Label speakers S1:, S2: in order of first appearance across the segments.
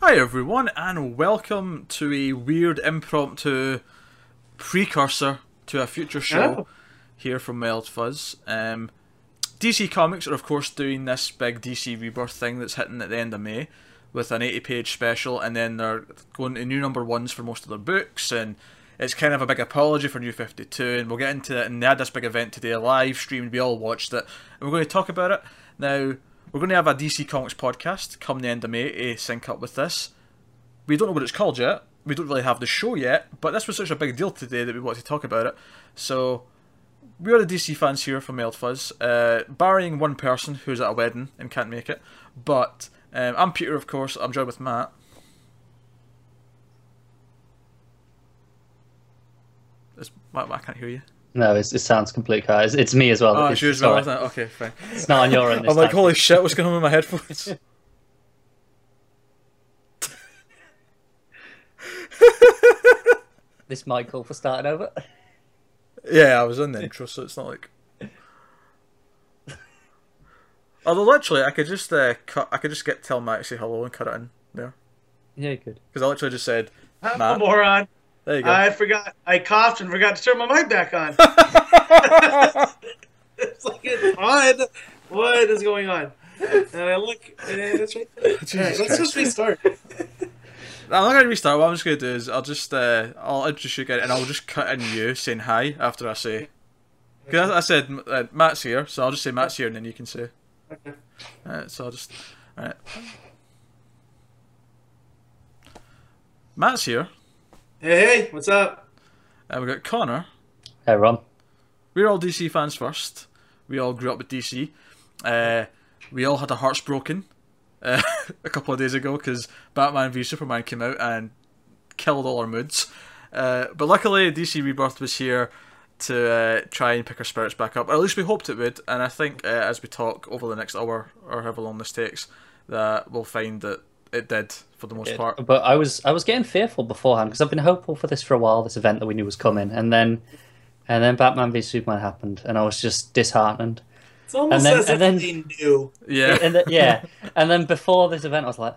S1: Hi everyone, and welcome to a weird impromptu precursor to a future show
S2: Oh.
S1: here from Meld Fuzz. Um, DC Comics are of course doing this big DC Rebirth thing that's hitting at the end of May with an 80-page special, and then they're going to new number ones for most of their books, and it's kind of a big apology for New 52, and we'll get into it. And they had this big event today, live streamed, we all watched it, and we're going to talk about it. Now, we're going to have a DC Comics podcast come the end of May to sync up with this. We don't know what it's called yet. We don't really have the show yet, but this was such a big deal today that we wanted to talk about it. So, we are the DC fans here from Meld Fuzz, uh, barring one person who's at a wedding and can't make it. But um, I'm Peter, of course. I'm joined with Matt. It's, Matt, I can't hear you.
S3: No, it's, it sounds complete, guys. It's, it's me as well.
S1: Oh, it's
S3: it's,
S1: you as well.
S3: sorry.
S1: isn't it? Okay, fine.
S3: It's not on your end. This
S1: I'm like,
S3: time.
S1: holy shit, what's going on with my headphones?
S3: This might call for starting over.
S1: Yeah, I was in the intro, so it's not like. Although literally, I could just uh, cut. I could just get tell Matt to say hello and cut it in there
S3: Yeah, good.
S1: because I literally just said,
S2: I'm
S1: Matt.
S2: a moron.
S1: "There you go."
S2: I forgot. I coughed and forgot to turn my mic back on. it's like it's on. What is going on? And I look, and it's right there.
S1: Jesus
S2: All right, let's
S1: Christ.
S2: just restart.
S1: I'm not gonna restart. What I'm just gonna do is I'll just uh, I'll introduce you again, and I'll just cut in you saying hi after I say. Because I, I said uh, Matt's here, so I'll just say Matt's here, and then you can say.
S2: Okay.
S1: Alright, so I'll just. Alright. Matt's here,
S2: Hey, hey, what's up?
S1: and we've got Connor.
S3: Hey, Ron.
S1: We're all DC fans first. We all grew up with DC. Uh, we all had our hearts broken uh, a couple of days ago because Batman v Superman came out and killed all our moods. Uh, but luckily, DC Rebirth was here to uh, try and pick our spirits back up. Or at least we hoped it would. And I think uh, as we talk over the next hour or however long this takes, that we'll find that it did for the most part.
S3: But I was I was getting fearful beforehand because I've been hopeful for this for a while. This event that we knew was coming, and then and then Batman v Superman happened, and I was just disheartened.
S2: It's almost
S3: And then-
S2: as if
S3: and then-
S2: they knew.
S1: Yeah.
S3: and then, yeah, and then before this event, I was like,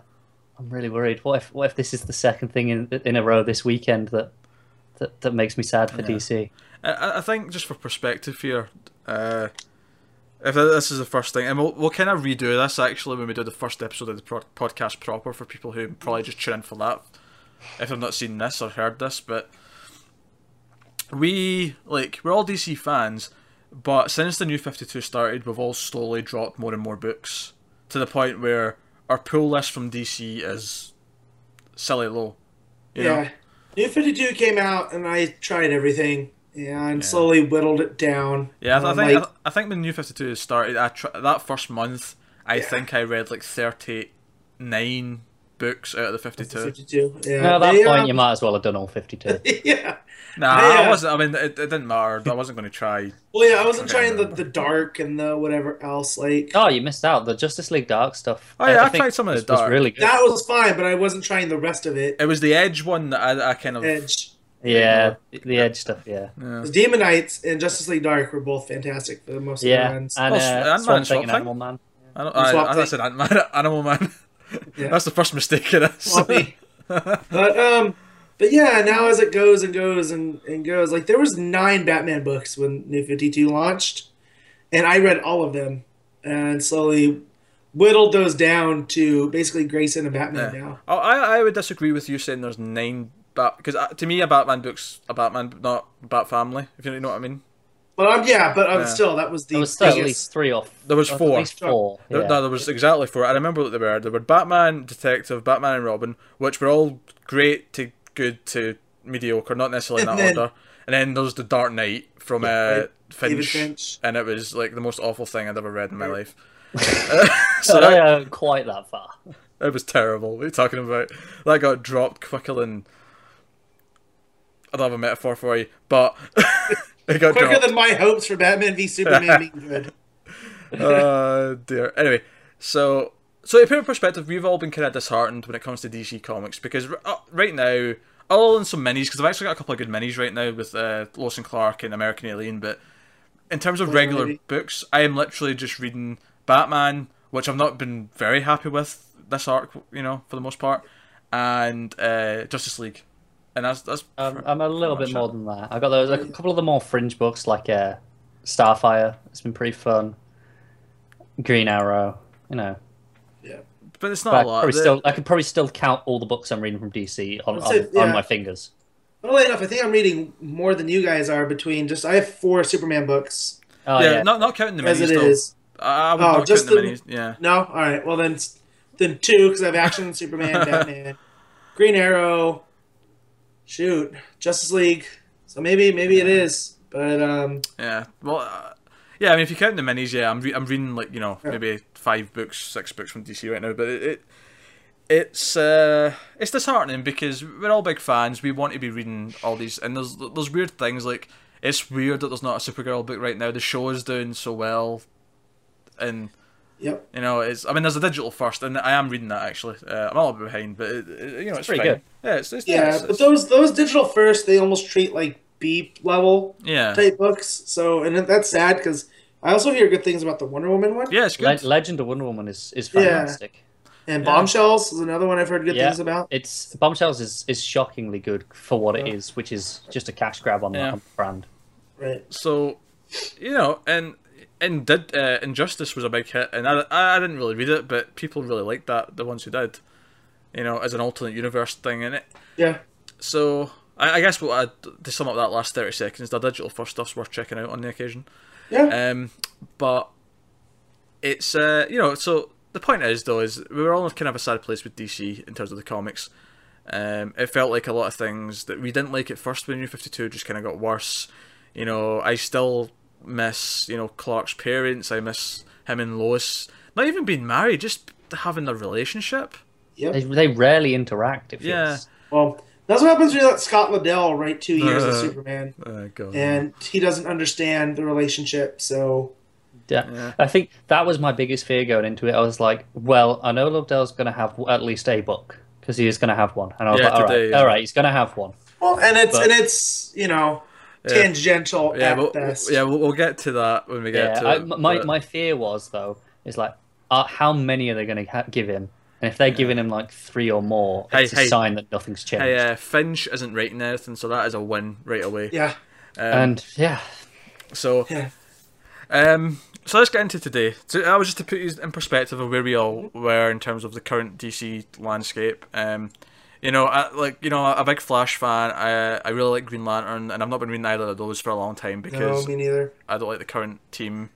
S3: I'm really worried. What if what if this is the second thing in in a row this weekend that that, that makes me sad for DC?
S1: I- I, I think just for perspective here, uh, if th- this is the first thing, and we'll, we'll kind of redo this actually when we do the first episode of the pro- podcast proper for people who probably just tune in for that if they've not seen this or heard this, but we like we're all DC fans, but since the new Fifty Two started, we've all slowly dropped more and more books to the point where our pull list from DC is silly low. you know?
S2: Yeah. New 52 came out, and I tried everything, and slowly whittled it down.
S1: Yeah, I, th-
S2: Um,
S1: I think
S2: like-
S1: I, th- I think when New Fifty Two started, I tr- that first month, I think I read like thirty nine books out of the fifty two.
S2: 52. Yeah.
S3: No, at that
S2: They,
S3: point,
S2: um,
S3: you might as well have done all fifty-two.
S2: yeah.
S1: Nah,
S2: Yeah.
S1: I wasn't. I mean, it, it didn't matter. I wasn't going to try.
S2: Well, yeah, I wasn't
S1: Okay.
S2: trying the, the dark and the whatever else. Like,
S3: Oh, you missed out the Justice League Dark stuff.
S1: Oh, yeah, I
S3: think
S1: tried some of the
S3: was- was
S1: Dark.
S3: really good.
S2: that was fine, but I wasn't trying the rest of it.
S1: It was the Edge one that I, I kind of.
S2: Edge.
S3: Yeah, the Edge stuff. Yeah,
S1: Yeah.
S2: The Demonites and Justice League Dark were both fantastic for the most of the
S3: yeah,
S2: runs.
S3: and
S1: Oh, Ant-Man
S3: uh,
S1: and Swamp
S3: Swamp Thing and
S1: Thing.
S3: Animal Man.
S1: I don't.
S2: And
S1: I,
S2: Swamp
S1: I, I said Ant Man, Animal Man.
S2: Yeah.
S1: That's the first mistake in this.
S2: Swampy. but um, but yeah, now as it goes and goes and, and goes, like there was nine Batman books when New Fifty Two launched, and I read all of them, and slowly whittled those down to basically Grayson and Batman
S1: Yeah.
S2: now.
S1: I, Oh, I I would disagree with you saying there's nine bat because to me a Batman book's a Batman, not Bat Family. If you know what I mean.
S2: But um, yeah, but um,
S1: Yeah.
S2: still that was the
S3: There was still at
S2: biggest-
S3: least three or
S1: There
S2: Oh,
S1: was
S3: at
S1: four.
S3: least four.
S1: There,
S3: yeah.
S1: No, there was exactly four. I remember what they were. There were Batman, Detective, Batman and Robin, which were all great to good to mediocre, not necessarily in that
S2: And then-
S1: order. And then there was the Dark Knight from uh,
S2: right. David
S1: Finch,
S2: Finch.
S1: and it was like the most awful thing I'd ever read in my life.
S3: I
S1: so
S3: don't
S1: that,
S3: know quite that far.
S1: that was terrible. What are you talking about? That got dropped quicker than. I don't have a metaphor for you, but it got dropped.
S2: quicker than my hopes for Batman v Superman being good.
S1: uh, dear. Anyway, so so to put it in perspective, we've all been kind of disheartened when it comes to DC Comics because r- uh, right now, all in some minis because I've actually got a couple of good minis right now with uh, Lawson Clark and American Alien. But in terms of regular
S2: maybe.
S1: books, I am literally just reading Batman, which I've not been very happy with this arc, you know, for the most part, and uh, Justice League, and that's that's
S3: Um, I'm a little bit
S1: much
S3: more than that. I got those a couple of the more fringe books like uh, Starfire. It's been pretty fun. Green Arrow. You know,
S1: but it's
S3: but I
S1: not
S3: could
S1: a lot.
S3: probably
S1: The-
S3: still I could probably still count all the books I'm reading from DC on,
S2: I'd
S3: on,
S2: say- yeah.
S3: on my fingers.
S2: Funnily enough, I think I'm reading more than you guys are between just I have four Superman books
S3: Oh
S1: yeah,
S3: yeah,
S1: not not counting the minis
S2: as it
S1: though.
S2: is.
S1: I, I would
S2: Oh,
S1: not
S2: just
S1: count the
S2: the-
S1: minis. Yeah,
S2: No, all right. Well then, s- then two because I have Action Superman, Batman, Green Arrow, shoot, Justice League. So maybe maybe it is, but um,
S1: yeah. Well, uh, yeah. I mean, if you count the minis, yeah, I'm re- I'm reading like you know
S2: Yeah.
S1: maybe five books, six books from DC right now. But it, it it's uh it's disheartening because we're all big fans. We want to be reading all these, and there's there's weird things like it's weird that there's not a Supergirl book right now. The show is doing so well, and
S2: yep.
S1: You know, it's. I mean, there's a digital first, and I am reading that actually. Uh, I'm a little bit behind, but it, it- you know, it's,
S3: pretty
S1: fine.
S3: good.
S1: Yeah, it's, it's
S2: Yeah,
S1: it's-
S2: but
S1: it's-
S2: those those digital first they almost treat like B level
S1: yeah,
S2: type books. So and that's sad because I also hear good things about the Wonder Woman one
S1: yeah, it's
S3: Le-
S1: good.
S3: Legend of Wonder Woman is is
S2: Yeah.
S3: fantastic.
S2: and
S1: Yeah.
S2: Bombshells is another one I've heard good
S3: Yeah.
S2: things about.
S3: It's Bombshells is, is shockingly good for what it
S2: Yeah.
S3: is, which is just a cash grab on
S1: Yeah.
S3: the on the brand.
S2: Right.
S1: so, you know, and and did uh, Injustice was a big hit, and I, I didn't really read it, but people really liked that. The ones who did, you know, as an alternate universe thing in it.
S2: Yeah.
S1: So I, I guess what I, to sum up that last thirty seconds, the digital first stuff's worth checking out on the occasion.
S2: Yeah.
S1: Um, but it's uh, you know, so the point is though is we were all in kind of a sad place with DC in terms of the comics. Um, it felt like a lot of things that we didn't like at first with New Fifty Two just kind of got worse. You know, I still miss you know Clark's parents. I miss him and Lois. Not even being married, just having a relationship.
S2: Yep.
S3: They they rarely interact. It feels.
S1: Yeah.
S2: Well, that's what happens when you let Scott Liddell write two years of
S1: Uh.
S2: Superman,
S1: Oh God.
S2: and he doesn't understand the relationship. So
S3: Yeah.
S1: Yeah.
S3: I think that was my biggest fear going into it. I was like, well, I know Lovedale's going to have at least a book because he is going to have one. And I was
S1: Yeah,
S3: like, all right,
S1: today, yeah.
S3: all right, he's going to have one.
S2: well, and it's
S3: But-
S2: and it's you know
S1: Yeah.
S2: tangential
S1: yeah,
S2: at
S1: but
S2: best.
S1: yeah, we'll, we'll get to that when we get
S3: Yeah.
S1: to
S3: I,
S1: it.
S3: m- my,
S1: but-
S3: my fear was, though, is like, uh, how many are they going to ha- give him? And if they're giving him like three or more,
S1: Hey,
S3: it's a
S1: hey.
S3: sign that nothing's changed.
S1: Hey, uh, Finch isn't writing anything, so that is a win right away.
S2: Yeah.
S1: Um,
S3: and yeah,
S1: so,
S2: Yeah.
S1: um, so let's get into today. So that was just to put you in perspective of where we all were in terms of the current DC landscape. Um, you know, I, like you know, a big Flash fan. I I really like Green Lantern, and I've not been reading either of those for a long time
S2: No,
S1: because
S2: me neither.
S1: I don't like the current team.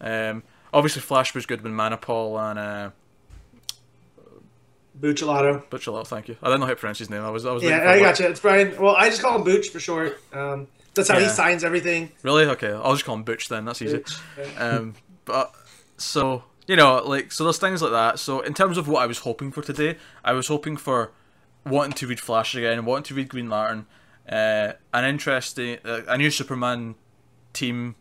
S1: Um, obviously Flash was good when Manipal and uh,
S2: Bucciolato.
S1: Butcher Little. Thank you. I didn't know how to pronounce his name. I was I was waiting
S2: Yeah,
S1: for
S2: I
S1: what-
S2: gotcha. It's Brian. Well, I just call him Booch for short. Um, that's how he
S1: Yeah.
S2: signs everything.
S1: Really? Okay, I'll just call him Butch then. That's easy.
S2: Booch. Yeah.
S1: um, but so you know, like so, there's things like that. So in terms of what I was hoping for today, I was hoping for wanting to read Flash again, wanting to read Green Lantern, uh, an interesting, uh, a new Superman team.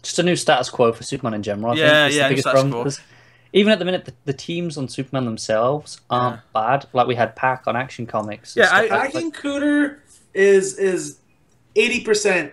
S3: just a new status quo for Superman in general. I
S1: Yeah,
S3: think is
S1: yeah, new
S3: the biggest
S1: status
S3: problem.
S1: quo.
S3: 'cause Even at the minute, the, the teams on Superman themselves aren't bad. Like we had Pack on Action Comics. and
S1: Yeah, I-
S3: stuff like that.
S2: Hacking Cooter is is eighty percent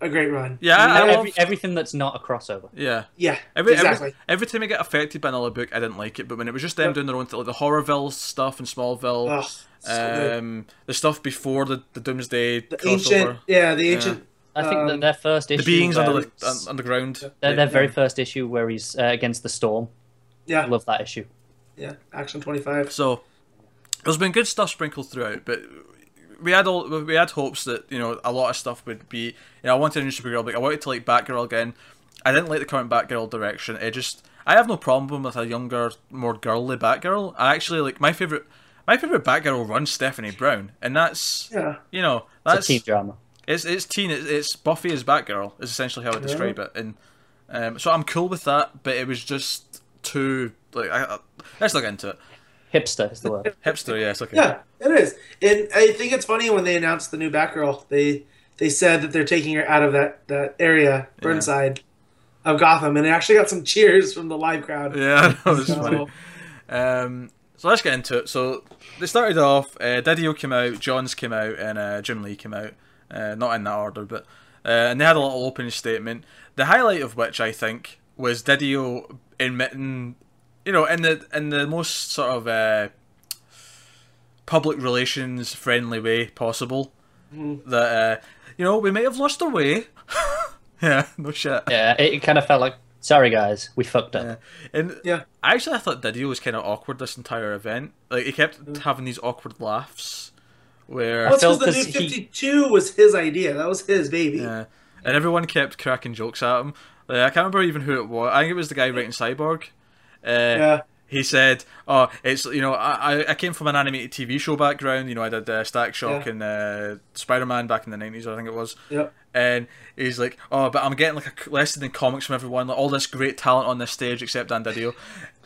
S2: a great run.
S1: Yeah, I, I
S3: Every,
S1: loved-
S3: everything that's not a crossover.
S1: yeah.
S2: yeah,
S1: Every,
S2: exactly.
S1: every every time I get affected by another book, I didn't like it. But when it was just them
S2: Yep.
S1: doing their own thing, like the Horrorville stuff and Smallville,
S2: Ugh, so good.
S1: um, the stuff before the, the Doomsday
S2: the
S1: crossover,
S2: ancient, yeah, the ancient.
S3: I think
S2: Um,
S3: that their first issue,
S1: the beings
S3: where
S1: under the um,
S3: it's-
S1: un- underground.
S3: their, their very first issue where he's uh, against the storm.
S2: Yeah,
S3: I love that issue.
S2: yeah. Action twenty five.
S1: So there's been good stuff sprinkled throughout, but we had all we had hopes that you know a lot of stuff would be. You know, I wanted a new Supergirl, but I wanted to like Batgirl again. I didn't like the current Batgirl direction. It just I have no problem with a younger, more girly Batgirl. I actually like my favorite. My favorite Batgirl runs Stephanie Brown, and that's
S2: Yeah,
S1: you know
S3: It's a
S1: that's
S3: team drama.
S1: it's it's teen. It's, it's Buffy as Batgirl is essentially how I describe it, and um, so I'm cool with that. But it was just too like I, I, let's not get into it.
S3: Hipster is the word.
S1: Hipster, yes, okay.
S2: yeah, it is. And I think it's funny when they announced the new Batgirl. They they said that they're taking her out of that that area, Burnside, of Gotham, and it actually got some cheers from the live crowd.
S1: Yeah, that was
S2: So-
S1: funny. Um, so let's get into it. So they started off. Uh, Didio came out, Johns came out, and uh, Jim Lee came out. Uh, not in that order, but uh, and they had a little opening statement. The highlight of which I think was Didio admitting, you know, in the in the most sort of uh, public relations friendly way possible.
S2: Mhm.
S1: That uh, you know, we may have lost our way. yeah, no shit.
S3: Yeah, it, it kind of felt like, sorry guys, we fucked up.
S1: Yeah. And
S2: Yeah.
S1: actually, I thought Didio was kind of awkward this entire event. Like he
S2: Mm.
S1: kept having these awkward laughs, where
S2: Well, because the
S3: felt
S2: new
S3: as he-
S2: 52 was his idea. That was his baby.
S1: yeah, and everyone kept cracking jokes at him. Like, I can't remember even who it was. I think it was the guy writing Cyborg. Uh,
S2: Yeah.
S1: he said, "Oh, it's you know, I I- I came from an animated TV show background. You know, I did uh, Stack Shock
S2: Yeah.
S1: and uh, Spider Man back in the nineties, I think it was."
S2: Yep.
S1: And he's like, "Oh, but I'm getting like a c- lesson in comics from everyone. Like all this great talent on this stage, except Andadio."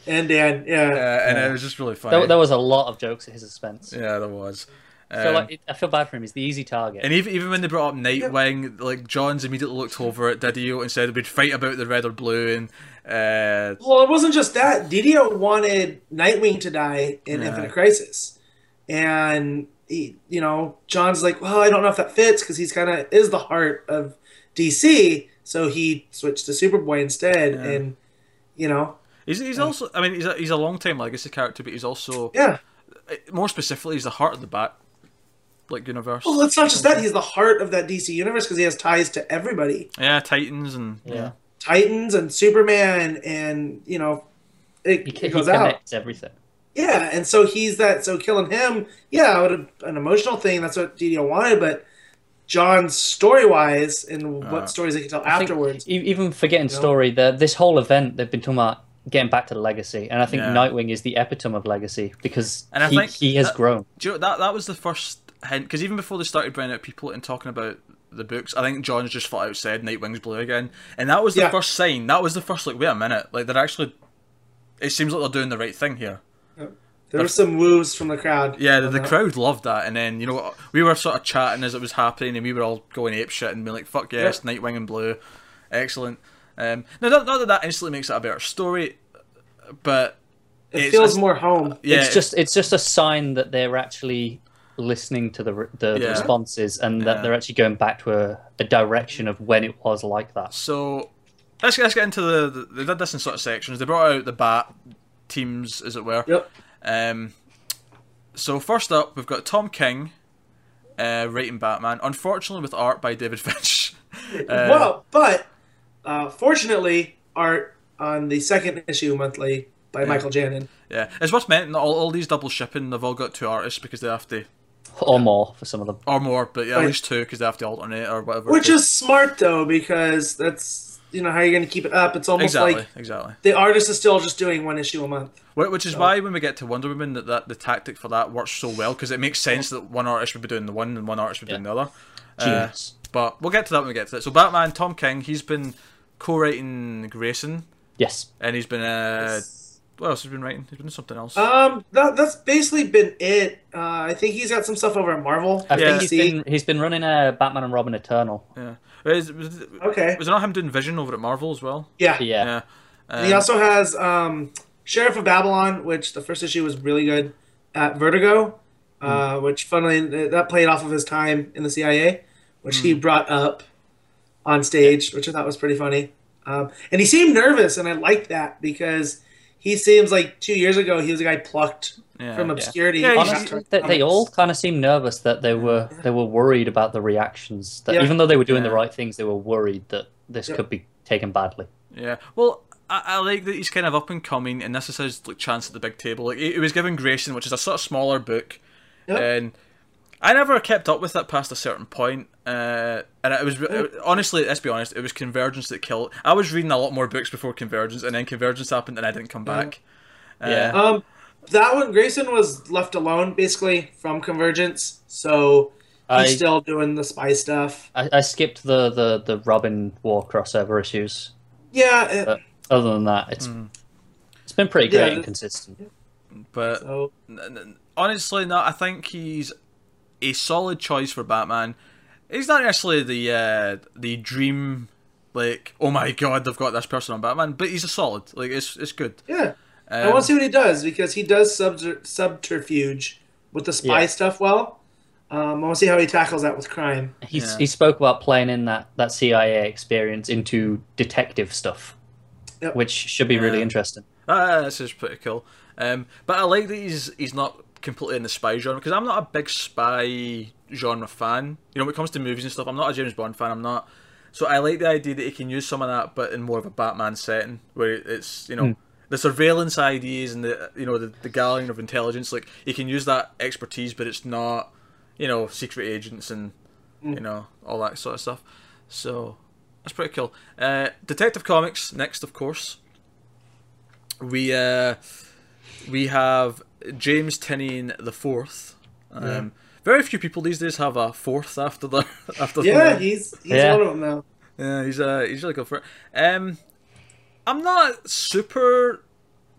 S2: And Dan, yeah.
S1: Uh, and it was just really funny.
S3: There, there was a lot of jokes at his expense.
S1: yeah, there was.
S3: I, feel
S1: Um,
S3: like, I feel bad for him. He's the easy target.
S1: and even, even when they brought up Nightwing, like Johns immediately looked over at Didio and said we'd fight about the red or blue, and uh,
S2: Well, it wasn't just that. Didio wanted Nightwing to die in
S1: Yeah.
S2: Infinite Crisis, and he, you know, John's like, well, I don't know if that fits because he's kind of is the heart of DC, so he switched to Superboy instead,
S1: Yeah.
S2: and you know,
S1: he's, he's also, I mean, he's a, he's a long time legacy character, but he's also uh,
S2: yeah.
S1: more specifically, he's the heart of the bat, like universe.
S2: Well, it's not just that he's the heart of that DC universe because he has ties to everybody,
S1: Yeah, Titans and
S3: yeah.
S2: Titans and Superman, and you know, it,
S3: He,
S2: it
S3: ca- he
S2: goes out.
S3: connects everything.
S2: Yeah, and so he's that. So killing him, yeah, out of an emotional thing. That's what DDO wanted, but John's story wise and
S1: Uh,
S2: what stories they can tell
S3: I think
S2: afterwards.
S3: e- even forgetting
S2: you know?
S3: story, the, this whole event they've been talking about getting back to the legacy, and I think
S1: Yeah.
S3: Nightwing is the epitome of legacy because
S1: And I
S3: he,
S1: think
S3: he has
S1: that-
S3: grown.
S1: Do you know, that that was the first hint because even before they started bringing out people and talking about the books, I think John's just flat out said Nightwing's blue again, and that was the
S2: Yeah.
S1: first sign. That was the first like, wait a minute, like they're actually. It seems like they're doing the right thing here.
S2: there were some woos from the crowd. Uh,
S1: Yeah, the,
S2: on
S1: the
S2: that.
S1: crowd loved that, and then you know we were sort of chatting as it was happening, and we were all going ape shit and being like, "Fuck yes, Nightwing and Blue, excellent." Um, now, not, not that that instantly makes it a better story, but
S2: It
S1: it's-
S2: feels
S1: it's-
S2: more home.
S1: yeah,
S3: it's just it's just a sign that they're actually listening to the re- the
S1: Yeah.
S3: responses and
S1: Yeah.
S3: that they're actually going back to a, a direction of when it was like that.
S1: So let's let's get into the, the they did this in sort of sections. They brought out the bat teams, as it were.
S2: Yep.
S1: Um. So first up, we've got Tom King, uh, writing Batman. Unfortunately, with art by David Finch. Uh,
S2: well, but uh, fortunately, art on the second issue monthly by Michael Janin.
S1: Yeah, it's worth mentioning that all, all these double shipping. They've all got two artists because they have to,
S3: Or more for some of them.
S1: or more, but yeah, at
S2: Right.
S1: least two because they have to alternate or whatever.
S2: Which is smart though, because that's you know how you're going to keep it up. It's almost
S1: exactly
S2: like
S1: exactly.
S2: the artist is still just doing one issue a month.
S1: Wh- Which is why when we get to Wonder Woman, that, that the tactic for that works so well because it makes sense that one artist would be doing the one and one artist would be doing the other. Uh,
S3: Genius.
S1: But we'll get to that when we get to that. So Batman, Tom King, he's been co-writing Grayson,
S3: yes.
S1: and he's been uh, what else has he been writing? He's been doing something else.
S2: Um, that, that's basically been it. Uh, I think he's got some stuff over at Marvel.
S3: I
S1: Yeah.
S3: think he's
S2: See?
S3: been he's been running a Batman and Robin Eternal.
S1: yeah. Was, was,
S2: Okay.
S1: Was it not him doing Vision over at Marvel as well?
S2: Yeah.
S3: Yeah.
S1: Yeah.
S2: And he
S1: Um,
S2: also has um, Sheriff of Babylon, which the first issue was really good at Vertigo, uh,
S3: Hmm.
S2: which funnily that played off of his time in the CIA, which he
S3: Hmm.
S2: brought up on stage, which I thought was pretty funny. Um, and he seemed nervous, and I liked that because he seems like two years ago he was a guy plucked
S1: Yeah,
S2: from
S1: yeah.
S2: obscurity.
S1: Yeah, he's-
S3: Honestly, they, they all kind of seemed nervous that they were they were worried about the reactions. That
S2: Yeah.
S3: even though they were doing
S1: Yeah.
S3: the right things, they were worried that this
S2: Yeah.
S3: could be taken badly.
S1: Yeah. Well, I, I like that he's kind of up and coming, and this is his like chance at the big table. Like it, was given Grayson, which is a sort of smaller book,
S2: Yeah.
S1: and I never kept up with it past a certain point. Uh, and it was it- honestly, let's be honest, it was Convergence that killed. I was reading a lot more books before Convergence, and then Convergence happened, and I didn't come back. Uh,
S3: Yeah.
S2: Um, that one Grayson was left alone basically from Convergence, so
S3: I-
S2: he's still doing the spy stuff.
S3: I, I skipped the, the the Robin War crossover issues.
S2: Yeah, eh, it-
S3: Uh, Other than that, it's it's been pretty
S2: Mm. Yeah,
S3: great and
S2: the-
S3: consistent.
S1: But
S2: so
S1: n- n- honestly, no, I think he's a solid choice for Batman. He's not necessarily the uh, the dream, like oh my god, they've got this person on Batman, but he's a solid. Like it's it's good.
S2: yeah, I
S1: Um,
S2: want to see what he does because he does subter- subterfuge with the spy
S3: Yeah.
S2: stuff well. Um, I want to see how he tackles that with crime.
S3: He's,
S1: Yeah.
S3: He spoke about playing in that, that CIA experience into detective stuff.
S2: Yep.
S3: which should be really
S1: Yeah.
S3: interesting.
S1: Ah, this is pretty cool. Um, but I like that he's he's not completely in the spy genre because I'm not a big spy genre fan. You know, when it comes to movies and stuff, I'm not a James Bond fan. I'm not. So I like the idea that he can use some of that, but in more of a Batman setting where it's you know the surveillance ideas and the you know the, the gathering of intelligence. Like he can use that expertise, but it's not you know secret agents and you know all that sort of stuff. So that's pretty cool. Uh, Detective Comics next, of course we uh we have James Tinian the fourth. Um, Very few people these days have a fourth after the after the
S2: Yeah,
S1: name.
S2: he's he's
S3: Yeah.
S2: one of them now.
S1: Yeah, he's uh he's really good for it. Um, I'm not super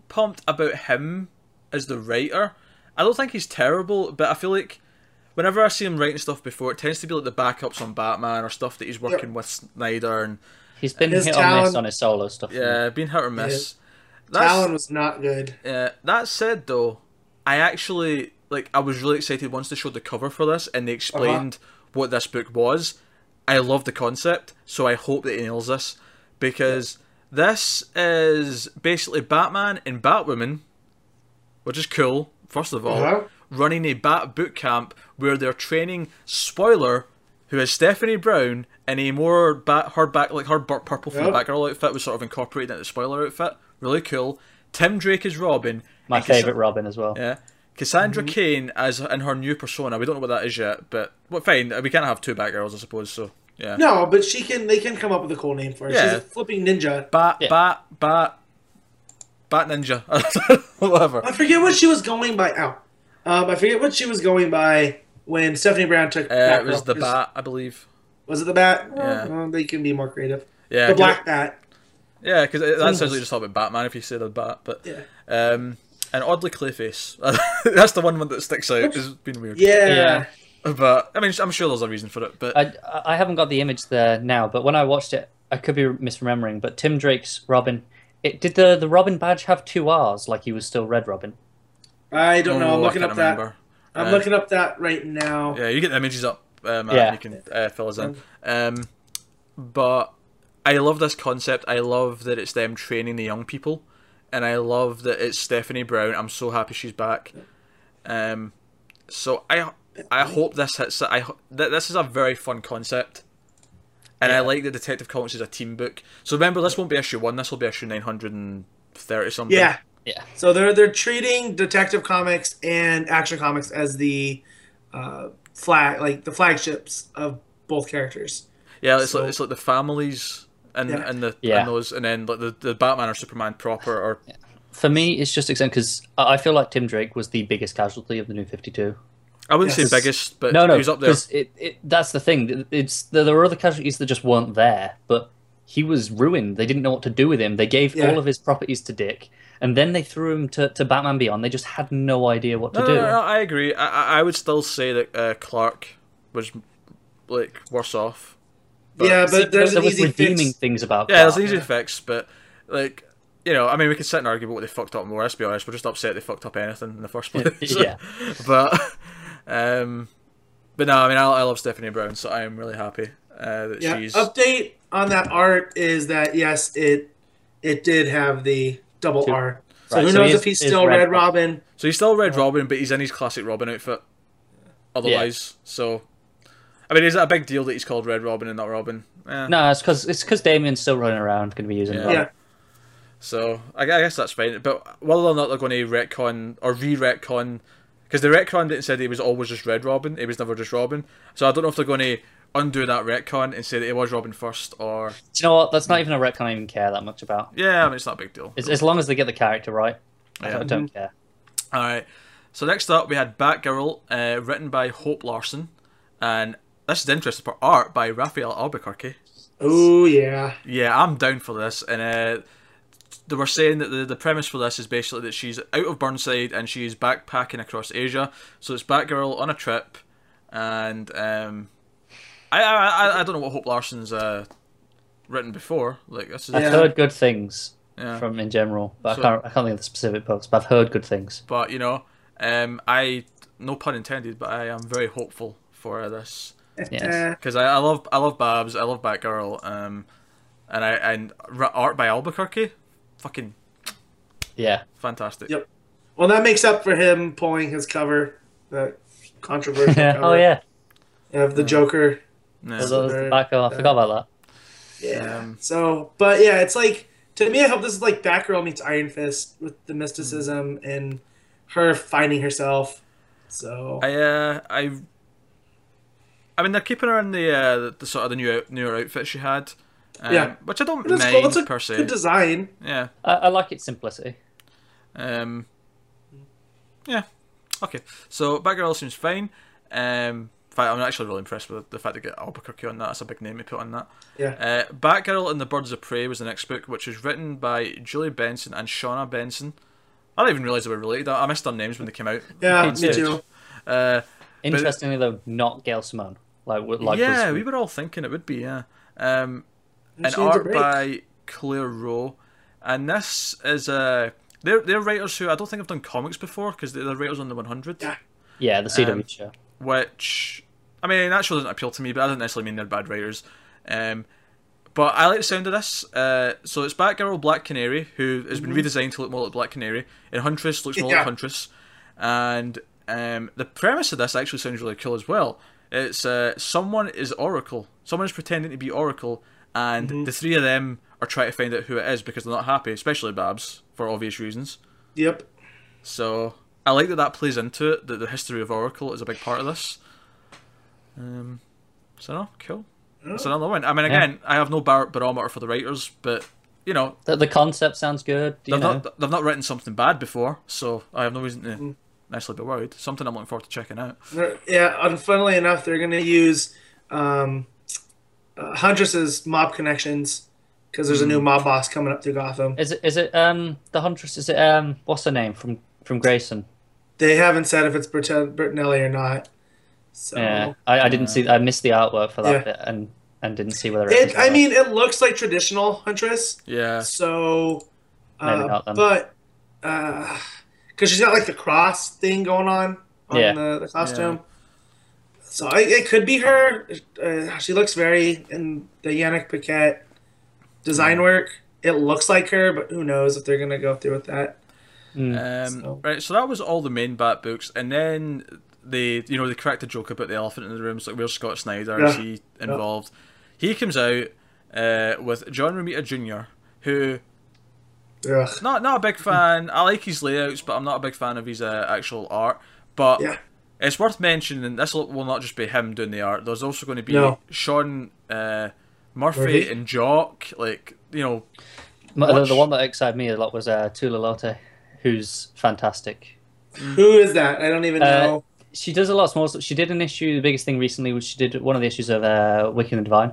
S1: pumped about him as the writer. I don't think he's terrible, but I feel like whenever I see him writing stuff before, it tends to be like the backups on Batman or stuff that he's working with Snyder and
S3: He's been
S2: His
S3: hit on this
S2: talent-
S3: on his solo stuff.
S1: yeah, being hit or miss. That's-
S2: Talon was not good.
S1: Uh, that said, though, I actually like. I was really excited once they showed the cover for this and they explained what this book was. I love the concept, so I hope that he nails this because this is basically Batman and Batwoman, which is cool. First of all,
S2: Uh-huh.
S1: running a Bat boot camp where they're training Spoiler, who is Stephanie Brown, in a more bat her back like her bur- purple from the
S2: Yeah.
S1: Batgirl outfit was sort of incorporated into the Spoiler outfit. Really cool. Tim Drake is Robin.
S3: my
S1: and Cassa-
S3: favorite Robin as well.
S1: Yeah. Cassandra
S2: Mm-hmm.
S1: Kane as in her new persona. We don't know what that is yet, but well, fine. We can't have two Batgirls, I suppose. So yeah.
S2: No, but she can. They can come up with a cool name for her.
S1: Yeah.
S2: She's a flipping ninja.
S1: Bat,
S3: Yeah.
S1: bat, bat, bat ninja, whatever.
S2: I forget what she was going by. Ow. Um, I forget what she was going by when Stephanie Brown took.
S1: Uh, it
S2: Batgirl.
S1: was the bat, I believe.
S2: Was it the bat?
S3: Uh-huh.
S1: Yeah.
S2: Well, they can be more creative.
S1: Yeah,
S2: the
S1: 'cause
S2: black bat.
S1: it- yeah, because that sounds like just talking about Batman if you say the bat, but
S2: Yeah.
S1: um, and oddly Clayface. That's the one that sticks out. It's been weird.
S2: Yeah.
S3: Yeah.
S1: but I mean, I'm sure there's a reason for it. But
S3: I I haven't got the image there now, but when I watched it, I could be misremembering. But Tim Drake's Robin, it did the the Robin badge have two R's like he was still Red Robin?
S2: I don't know. I'm
S1: Oh, I
S2: looking
S1: can't
S2: up that.
S1: remember.
S2: I'm
S1: Uh,
S2: looking up that right now.
S1: Yeah, you get the images up, um, and
S3: Yeah.
S1: you can uh, fill us in. Um, but I love this concept. I love that it's them training the young people, and I love that it's Stephanie Brown. I'm so happy she's back. Um, so I I hope this hits. it. I ho- th- this is a very fun concept, and I like that Detective Comics is a team book. So remember, this won't be issue one. This will be issue nine hundred and thirty something.
S2: Yeah.
S3: Yeah.
S2: So they're they're treating Detective Comics and Action Comics as the uh, flag, like the flagships of both characters.
S1: Yeah, it's
S2: So-
S1: like it's like the families and
S2: Yeah.
S1: and the
S3: Yeah.
S1: and those and then like the, the Batman or Superman proper or
S3: For me, it's just exciting because I I feel like Tim Drake was the biggest casualty of the New Fifty Two.
S1: I wouldn't
S2: Yes.
S1: say biggest, but
S3: No, no,
S1: he was up there.
S3: 'cause It, it, that's the thing. It's there, there were other casualties that just weren't there, but he was ruined. They didn't know what to do with him. They gave
S2: Yeah.
S3: all of his properties to Dick, and then they threw him to, to Batman Beyond. They just had no idea what to
S1: No,
S3: do.
S1: no, no, Uh, I agree. I, I- I would still say that uh, Clark was like worse off.
S2: yeah,
S3: See,
S2: but there's
S3: there
S2: an
S3: was
S2: easy
S3: redeeming
S2: fix.
S3: things about.
S1: Yeah, that's
S3: Clark.
S1: an easy fix, but like you know, I mean, we could sit and argue about what they fucked up more. Let's be honest, we're just upset they fucked up anything in the first place.
S3: Yeah.
S1: but um, but no, I mean, I, I love Stephanie Brown, so I am really happy uh, that
S2: Yeah.
S1: she's
S2: Update on that art is that yes, it it did have the double
S3: Two.
S2: R. So
S3: Right,
S2: who
S3: so
S2: knows
S3: he is-
S2: if he's
S3: is
S2: still
S3: Red
S2: Red,
S3: Rob-
S2: Robin?
S1: So he's still Red Robin, but he's in his classic Robin outfit. Otherwise, so I mean, is it a big deal that he's called Red Robin and not Robin? Eh.
S3: No, it's because it's because Damien's still running around, going to be using.
S1: Yeah.
S3: Robin.
S2: Yeah.
S1: So I, gu- I guess that's fine. But whether or not they're going to retcon or re-retcon, because they retconned it and said he was always just Red Robin. He was never just Robin. So I don't know if they're going to undo that retcon and say that he was Robin first, or
S3: Do you know what? That's not even a retcon I even care that much about.
S1: yeah, I mean, it's not a big deal.
S3: As, as long as they get the character right, I
S1: Yeah.
S3: don't, I don't care.
S1: All right. So next up, we had Batgirl, uh, written by Hope Larson, and this is the interesting part. Art by Raphael Albuquerque.
S2: Oh yeah.
S1: Yeah, I'm down for this. And uh, they were saying that the, the premise for this is basically that she's out of Burnside and she's backpacking across Asia. So it's Batgirl on a trip, and um, I, I I- I don't know what Hope Larson's uh, written before. Like this is
S3: I've
S2: Yeah.
S3: heard good things
S1: Yeah.
S3: from in general, but
S1: So-
S3: I can't I can't think of the specific books. But I've heard good things.
S1: but you know, um, I no pun intended, but I am very hopeful for this
S2: uh, Eh.
S3: Yes.
S1: because I, I love I love Babs, I love Batgirl, um, and I and r- art by Albuquerque. fucking
S3: Yeah.
S1: fantastic.
S2: Yep. Well, that makes up for him pulling his cover, that controversial cover
S3: oh yeah.
S2: of the Joker.
S1: Yeah.
S3: There's always the
S2: Very-
S3: back oh, I forgot about
S2: Yeah.
S1: Um,
S2: so, but yeah, it's like to me, I hope this is like Batgirl meets Iron Fist with the mysticism and her finding herself. So
S1: I uh, I I mean they're keeping her in the uh, the, the sort of the new out, newer outfit she had. Um,
S2: Yeah.
S1: Which I don't
S2: it's
S1: mind
S2: cool. It's a
S1: per se.
S2: good design.
S1: yeah.
S3: that. I, I like its simplicity.
S1: Um, yeah. Okay. So Batgirl seems fine. Um, in fact, I'm actually really impressed with the fact they get Albuquerque on that. That's a big name to put on that.
S2: Yeah.
S1: Uh, Batgirl and the Birds of Prey was the next book, which was written by Julie Benson and Shauna Benson. I didn't even realize they were related. I I missed their names when they came out.
S2: Yeah,
S3: It's
S2: me
S3: huge.
S2: too.
S1: Uh,
S3: Interestingly though, not Gail Simone. Like, w- like
S1: yeah,
S3: was-
S1: we were all thinking it would be, yeah. Um, and
S2: she needs a
S1: art
S2: break.
S1: by Claire Rowe. And this is Uh, they're, they're writers who I don't think have done comics before because they're, they're writers on the 100,
S2: Yeah.
S3: yeah, the CW
S1: Um,
S3: show.
S1: which, I mean, that show doesn't appeal to me, but I don't necessarily mean they're bad writers. Um, but I like the sound of this. Uh, so it's Batgirl Black Canary, who has been redesigned to look more like Black Canary, and Huntress looks more
S2: Yeah.
S1: like Huntress. And um, the premise of this actually sounds really cool as well. It's uh, someone is Oracle, someone is pretending to be Oracle, and the three of them are trying to find out who it is because they're not happy, especially Babs, for obvious reasons.
S2: Yep.
S1: So I like that that plays into it. That the history of Oracle is a big part of this. Um, so no, cool.
S2: Mm.
S1: That's another one. I mean,
S3: Yeah.
S1: again, I have no bar- barometer for the writers, but you know,
S3: The, the concept sounds good. You
S1: they've
S3: know,
S1: not they've not written something bad before, so I have no reason to
S2: Mm.
S1: necessarily be worried. Something I'm looking forward to checking out.
S2: They're- Yeah, and funnily enough, they're going to use um, uh, Huntress's mob connections because there's a new mob boss coming up through Gotham.
S3: is it is it um the Huntress? Is it um what's her name from from Grayson?
S2: They haven't said if it's Bertin- Bertinelli or not. So
S3: Yeah, I, I didn't see. I missed the artwork for that
S2: Oh. Yeah.
S3: bit and and didn't see whether
S2: it,
S3: it.
S2: I mean, it looks like traditional Huntress.
S1: Yeah,
S2: So,
S3: Maybe
S2: uh,
S3: not then.
S2: but because she's got like the cross thing going on on
S3: Yeah.
S2: the, the costume, so I, it could be her. Uh, she looks very in the Yannick Paquette design work. It looks like her, but who knows if they're gonna go through with that?
S1: Um,
S2: Mm. So-
S1: Right, so that was all the main Bat books, and then they, you know, they cracked a joke about the elephant in the room. So where's Scott Snyder? Is
S2: Yeah.
S1: he involved? He comes out uh, with John Romita Jr., who
S2: Ugh.
S1: not not a big fan. I like his layouts, but I'm not a big fan of his uh, actual art. But
S2: Yeah,
S1: it's worth mentioning this will will not just be him doing the art. There's also going to be
S2: No.
S1: Sean uh, Murphy,
S2: Murphy?
S1: and Jock, like you know,
S3: the,
S1: watch-
S3: the one that excited me a lot was uh, Tula Lotte, who's fantastic.
S2: who is that? I don't even
S3: Mm. Uh,
S2: know.
S3: She does a lot of small stuff. She did an issue. The biggest thing recently was she did one of the issues of uh, Wicked and Divine,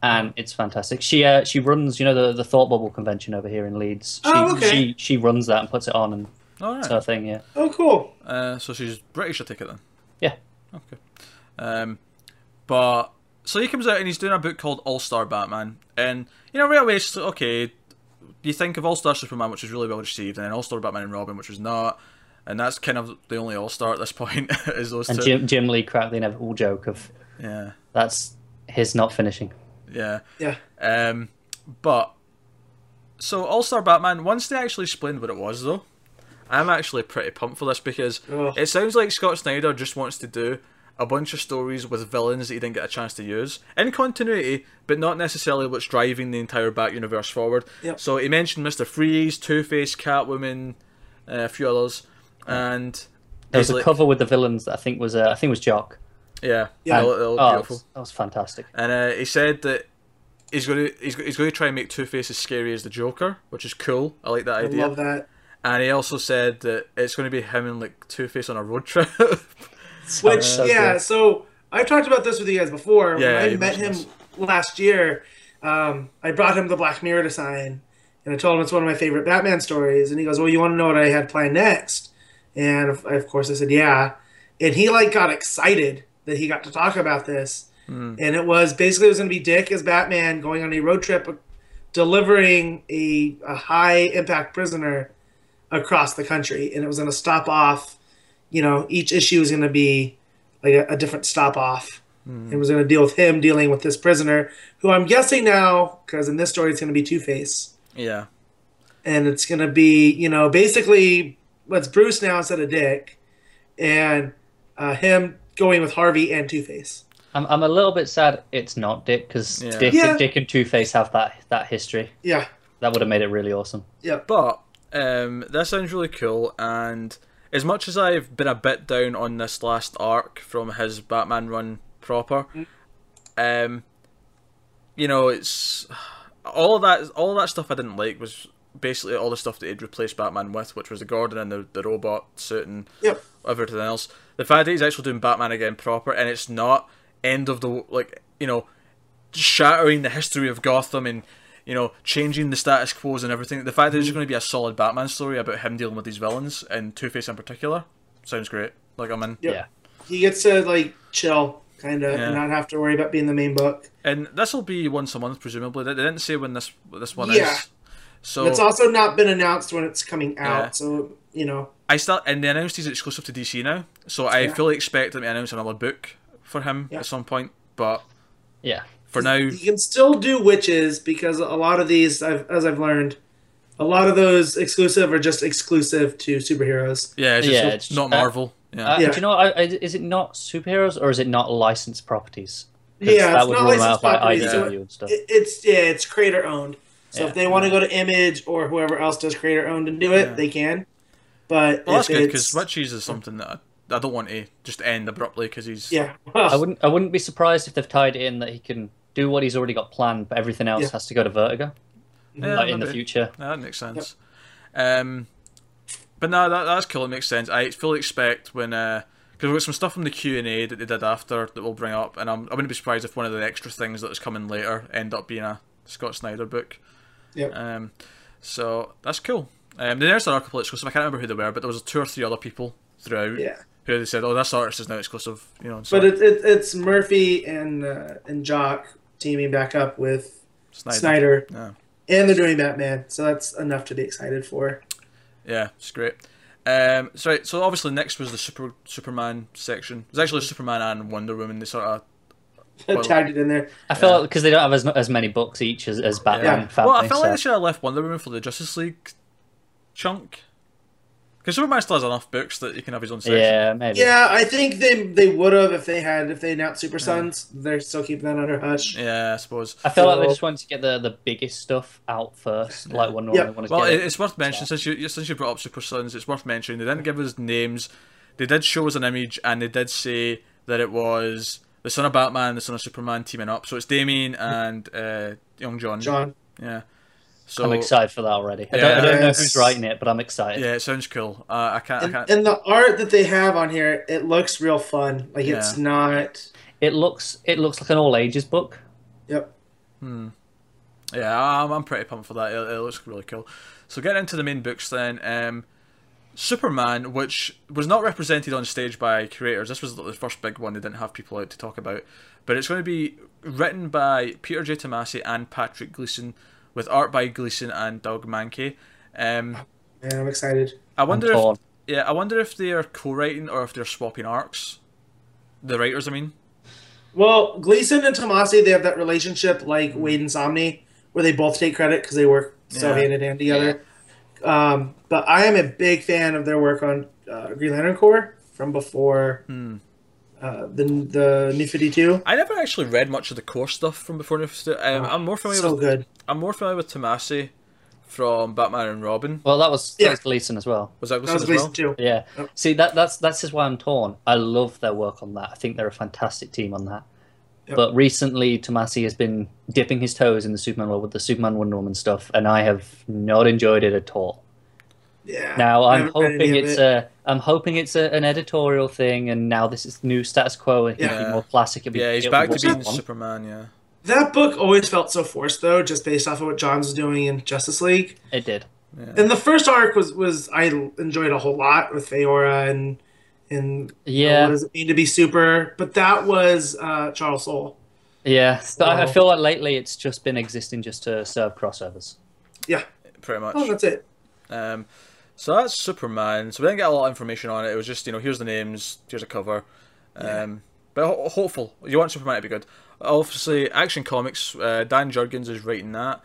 S3: and it's fantastic. She uh, she runs you know the the Thought Bubble convention over here in Leeds. She,
S2: Oh, okay.
S3: she she runs that and puts it on and
S1: all right.
S3: it's her thing. Yeah,
S2: Oh, cool.
S1: Uh, so she's British, I take it then.
S3: Yeah.
S1: Okay. Um, but so he comes out and he's doing a book called All Star Batman, and you know right away it's like, okay. You think of All Star Superman, which was really well received, and then All Star Batman and Robin, which was not, and that's kind of the only All Star at this point is those
S3: and
S1: two.
S3: Jim Jim Lee cracked the inevitable joke of
S1: yeah,
S3: that's his not finishing.
S1: yeah.
S2: Yeah,
S1: Um, but so All Star Batman. Once they actually explained what it was, though, I'm actually pretty pumped for this because
S2: Ugh.
S1: it sounds like Scott Snyder just wants to do a bunch of stories with villains that he didn't get a chance to use in continuity, but not necessarily what's driving the entire Bat universe forward.
S2: Yep.
S1: So he mentioned Mister Freeze, Two Face, Catwoman, uh, a few others, and
S3: There was
S1: he's
S3: a
S1: like-
S3: cover with the villains that I think was uh, I think was Jock.
S1: Yeah,
S2: Yeah.
S1: they look- they look
S3: Oh,
S1: beautiful.
S3: that was fantastic.
S1: And uh, he said that he's going to he's, go- he's going to try and make Two Face as scary as the Joker, which is cool. I like that
S2: I
S1: idea.
S2: love that.
S1: And he also said that it's going to be him and like Two Face on a road trip.
S2: Which
S3: so
S2: yeah,
S3: good.
S2: so I've talked about this with you guys before.
S1: Yeah,
S2: when I
S1: you
S2: met him
S1: mentioned
S2: last year. Um, I brought him the Black Mirror to sign, and I told him it's one of my favorite Batman stories. And he goes, "Well, you want to know what I had planned next?" And of, of course, I said, "Yeah." And he like got excited that he got to talk about this,
S1: Hmm.
S2: and it was basically it was going to be Dick as Batman going on a road trip, delivering a, a high impact prisoner across the country, and it was going to stop off. You know, each issue was going to be like a, a different stop off and was going to deal with him dealing with this prisoner, who I'm guessing now, because in this story it's going to be Two Face.
S1: yeah,
S2: and it's gonna be you know basically what's Bruce now instead of Dick, and uh, him going with Harvey and Two Face.
S3: I'm, I'm a little bit sad it's not Dick because
S1: Yeah.
S3: Dick,
S2: Yeah.
S3: Dick and Two Face have that that history.
S2: Yeah,
S3: That would have made it really awesome.
S1: But um, that sounds really cool. And as much as I've been a bit down on this last arc from his Batman run proper,
S2: Mm.
S1: um, you know, it's all of that. All of that stuff I didn't like was basically all the stuff that he'd replaced Batman with, which was the Gordon and the, the robot suit and
S2: Yep.
S1: everything else. The fact that he's actually doing Batman again proper, and it's not end of the like you know shattering the history of Gotham and you know changing the status quo and everything. The fact that
S2: Mm.
S1: there's going to be a solid Batman story about him dealing with these villains and Two Face in particular sounds great. Like I'm in,
S2: Yep.
S3: Yeah.
S2: he gets to like chill kind of
S1: Yeah.
S2: and not have to worry about being the main book.
S1: and this will be once a month presumably. They they didn't say when this this one
S2: Yeah.
S1: is. So
S2: It's also not been announced when it's coming out,
S1: Oh. Yeah.
S2: so you know.
S1: I start and they announced he's exclusive to DC now. So I
S2: Yeah.
S1: fully expect them to announce another book for him
S2: Yeah.
S1: at some point. But
S3: Yeah.
S1: for now,
S2: You can still do witches because a lot of these, I've, as I've learned, a lot of those exclusive are just exclusive to superheroes.
S1: yeah, it's just
S3: Yeah,
S1: not-
S3: it's-
S1: not
S3: uh,
S1: Marvel. yeah.
S3: Uh,
S2: Yeah.
S3: Do you know? I, I, is it not superheroes or is it not licensed properties? 'Cause
S2: Yeah,
S3: that
S2: it's
S3: would
S2: not
S3: rule them
S2: licensed
S3: out by
S2: properties,
S3: IDW
S1: so
S3: and stuff.
S2: It, it's yeah, it's creator owned. So
S3: Yeah.
S2: if they want to go to Image or whoever else does creator owned and do it,
S1: Yeah.
S2: they can. But
S1: Well, that's
S2: if
S1: good
S2: it's-
S1: because Witches is something that I, I don't want to just end abruptly because he's
S2: yeah,
S3: I wouldn't. I wouldn't be surprised if they've tied it in that he can do what he's already got planned, but everything else
S2: Yeah.
S3: has to go to Vertigo
S1: Yeah,
S3: like, in the
S1: maybe.
S3: future.
S1: Yeah, that makes sense. Um, but no, that, that's cool. It makes sense. I fully expect when because we've got some stuff from the Q and A that they did after that we'll bring up, and I'm I wouldn't be surprised if one of the extra things that is coming later end up being a Scott Snyder book.
S2: Yep.
S1: Um, so that's cool. Um, the next article exclusive. I can't remember who they were, but there was two or three other people throughout
S2: yeah.
S1: who they said, "Oh, this artist is now exclusive." You know, and so
S2: But it, it, it's Murphy and uh, and Jock teaming back up with
S1: Snyder.
S2: Snyder,
S1: Yeah.
S2: and they're doing Batman, so that's enough to be excited for.
S1: Yeah, it's great. Um, so right, so obviously next was the super Superman section. It was actually Superman and Wonder Woman. They sort of Well-
S2: Tagged it in there.
S3: I feel
S1: Yeah.
S3: like because they don't have as mu- as many books each as, as Batman.
S2: Yeah.
S3: Family,
S1: well, I felt like
S3: so-
S1: they should have left Wonder Woman for the Justice League chunk because Superman still has enough books that he can have his own section.
S3: yeah, maybe.
S2: Yeah, I think they they would have if they had if they announced Super Sons. They're still keeping that under hush.
S1: Yeah, I suppose.
S3: I feel like they
S2: So-
S3: just wanted to get the, the biggest stuff out first, like one
S2: Yeah.
S3: normally wanted
S1: Well,
S3: to
S1: it,
S3: get.
S1: it's worth mentioning since you since you brought up Super Sons, it's worth mentioning they didn't give us names. They did show us an image, and they did say that it was the son of Batman, and the son of Superman teaming up. So it's Damien and uh, Young John.
S2: John,
S1: Yeah. So
S3: I'm excited for that already. I don't, I
S1: Yeah.
S3: don't know
S2: Yes.
S3: who's writing it, but I'm excited.
S1: Yeah, it sounds cool. Uh, I can't. I
S2: and,
S1: can't.
S2: and the art that they have on here, it looks real fun. Like it's not.
S3: It looks it looks like an all ages book.
S2: Yep.
S1: yeah, I'm, I'm pretty pumped for that. It, it looks really cool. So getting into the main books then. Um, Superman, which was not represented on stage by creators. This was the first big one they didn't have people out to talk about. But it's going to be written by Peter J. Tomasi and Patrick Gleason, with art by Gleason and Doug Mankey. Um,
S2: Man, I'm excited.
S1: I wonder
S3: torn.
S1: if yeah, I wonder if they are co-writing or if they're swapping arcs. The writers, I mean.
S2: Well, Gleason and Tomasi, they have that relationship like Wade and Somni, where they both take credit because they work so
S1: Mm-hmm. Yeah.
S2: hand in hand together. Um, but I am a big fan of their work on uh, Green Lantern Corps from before
S1: Hmm.
S2: uh, the the New Fifty Two.
S1: I never actually read much of the core stuff from before. New 52. Um, I'm more familiar
S2: Oh, So
S1: with
S2: good.
S1: I'm more familiar with Tomasi from Batman and Robin.
S3: Well, that was
S2: Yeah.
S3: that was Gleason as well.
S1: Was that
S2: That
S1: Gleason
S2: was
S1: as
S2: Gleason
S1: well?
S2: too.
S3: Yeah.
S1: Oh.
S2: Yep.
S3: See, that that's that's just why I'm torn. I love their work on that. I think they're a fantastic team on that.
S2: Yep.
S3: But recently, Tomasi has been dipping his toes in the Superman world with the Superman Wonder Woman stuff, and I have not enjoyed it at all.
S2: Yeah.
S3: Now
S2: I
S3: I'm
S2: haven't read
S3: hoping
S2: any of
S3: it's
S2: it.
S3: a I'm hoping it's a, an editorial thing, and now this is new status quo, and he'll
S1: Yeah.
S3: be more classic. It'll be,
S1: Yeah, he's
S3: it'll
S1: back
S3: be
S1: to being
S3: one.
S1: Superman. Yeah,
S2: that book always felt so forced though, just based off of what Johns was doing in Justice League.
S3: It did.
S2: And the first arc was was I enjoyed a whole lot with Feora and and
S3: Yeah,
S2: what does it mean to be super? But that was uh, Charles Soule.
S3: yeah. But I- I
S2: So-
S3: feel like lately it's just been existing just to serve crossovers.
S1: pretty much.
S2: Oh, that's it.
S1: Um, so that's Superman. So we didn't get a lot of information on it. It was just you know here's the names, here's a cover. Um, But ho- hopeful. You want Superman to be good. Obviously, Action Comics. Uh, Dan Jurgens is writing that.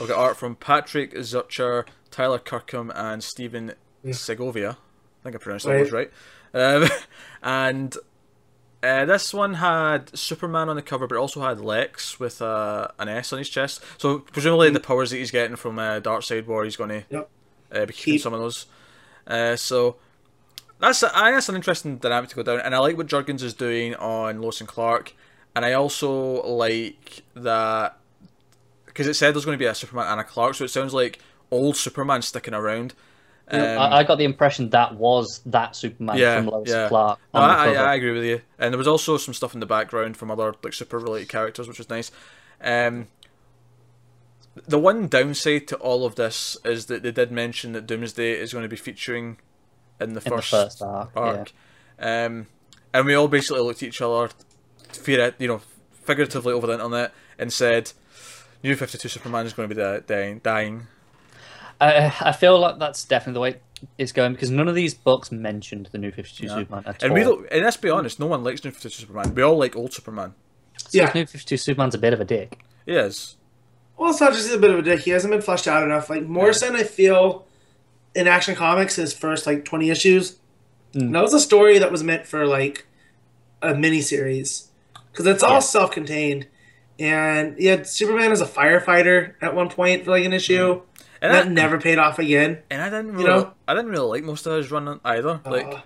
S1: I've got art from Patrick Zutcher, Tyler Kirkham and Stephen
S2: Yeah.
S1: Segovia. I think I pronounced that right. right. Um, and uh, this one had Superman on the cover, but it also had Lex with uh, an S on his chest. So presumably the powers that he's getting from uh, Darkseid War, he's going to
S2: Yep.
S1: uh, be keeping
S2: Keep.
S1: some of those. Uh, so that's a, I, that's an interesting dynamic to go down, and I like what Jurgens is doing on Lois and Clark, and I also like that because it said there's going to be a Superman and a Clark, so it sounds like old Superman sticking around. Um,
S3: I, I got the impression that was that Superman
S1: Yeah,
S3: from Lois
S1: yeah.
S3: Clark.
S1: no,
S3: on the
S1: I, I,
S3: cover.
S1: I agree with you, and there was also some stuff in the background from other like super related characters, which was nice. Um, the one downside to all of this is that they did mention that Doomsday is going to be featuring in the
S3: in
S1: first
S3: the first arc.
S1: arc. Um, and we all basically looked at each other, fear, you know, figuratively over the internet, and said, "New Fifty Two Superman is going to be di- dying." dying.
S3: Yeah. I, I feel like that's definitely the way it's going because none of these books mentioned the new 52
S1: No.
S3: Superman at
S1: And
S3: all.
S1: we don't. And let's be honest, no one likes New Fifty Two Superman. We all like old Superman.
S2: Yeah.
S3: New 52 Superman's a bit of a dick.
S1: He is.
S2: Well, it's not just he's a bit of a dick. He hasn't been fleshed out enough. Like Morrison, I feel in Action Comics, his first like twenty issues,
S1: Hmm.
S3: Mm.
S2: that was a story that was meant for like a miniseries because it's all
S3: Yeah.
S2: self-contained. And yeah, Superman is a firefighter at one point for like an issue.
S1: And
S2: that
S1: I,
S2: never paid off again.
S1: and Hmm. I didn't really,
S2: you know-
S1: I didn't really like most of his run either. Like,
S2: Uh,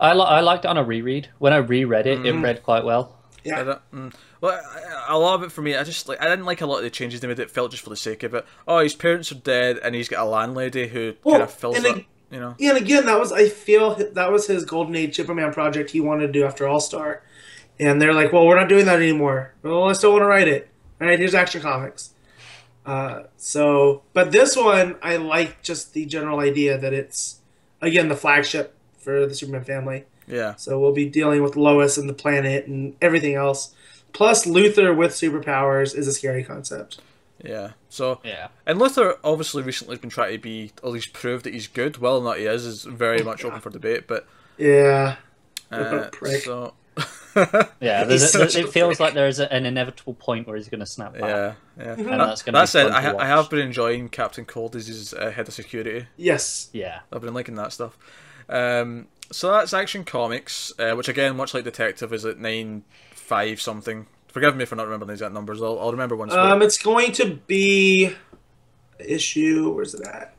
S3: I, li- I liked it on a reread. When I reread it, it
S1: Mhm.
S3: read quite well.
S1: I don't, mm, well, I- I- a lot of it for me, I just like I didn't like a lot of the changes they made. It felt just for the sake of it. Oh, his parents are dead, and he's got a landlady who kind
S2: Well,
S1: of fills
S2: and
S1: up.
S2: ag-
S1: you know,
S2: Yeah, and again, that was I feel h- that was his golden age Superman project he wanted to do after All Star, and they're like, "Well, we're not doing that anymore. Well, I still want to write it. All right, here's Action Comics." Uh, so, but this one I like just the general idea that it's again the flagship for the Superman family.
S1: yeah,
S2: So we'll be dealing with Lois and the planet and everything else. Plus, Luther with superpowers is a scary concept.
S1: yeah. So
S3: Yeah.
S1: And Luther obviously recently has been trying to be at least prove that he's good. Well, or not he is is very much open for debate. But
S2: Yeah,
S1: uh,
S2: prick.
S1: so
S3: Yeah,
S2: He's
S3: there's a,
S2: such
S3: it
S2: a
S3: feels like there is a, an inevitable point where he's going to snap back.
S1: yeah, yeah.
S2: And
S1: That-
S3: that's gonna
S1: that
S3: be
S1: said,
S3: fun
S1: I,
S3: to
S1: ha- I
S3: watch.
S1: have been enjoying Captain Cold as his uh, head of security.
S2: yes,
S3: Yeah.
S1: I've been liking that stuff. Um, so that's Action Comics, uh, which again, much like Detective, is at nine five something. Forgive me for not remembering the exact numbers. I'll, I'll remember once.
S2: um, it's going to be issue. Where's it at?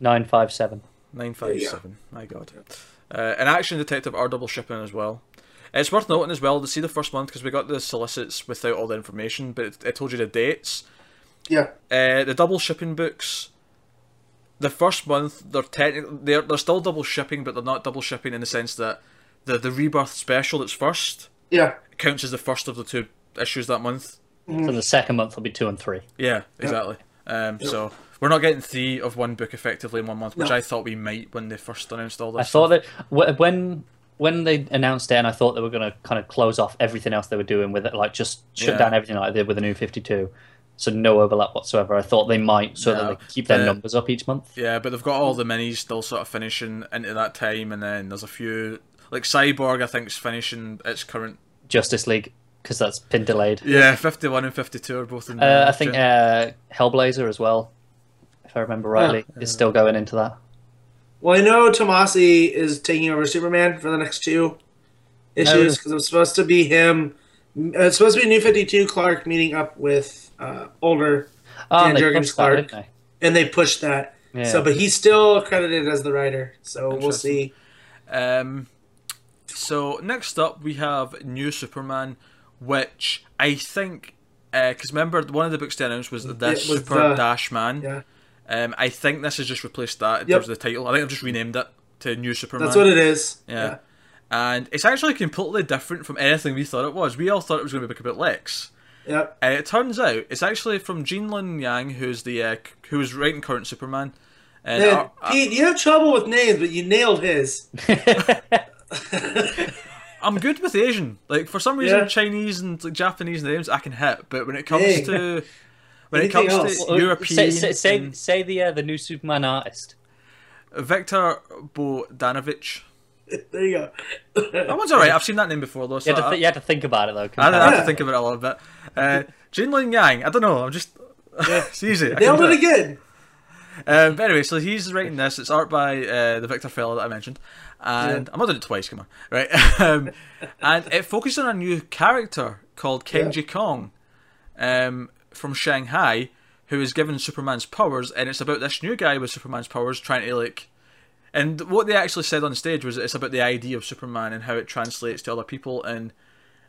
S3: 957.
S1: Nine five seven. My God. Uh, and Action Detective are double shipping as well. It's worth noting as well to see the first month because we got the solicits without all the information, but it, it told you the dates.
S2: Yeah.
S1: Uh, the double shipping books. The first month they're technically they're they're still double shipping, but they're not double shipping in the sense that the the rebirth special that's first
S2: Yeah.
S1: counts as the first of the two issues that month.
S3: So the second month will be two and three.
S1: Yeah, exactly. Um, so we're not getting three of one book effectively in one month, which
S2: No.
S1: I thought we might when they first announced all this.
S3: I thought that wh- when when they announced it, and I thought they were going to kind of close off everything else they were doing with it, like just shut
S1: Yeah.
S3: down everything like they did with the new Fifty Two, so no overlap whatsoever. I thought they might so that
S1: No.
S3: they could keep their
S1: The-
S3: numbers up each month.
S1: Yeah, but they've got all the minis still sort of finishing into that time, and then there's a few like Cyborg. I think's finishing its current.
S3: Justice League because that's been delayed.
S1: Yeah, fifty one and fifty two are both in.
S3: Uh,
S1: uh,
S3: I think
S1: June.
S3: uh, Hellblazer as well, if I remember rightly, is still going into that.
S2: Well, I know Tomasi is taking over Superman for the next two issues
S3: really?
S2: because it was supposed to be him. uh, It's supposed to be New Fifty Two Clark meeting up with uh, older,
S3: Oh, and
S2: Dan
S3: they
S2: Jurgens
S3: pushed that,
S2: Clark.
S3: didn't they?
S2: and they pushed that.
S3: Yeah.
S2: So, but he's still credited as the writer. So we'll see.
S1: Um, so next up we have New Superman, which I think because remember one of the books they announced was the
S2: was
S1: Super
S2: the-
S1: Dash Man.
S2: Yeah.
S1: Um, I think this has just replaced that in
S2: Yep.
S1: terms of the title. I think I've just renamed it to New Superman.
S2: That's what it is.
S1: Yeah. And it's actually completely different from anything we thought it was. We all thought it was going to be a book about Lex.
S2: Yeah. Yep.
S1: And it turns out it's actually from Jean Lin Yang, who's the uh, c- who was writing current Superman. And
S2: Man,
S1: uh, I,
S2: Pete, you have trouble with names, but you nailed his.
S1: am good with Asian. Like for some reason,
S2: Yeah.
S1: Chinese and like, Japanese names I can hit, but when it comes
S2: Hey.
S1: to when it
S2: Anything
S1: comes
S2: else?
S1: to European,
S3: Say, say, say,
S1: and
S3: say the uh, the new Superman artist.
S1: Victor Bodanovich.
S2: There you go.
S1: That one's alright. I've seen that name before though. So
S3: You had, to
S1: I-
S3: th- you had to think about it though.
S1: I, I have
S2: Yeah.
S1: to think about it a little bit. Uh, Jean Lin Yang. I don't know. I'm just. it's easy. I can
S2: nailed
S1: do
S2: it again.
S1: Um, but anyway, so he's writing this. It's art by uh, the Victor fella that I mentioned, and I'm not doing it twice. Come on, right? Um, and it focuses on a new character called Kenji Kong, um, from Shanghai, who is given Superman's powers, and it's about this new guy with Superman's powers trying to like. And what they actually said on stage was it's about the idea of Superman and how it translates to other people, and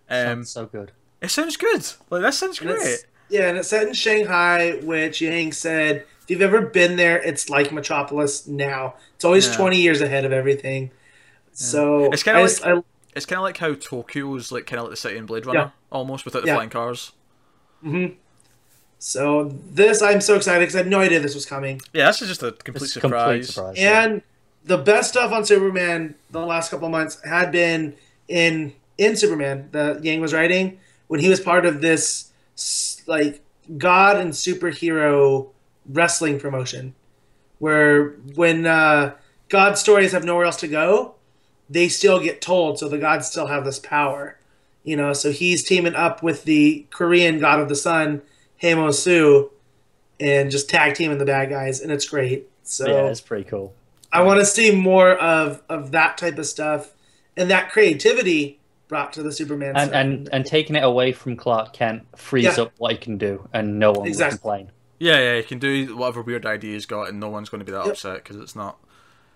S1: um,
S3: Sounds so good.
S1: it sounds good. Like that sounds
S2: And it's-
S1: great.
S2: Yeah, and it's set in Shanghai, which Yang said, if you've ever been there, it's like Metropolis now. It's always
S1: Yeah.
S2: 20 years ahead of everything. So
S1: It's kinda
S2: I just- I-
S1: It's kind of like how Tokyo's like kind of like the city in Blade Runner,
S2: Yeah.
S1: almost without the
S2: Yeah.
S1: flying cars.
S2: so this I'm so excited because I had no idea this was coming.
S1: Yeah, this is just a complete
S3: It's a
S1: surprise.
S3: complete surprise.
S2: And the best stuff on Superman the last couple of months had been in in Superman that Yang was writing when he was part of this s- like God and superhero wrestling promotion, where when uh, God stories have nowhere else to go, they still get told, so the gods still have this power. You know, so he's teaming up with the Korean God of the Sun, Haemo Su, and just tag teaming the bad guys, and it's great. So
S3: yeah, it's pretty cool.
S2: I want to see more of of that type of stuff and that creativity brought to the Superman.
S3: And
S2: stuff.
S3: and and taking it away from Clark Kent frees
S2: Yeah.
S3: up what he can do, and no one
S2: Exactly.
S3: will complain.
S1: Yeah, yeah, you can do whatever weird idea he's got, and no one's going to be that
S2: Yep.
S1: upset because it's not.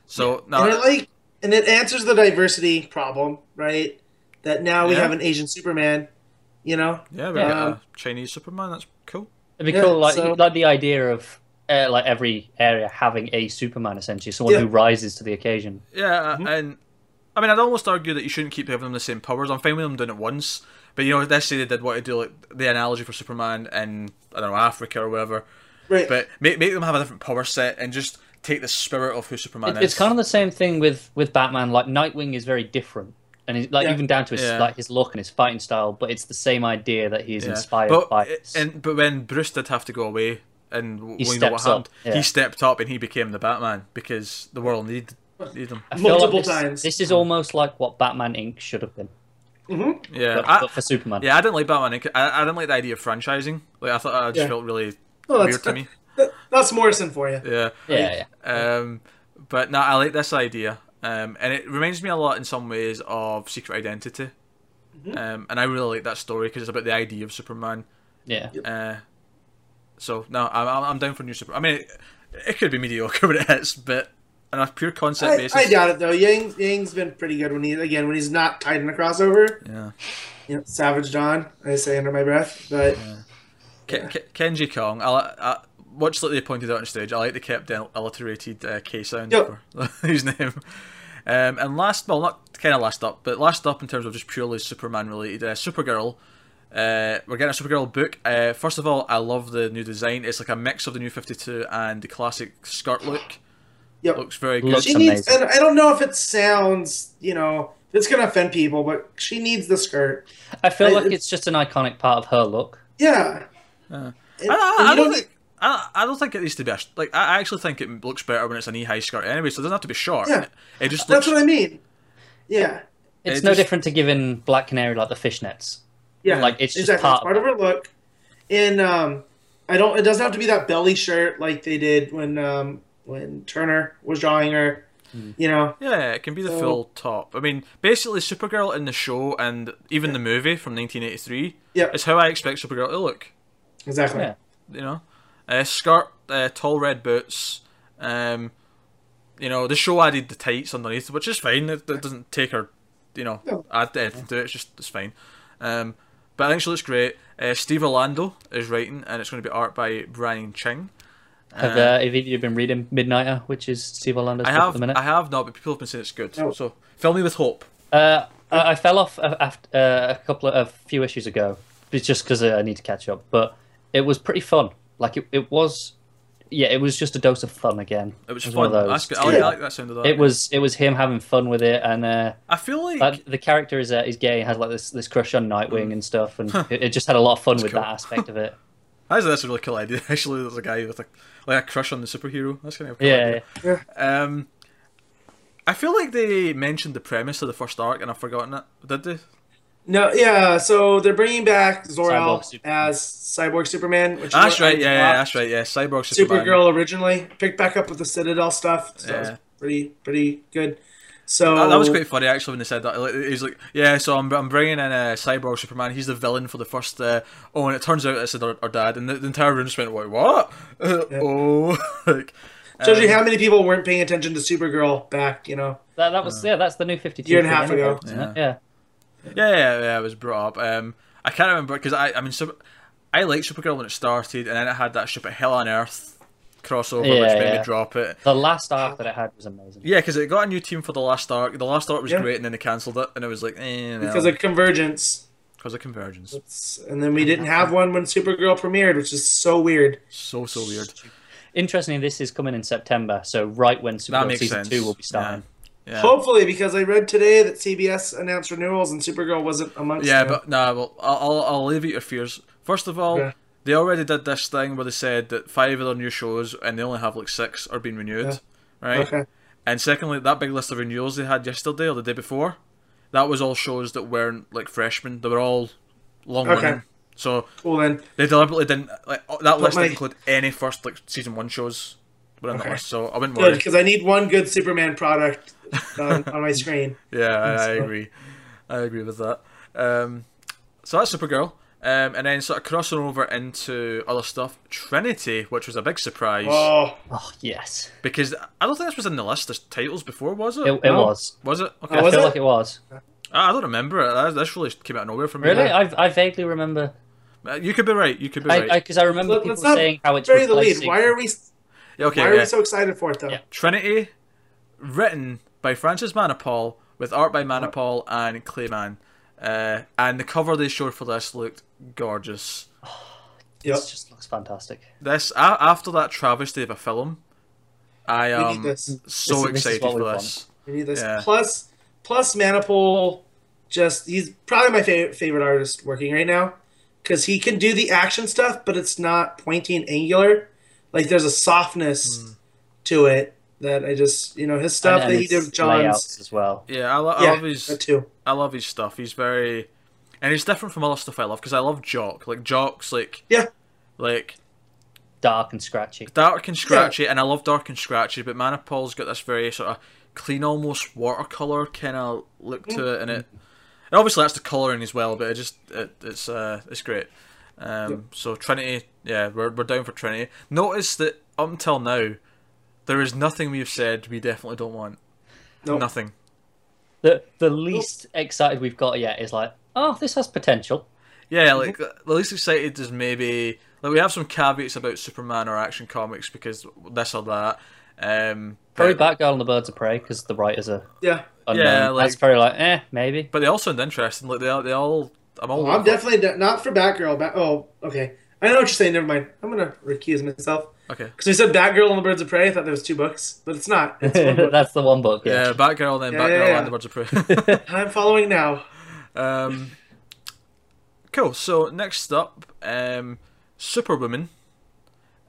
S1: So no,
S2: and it like and it answers the diversity problem, right? That now we
S1: Yeah.
S2: have an Asian Superman, you know.
S1: yeah, we
S3: yeah.
S1: got
S2: um,
S1: a Chinese Superman. That's cool.
S3: It'd be
S2: Yeah,
S3: cool, like
S2: so-
S3: like the idea of uh, like every area having a Superman essentially, someone
S2: Yeah.
S3: who rises to the occasion.
S1: Yeah, uh,
S2: Mm-hmm.
S1: and I mean, I'd almost argue that you shouldn't keep giving them the same powers. I'm fine with them doing it once, but you know, let's say they did what to do, like the analogy for Superman in I don't know Africa or whatever.
S2: Right.
S1: But make make them have a different power set and just take the spirit of who Superman
S3: It-
S1: is.
S3: it's kind of the same thing with with Batman. Like Nightwing is very different, and he's, like
S2: Yeah.
S3: even down to his
S1: Yeah.
S3: like his look and his fighting style, but it's the same idea that he's
S1: Yeah.
S3: inspired
S1: but,
S3: by.
S1: And but when Bruce did have to go away, and w-
S3: He
S1: we know what
S3: steps up,
S1: happened,
S3: yeah.
S1: he stepped up and he became the Batman because the world needed need him.
S3: I feel like
S2: multiple
S3: this-
S2: times.
S3: This is almost like what Batman Inc. should have been,
S1: Yeah,
S3: but,
S1: I,
S3: but for Superman.
S1: yeah, I didn't like Batman. Inc. I, I didn't like the idea of franchising. Like I thought, I just
S2: Yeah.
S1: felt really
S2: Well, that's-
S1: weird to me.
S2: That- that's Morrison for you.
S1: Yeah.
S3: yeah, yeah.
S1: Um, but no, I like this idea, um, and it reminds me a lot in some ways of Secret Identity,
S2: Mm-hmm.
S1: um, and I really like that story because it's about the idea of Superman.
S3: yeah.
S1: Uh, so no, I'm I'm- I'm down for new super. I mean, it, it could be mediocre when it hits, but on a pure concept
S2: I,
S1: basis,
S2: I doubt it though. Yang Yang's been pretty good when he again when he's not tied in a crossover.
S1: yeah.
S2: You know, Savage Dawn, I say under my breath, but
S1: Ke- Ke- Kenji Kong, I, li- I, much like they pointed out on stage, I like the kept al- alliterated uh, K sound
S2: Yep.
S1: for his name. Um, and last, well, not kind of last up, but last up in terms of just purely Superman related, uh, Supergirl. Uh, we're getting a Supergirl book. Uh, first of all, I love the new design. It's like a mix of the new 52 and the classic skirt look.
S2: Yep.
S1: Looks very good.
S3: Looks
S2: she
S3: It's
S2: needs.
S3: amazing.
S2: And I don't know if it sounds, you know, if it's gonna offend people, but she needs the skirt.
S3: I feel
S2: I-
S3: like it's just an iconic part of her look.
S2: Yeah.
S1: Yeah.
S2: And-
S1: Uh, I, I-
S2: and
S1: I
S2: you
S1: don't think. I, I don't think it needs to be a, sh- like. I I actually think it looks better when it's a knee-high skirt anyway, so it doesn't have to be short.
S2: Yeah.
S1: It just
S2: That's
S1: looks.
S2: what I mean. Yeah.
S3: It's
S1: It
S3: no
S1: just-
S3: different to giving Black Canary like the fishnets.
S2: Yeah.
S3: Like it's just
S2: exactly.
S3: part,
S2: It's part of her look. And um I don't it doesn't have to be that belly shirt like they did when um when Turner was drawing her.
S3: Hmm.
S2: You know.
S1: Yeah, it can be the
S2: So-
S1: full top. I mean, basically, Supergirl in the show and even the movie from 1983
S2: Yep.
S1: is how I expect Supergirl to look.
S2: Exactly.
S3: Yeah.
S1: You know, uh, skirt, uh, tall red boots. Um, you know, the show added the tights underneath, which is fine. It, it doesn't take her, you know,
S2: No.
S1: add anything to it. It's just it's fine. Um, but I think she looks great. Uh, Steve Orlando is writing, and it's going to be art by Brian Ching.
S3: Have,
S1: Uh,
S3: uh, have either of you been reading Midnighter, which is Steve Orlando's
S1: I
S3: book at
S1: have,
S3: the minute?
S1: I have not, but people have been saying it's good.
S2: No.
S1: So fill me with hope.
S3: Uh, I, I fell off a- after uh, a couple of a few issues ago, it's just because I need to catch up. But it was pretty fun. Like it, it was, yeah, it was just a dose of fun again.
S1: It was,
S3: one
S1: fun.
S3: of
S1: That's
S3: those.
S1: good. I, like, I
S2: Yeah.
S1: like that sound of that.
S3: It was it was him having fun with it, and uh,
S1: I feel like
S3: like, the character is uh, is gay, has like this this crush on Nightwing and stuff, and
S2: Hmm.
S3: it, it just had a lot of fun with
S1: cool.
S3: that aspect of it.
S1: That's, that's a really cool idea. Actually, there's a guy with a, like a crush on the superhero. That's kind of a cool
S3: Yeah, yeah.
S1: idea. Um, I feel like they mentioned the premise of the first arc and I've forgotten it. Did they?
S2: No, yeah. So they're bringing back Zor-El
S3: Cyborg Superman.
S2: as Cyborg Superman. Which is
S1: Ah, That's
S2: what I
S1: right, yeah, yeah,
S2: thought.
S1: that's right, yeah. Cyborg Superman.
S2: Supergirl originally picked back up with the Citadel stuff. So that was
S1: Yeah. Oh,
S2: pretty pretty good. So
S1: That, that was quite funny actually when they said that. Like, He's like, yeah, so I'm, I'm bringing in a cyborg Superman. He's the villain for the first. Uh, oh, and it turns out it's our, our dad, and the, the entire room just went, "Wait, what? oh, like,
S2: shows you
S1: um,
S2: how many people weren't paying attention to Supergirl back. You know,
S3: That, that was yeah. That's the new Fifty Two.
S2: Uh, Year and a half ago.
S3: Yeah.
S1: yeah, yeah, yeah, it was brought up. Um, I can't remember because I, I mean, Super, I liked Supergirl when it started, and then it had that stupid Hell on Earth crossover, which
S3: Yeah,
S1: made
S3: yeah.
S1: me drop it.
S3: The last arc that it had was amazing.
S1: Yeah, because it got a new team for the last arc. The last arc was
S2: Yeah.
S1: great, and then they cancelled it, and it was like, eh,
S2: because of convergence,
S1: because of convergence.
S2: It's- and then we didn't have one when Supergirl premiered, which is so weird.
S1: So so weird.
S3: Interestingly, this is coming in September, so right when
S1: That
S3: Supergirl
S1: makes
S3: season
S1: sense.
S3: two will be starting.
S1: Yeah. Yeah.
S2: Hopefully, because I read today that CBS announced renewals and Supergirl wasn't amongst
S1: Yeah,
S2: them.
S1: but nah. Well, I'll I'll- I'll alleviate your fears. First of all,
S2: Okay.
S1: they already did this thing where they said that five of their new shows, and they only have like six, are being renewed, right?
S2: Okay.
S1: And secondly, that big list of renewals they had yesterday or the day before, that was all shows that weren't like freshmen. They were all long
S2: Okay.
S1: running. So
S2: Cool then.
S1: they deliberately didn't like oh, that list
S2: my-
S1: didn't include any first like season one shows. Were in
S2: Okay.
S1: that list, so I wouldn't
S2: Good,
S1: worry.
S2: because I need one good Superman product on, on my screen.
S1: Yeah, I, I
S2: so-
S1: agree. I agree with that. Um, so that's Supergirl. Um, and then sort of crossing over into other stuff, Trinity, which was a big surprise
S2: Oh,
S3: Oh yes,
S1: because I don't think this was in the list of titles before, was it?
S3: it, it
S2: No.
S3: was.
S1: was it? Okay.
S2: Oh,
S3: I
S2: was
S3: feel
S2: it?
S3: like it was.
S1: I I don't remember it. That- This really came out of nowhere for me.
S3: Really, I, I vaguely remember.
S1: Uh, You could be right. You could be
S3: I
S1: right.
S3: because I, remember
S2: Let-
S3: people
S2: let's not
S3: saying how it's
S2: bury the lead.
S3: replacing-
S2: Why are we?
S1: Yeah, okay.
S2: why are
S1: yeah.
S2: we so excited for it though?
S3: Yeah.
S1: Trinity, written by Francis Manapal, with art by Manapal and Clayman. Uh, and the cover they showed for this looked gorgeous.
S2: Yep.
S3: This just looks fantastic.
S1: This a after that travesty of a film, I
S2: We need
S1: am
S2: this.
S1: so
S3: This is- this is
S1: excited
S3: what
S1: for
S3: we want.
S1: this.
S2: We need this.
S1: Yeah.
S2: Plus, plus Manipul, just he's probably my favorite favorite artist working right now because he can do the action stuff, but it's not pointy and angular. Like there's a softness
S1: Hmm.
S2: to it that I just you know his stuff
S3: and
S2: that he
S3: its
S2: did with
S3: layouts
S2: John's.
S3: as well.
S1: Yeah, I, lo- I
S2: Yeah,
S1: love his.
S2: that too.
S1: I love his stuff. He's very, and he's different from other stuff I love because I love Jock. Like Jock's like
S2: Yeah.
S1: like
S3: Dark and scratchy.
S1: dark and scratchy, and I love dark and scratchy. But Manipal's got this very sort of clean, almost watercolor kind of look to it, and it. And obviously that's the colouring as well, but it just it, it's uh it's great. Um, So Trinity, yeah, we're we're down for Trinity. Notice that up until now, there is nothing we've said we definitely don't want.
S2: Nope.
S1: Nothing.
S2: Oh.
S3: The the least excited we've got yet is like, oh, this has potential.
S1: Yeah, like uh, the least excited is maybe like we have some caveats about Superman or Action Comics because this or that. Um,
S3: Probably
S1: but,
S3: Batgirl and the Birds of Prey because the writers are
S2: Yeah,
S3: unknown.
S1: Yeah, like-
S3: That's very like, eh, maybe.
S1: but they all sound interesting. Like they all, they all. I'm all.
S2: well, Oh, I'm definitely de- not for Batgirl. Bat- oh, okay. I know what you're saying. Never mind. I'm gonna recuse myself
S1: Okay.
S2: because we said Batgirl and the Birds of Prey. I thought there was two books, but it's not. It's one book.
S3: That's the one book.
S1: Yeah,
S3: Yeah.
S1: Batgirl, then
S2: Yeah,
S1: Batgirl,
S2: yeah, yeah.
S1: and the Birds of Prey.
S2: I'm following now.
S1: um, cool. So next up, um, Superwoman.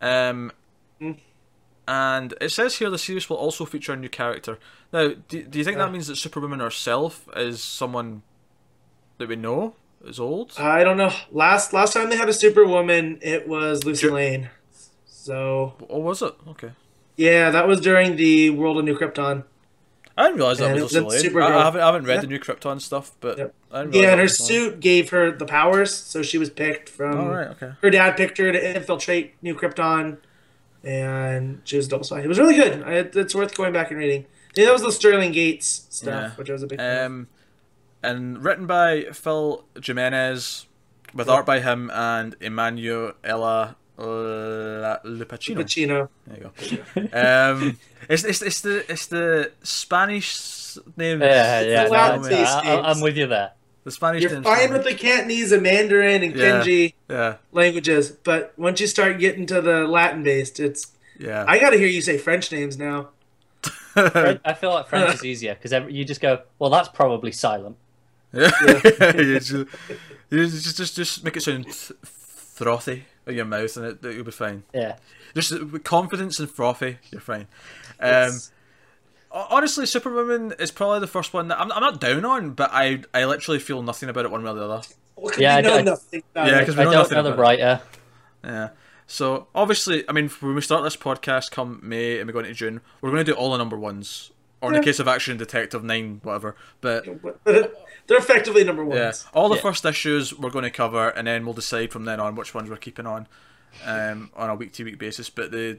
S1: Um,
S2: Mm.
S1: and it says here the series will also feature a new character. Now, do, do you think
S2: Uh.
S1: that means that Superwoman herself is someone that we know is old?
S2: I don't know. Last last time they had a Superwoman, it was Lucy
S1: Sure.
S2: Lane. So
S1: or was it? Okay.
S2: yeah, that was during the World of New Krypton.
S1: I didn't realize
S2: And
S1: that
S2: it
S1: was
S2: was
S1: Lucy
S2: in
S1: Lane.
S2: Supergirl.
S1: I, I haven't, I haven't read
S2: Yeah.
S1: the new Krypton stuff, but
S2: Yep.
S1: I didn't
S2: Yeah, and her
S1: realize that was Lucy Lane.
S2: suit gave her the powers, so she was picked from.
S1: All right. Okay.
S2: Her dad picked her to infiltrate New Krypton, and she was double spy. It was really good. I, it's worth going back and reading. Yeah, that was the Sterling Gates stuff,
S1: Yeah.
S2: which I was a big fan. of.
S1: Um, and written by Phil Jimenez, with art by him and Emanuela uh, La- Lupacino.
S2: Pacino.
S1: There you go. um, it's, it's, it's the it's the Spanish s- name.
S3: Yeah, yeah.
S2: It's
S3: no,
S2: a
S3: I-
S2: loud taste,
S3: I,
S2: James.
S3: am with you there.
S1: The Spanish
S2: You're
S1: name's
S2: fine
S1: Spanish.
S2: with the Cantonese and Mandarin and
S1: Yeah.
S2: Kenji
S1: Yeah,
S2: languages, but once you start getting to the Latin based, it's
S1: yeah.
S2: I got to hear you say French names now.
S3: French- I feel like French is easier because you just go, well, that's probably silent.
S1: Yeah. you just, you just, just just make it sound th- frothy with your mouth, and it, you'll be fine.
S3: Yeah.
S1: Just with confidence and frothy, you're fine. Um,
S2: It's-
S1: honestly, Superwoman is probably the first one that I'm, I'm not down on, but I I literally feel nothing about it one way or the other.
S2: Well, 'cause
S3: Yeah,
S2: we
S3: I-
S2: know
S3: I-
S2: nothing about
S1: Yeah,
S2: it.
S1: 'cause we
S3: I
S1: know
S3: don't
S1: nothing
S3: know the
S1: about it.
S3: writer.
S1: Yeah. So obviously, I mean, when we start this podcast come May and we go into June, we're going to do all the number ones, or in
S2: Yeah.
S1: the case of Action Detective Nine, whatever. But
S2: They're effectively number
S1: yeah,
S2: ones.
S1: all the
S3: Yeah.
S1: first issues we're going to cover, and then we'll decide from then on which ones we're keeping on, um, on a week to week basis. But the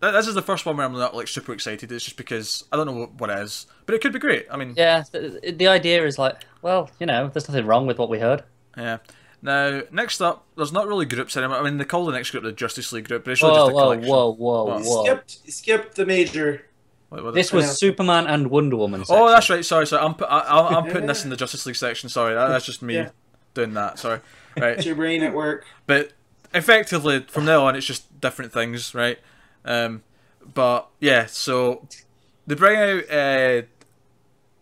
S1: th- this is the first one where I'm not like super excited. It's just because I don't know what- what it is, but it could be great. I mean,
S3: Yeah, the, the idea is like, well, you know, there's nothing wrong with what we heard.
S1: Yeah. Now, next up, there's not really groups anymore. I mean, they call the next group the Justice League group, but it's really
S3: Whoa,
S1: just a
S3: whoa,
S1: collection.
S3: whoa, whoa,
S1: Wow.
S3: whoa!
S2: Skipped, skipped the major.
S1: What- what-
S3: This
S2: Yeah.
S3: was Superman and Wonder Woman.
S1: Oh,
S3: section.
S1: that's right. Sorry, sorry. I'm pu- I, I'm, I'm putting this in the Justice League section. Sorry, that, that's just me
S2: Yeah.
S1: doing that. Sorry.
S2: It's
S1: Right,
S2: your brain at work.
S1: but effectively from now on, it's just different things, right? Um, but yeah, so they bring out. Uh,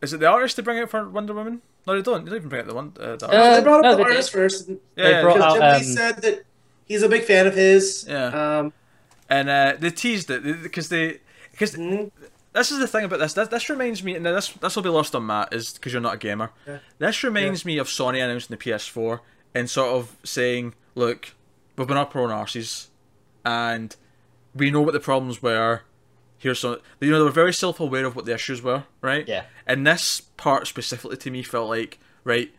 S1: is it the artist they bring out for Wonder Woman? No, they don't. They don't even bring out the one. Uh, the artist.
S2: they brought up
S3: no,
S2: the
S3: they
S2: artist first.
S1: yeah, yeah,
S3: brought
S2: Because
S3: out,
S2: Jim Lee
S3: um,
S2: said that he's a big fan of his.
S1: Yeah.
S2: Um,
S1: and uh, they teased it because they because
S2: mhm.
S1: this is the thing about this. This, this reminds me, and this this will be lost on Matt, is because you're not a gamer.
S2: Yeah.
S1: This reminds me of Sony announcing the PS4 and sort of saying, "Look, we've been up our own arses, and we know what the problems were. Here's some. You know, they were very self-aware of what the issues were, right?
S3: Yeah.
S1: And this part specifically to me felt like, right,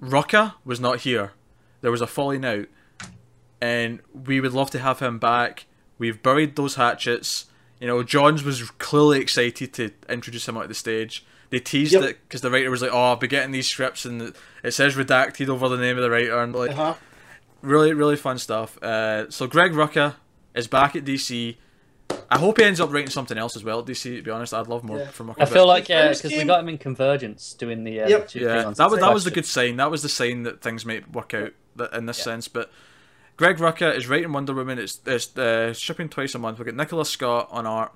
S1: Rucka was not here. There was a falling out, and we would love to have him back. We've buried those hatchets. You know, Johns was clearly excited to introduce him out of the stage. They teased
S2: Yep.
S1: it because the writer was like, "Oh, I'll be getting these scripts, and it says redacted over the name of the writer." And like,
S2: Uh-huh.
S1: really, really fun stuff. Uh, so Greg Rucka is back at DC. I hope he ends up writing something else as well at DC. To be honest, I'd love more
S2: Yeah.
S1: from Rucka.
S3: I
S1: but-
S3: feel like
S2: The
S3: yeah,
S2: first
S3: because we
S2: game-
S3: got him in Convergence doing the uh,
S2: Yep.
S3: two
S1: yeah,
S3: freelancers
S1: that was that was the
S3: question.
S1: good sign. That was the sign that things might work out th- in this sense. But Greg Rucka is writing Wonder Woman. It's it's uh, shipping twice a month. We have got Nicola Scott on art.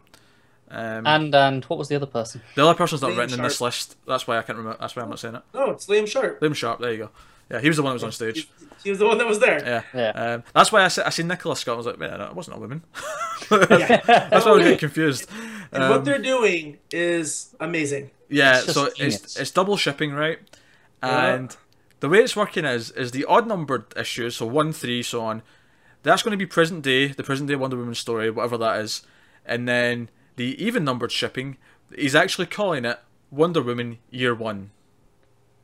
S1: Um,
S3: And and what was the other person?
S1: the other person's not
S2: Liam
S1: written in this list. That's why I can't remember. That's why I'm not saying it.
S2: No, it's Liam Sharp.
S1: Liam Sharp. There you go. Yeah, he was the one that was on stage.
S2: He was the one that was there.
S1: Yeah.
S3: Yeah.
S1: Um, that's why I said I seen Nicola Scott. I was like, man, it wasn't a woman.
S2: Yeah.
S1: that's why I was getting confused.
S2: And
S1: Um,
S2: what they're doing is amazing.
S1: Yeah,
S3: It's just
S1: so
S3: genius.
S1: it's it's double shipping, right?
S2: Yeah.
S1: And the way it's working is is the odd numbered issues, so one, three, so on. That's going to be present day, the present day Wonder Woman story, whatever that is, and then the even numbered shipping. He's actually calling it Wonder Woman Year One,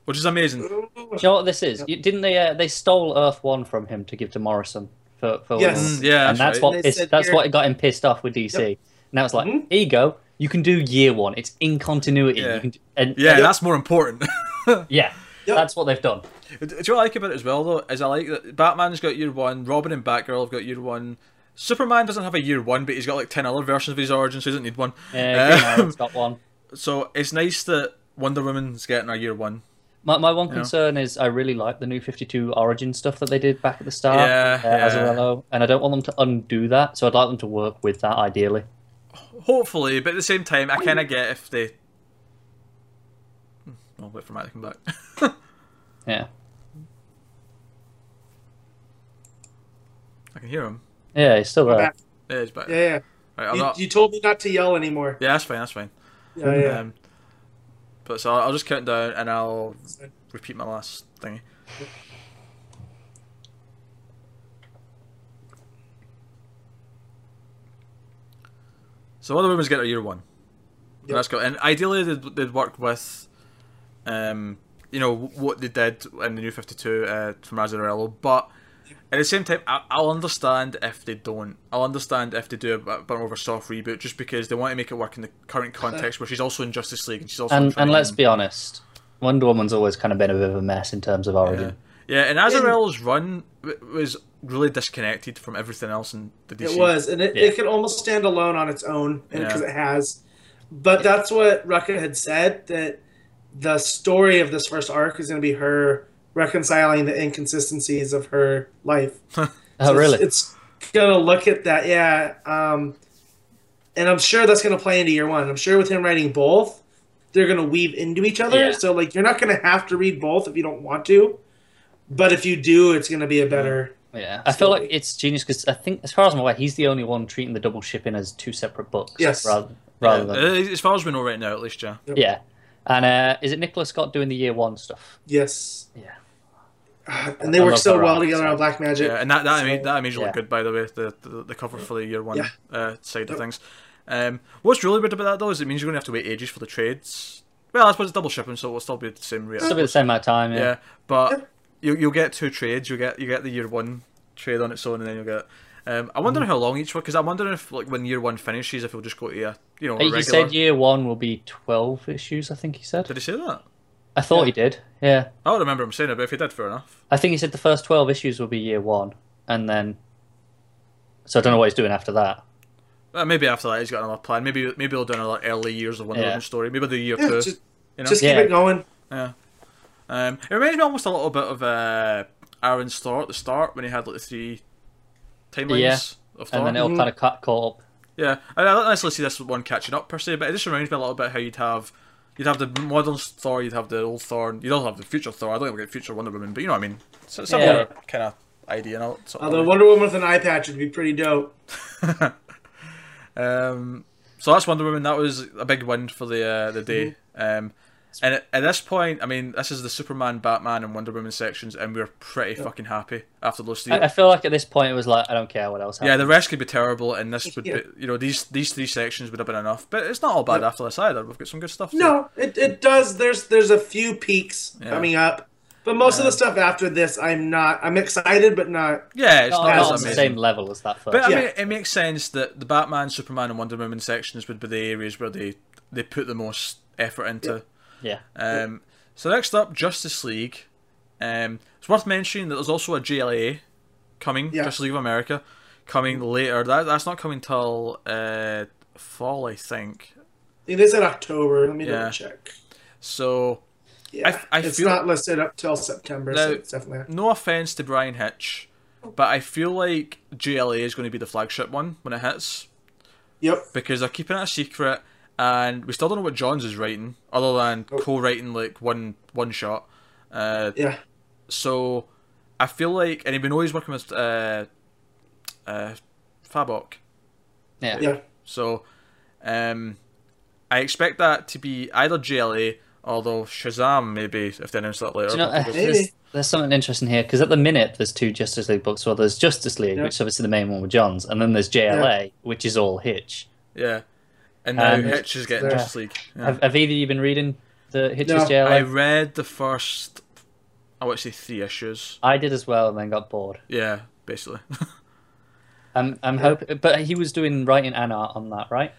S1: which is amazing.
S2: oh,
S3: Do you know what this is? You- Didn't they? Uh, they stole Earth One from him to give to Morrison for for
S2: Yes.
S3: Wonder Woman.
S1: Mm, yeah,
S3: and that's
S1: right.
S3: what
S2: And they
S3: pissed,
S2: said
S3: that's
S2: here-
S3: what got him pissed off with DC. Now it's like
S2: Mhm.
S3: here you go. You can do year one. It's in continuity.
S1: Yeah.
S3: You can do, and
S1: Yeah,
S3: and-
S1: that's more important.
S3: yeah.
S2: Yep.
S3: That's what they've done.
S1: Do you know what I like about it as well though? Is I like that Batman's got year one, Robin and Batgirl have got year one. Superman doesn't have a year one, but he's got like ten other versions of his origin, so he doesn't need one.
S3: Yeah,
S1: Um,
S3: Uh, Green Arrow's got one.
S1: So it's nice that Wonder Woman's getting her year one.
S3: My, my one concern is I really like the new 52 Origin stuff that they did back at the start,
S1: Yeah,
S3: uh,
S1: yeah.
S3: Azzarello, and I don't want them to undo that, so I'd like them to work with that ideally.
S1: Hopefully, but at the same time, I kind of get if they. Hmm, I'll wait for Matt to come back.
S3: Yeah.
S1: I can hear him.
S3: Yeah, he's still there.
S1: Yeah, he's back.
S2: Yeah,
S1: Yeah,
S2: yeah.
S1: right, I'm
S2: You,
S1: not...
S2: you told me not to yell anymore.
S1: yeah that's fine, that's fine.
S2: Yeah, yeah.
S1: Um, but so I'll just count down and I'll repeat my last thingy. So Wonder Woman's getting her year one.
S2: Yep.
S1: That's cool. And ideally, they'd, they'd work with, um, you know, what they did in the New Fifty Two uh, from Azzarello. But at the same time, I, I'll understand if they don't. I'll understand if they do a bit more of a soft reboot, just because they want to make it work in the current
S2: Uh-huh.
S1: context where she's also in Justice League and she's also in
S3: And, and let's
S1: Triton.
S3: be honest, Wonder Woman's always kind of been a bit of a mess in terms of
S1: Yeah.
S3: Origin.
S1: Yeah, and Azarello's run w- was really disconnected from everything else in the DC.
S2: It was, and it,
S3: Yeah.
S2: it could almost stand alone on its own
S1: Yeah.
S2: because it has. But that's what Rucka had said that the story of this first arc is going to be her reconciling the inconsistencies of her life.
S3: Oh,
S2: So
S3: really?
S2: It's, it's gonna look at that, yeah. Um, and I'm sure that's gonna play into year one. I'm sure with him writing both, they're gonna weave into each other.
S3: Yeah.
S2: So like, you're not gonna have to read both if you don't want to, but if you do, it's gonna be a better.
S3: yeah. I feel like
S2: Absolutely.
S3: it's genius because I think, as far as I'm aware, he's the only one treating the double shipping as two separate books.
S2: Yes.
S3: Rather, rather than
S1: Uh, as far as we know right now, at least, yeah.
S3: yeah. And uh, is it Nicholas Scott doing the year one stuff?
S2: Yes.
S3: Yeah.
S2: Ah, And they
S3: I
S2: work
S3: love
S2: so
S3: her
S2: well
S3: art.
S2: together on Black Magic.
S1: Yeah, and that that image,
S2: So-
S1: that image looked
S3: Yeah.
S1: good, by the way, the the, the cover for the year one
S2: Yeah.
S1: uh, side of things. Um, what's really weird about that though is it means you're going to have to wait ages for the trades. Well, I suppose it's double shipping, so it'll still be the same rate. I
S3: Still be
S2: Uh,
S3: the
S1: suppose.
S3: same amount of time. Yeah.
S1: yeah, but you you'll get two trades. You get you get the year one trade on its own, and then you'll get. Um, I wonder how long each one, because I'm wondering if like when year one finishes, if it'll just go to a you know a
S3: He
S1: regular.
S3: said year one will be twelve issues. I think he said.
S1: Did he say that?
S3: I thought he did. Yeah.
S1: I don't remember him saying it, but if he did, fair enough.
S3: I think he said the first twelve issues will be year one, and then. So I don't know what he's doing after that.
S1: Uh, maybe after that he's got another plan. Maybe maybe they'll do another early years of Wonder
S3: Yeah.
S1: Woman story. Maybe the year
S2: Yeah,
S1: two.
S2: just
S1: you know?
S2: just
S3: Yeah.
S2: keep it going.
S1: Um, it reminds me almost a little bit of uh, Aaron Starr at the start when he had like the three timelines of
S3: and
S1: Thor.
S3: then it'll
S2: Mhm.
S3: kind of cut caught up.
S1: yeah, I, I don't necessarily see this one catching up per se, but it just reminds me a little bit how you'd have you'd have the modern Thor, you'd have the old Thor, and you'd also have the future Thor. I don't think we get future Wonder Woman, but you know what I mean. So, similar kind of idea. And all, sort of
S2: Although
S1: way.
S2: Wonder Woman with an eye patch would be pretty dope.
S1: Um, so that's Wonder Woman. That was a big win for the uh, the day. Um, and at, at this point, I mean, this is the Superman, Batman, and Wonder Woman sections, and we are pretty fucking happy after those three.
S3: I, I feel like at this point it was like I don't care what else.
S1: yeah,
S3: Happens.
S1: the rest could be terrible, and this would
S2: Yeah.
S1: be, you know, these these three sections would have been enough. But it's not all bad after this either. We've got some good stuff. to-
S2: No, it, it does. There's there's a few peaks
S1: Yeah.
S2: coming up. But most of the stuff after this I'm not I'm excited but not
S1: Yeah, it's
S3: Not-
S1: not
S3: not
S1: as
S3: on the
S1: amazing.
S3: same level as that first.
S1: But uh, I
S2: Yeah.
S1: mean, it makes sense that the Batman, Superman, and Wonder Woman sections would be the areas where they they put the most effort into.
S3: yeah.
S1: Um, so next up, Justice League. Um, it's worth mentioning that there's also a JLA coming,
S2: Yeah.
S1: Justice League of America, coming later. That that's not coming till uh, fall, I think.
S2: I think they said October. Let me
S1: Yeah.
S2: double check.
S1: So
S2: Yeah.
S1: I
S2: it's
S1: feel-
S2: not listed up till September, so
S1: No.
S2: it's definitely
S1: no offense to Brian Hitch, but I feel like JLA is going to be the flagship one when it hits
S2: Yep.
S1: because they're keeping it a secret, and we still don't know what Johns is writing other than
S2: Nope.
S1: co-writing like one one shot. Uh,
S2: Yeah.
S1: So I feel like, and we know he's working with uh, uh, Fabok.
S3: yeah,
S2: Yeah.
S1: So um, I expect that to be either JLA, although Shazam maybe if they announce that later.
S3: Do you know, uh,
S1: Because-
S2: Maybe.
S3: there's, there's something interesting here because at the minute there's two Justice League books. Well, there's Justice League,
S2: Yeah.
S3: which is obviously the main one with Johns, and then there's JLA, which is all Hitch.
S1: yeah, and now
S3: Um,
S1: Hitch is getting
S2: yeah.
S1: Justice League. Yeah.
S3: Have, have either of you been reading the Hitch's
S2: No,
S1: I
S3: JLA?
S1: read the first, I would say three issues.
S3: I, did as well, and then got bored.
S1: Yeah, basically.
S3: Mm-hmm. I'm I'm hoping, but he was doing writing and art on that, right?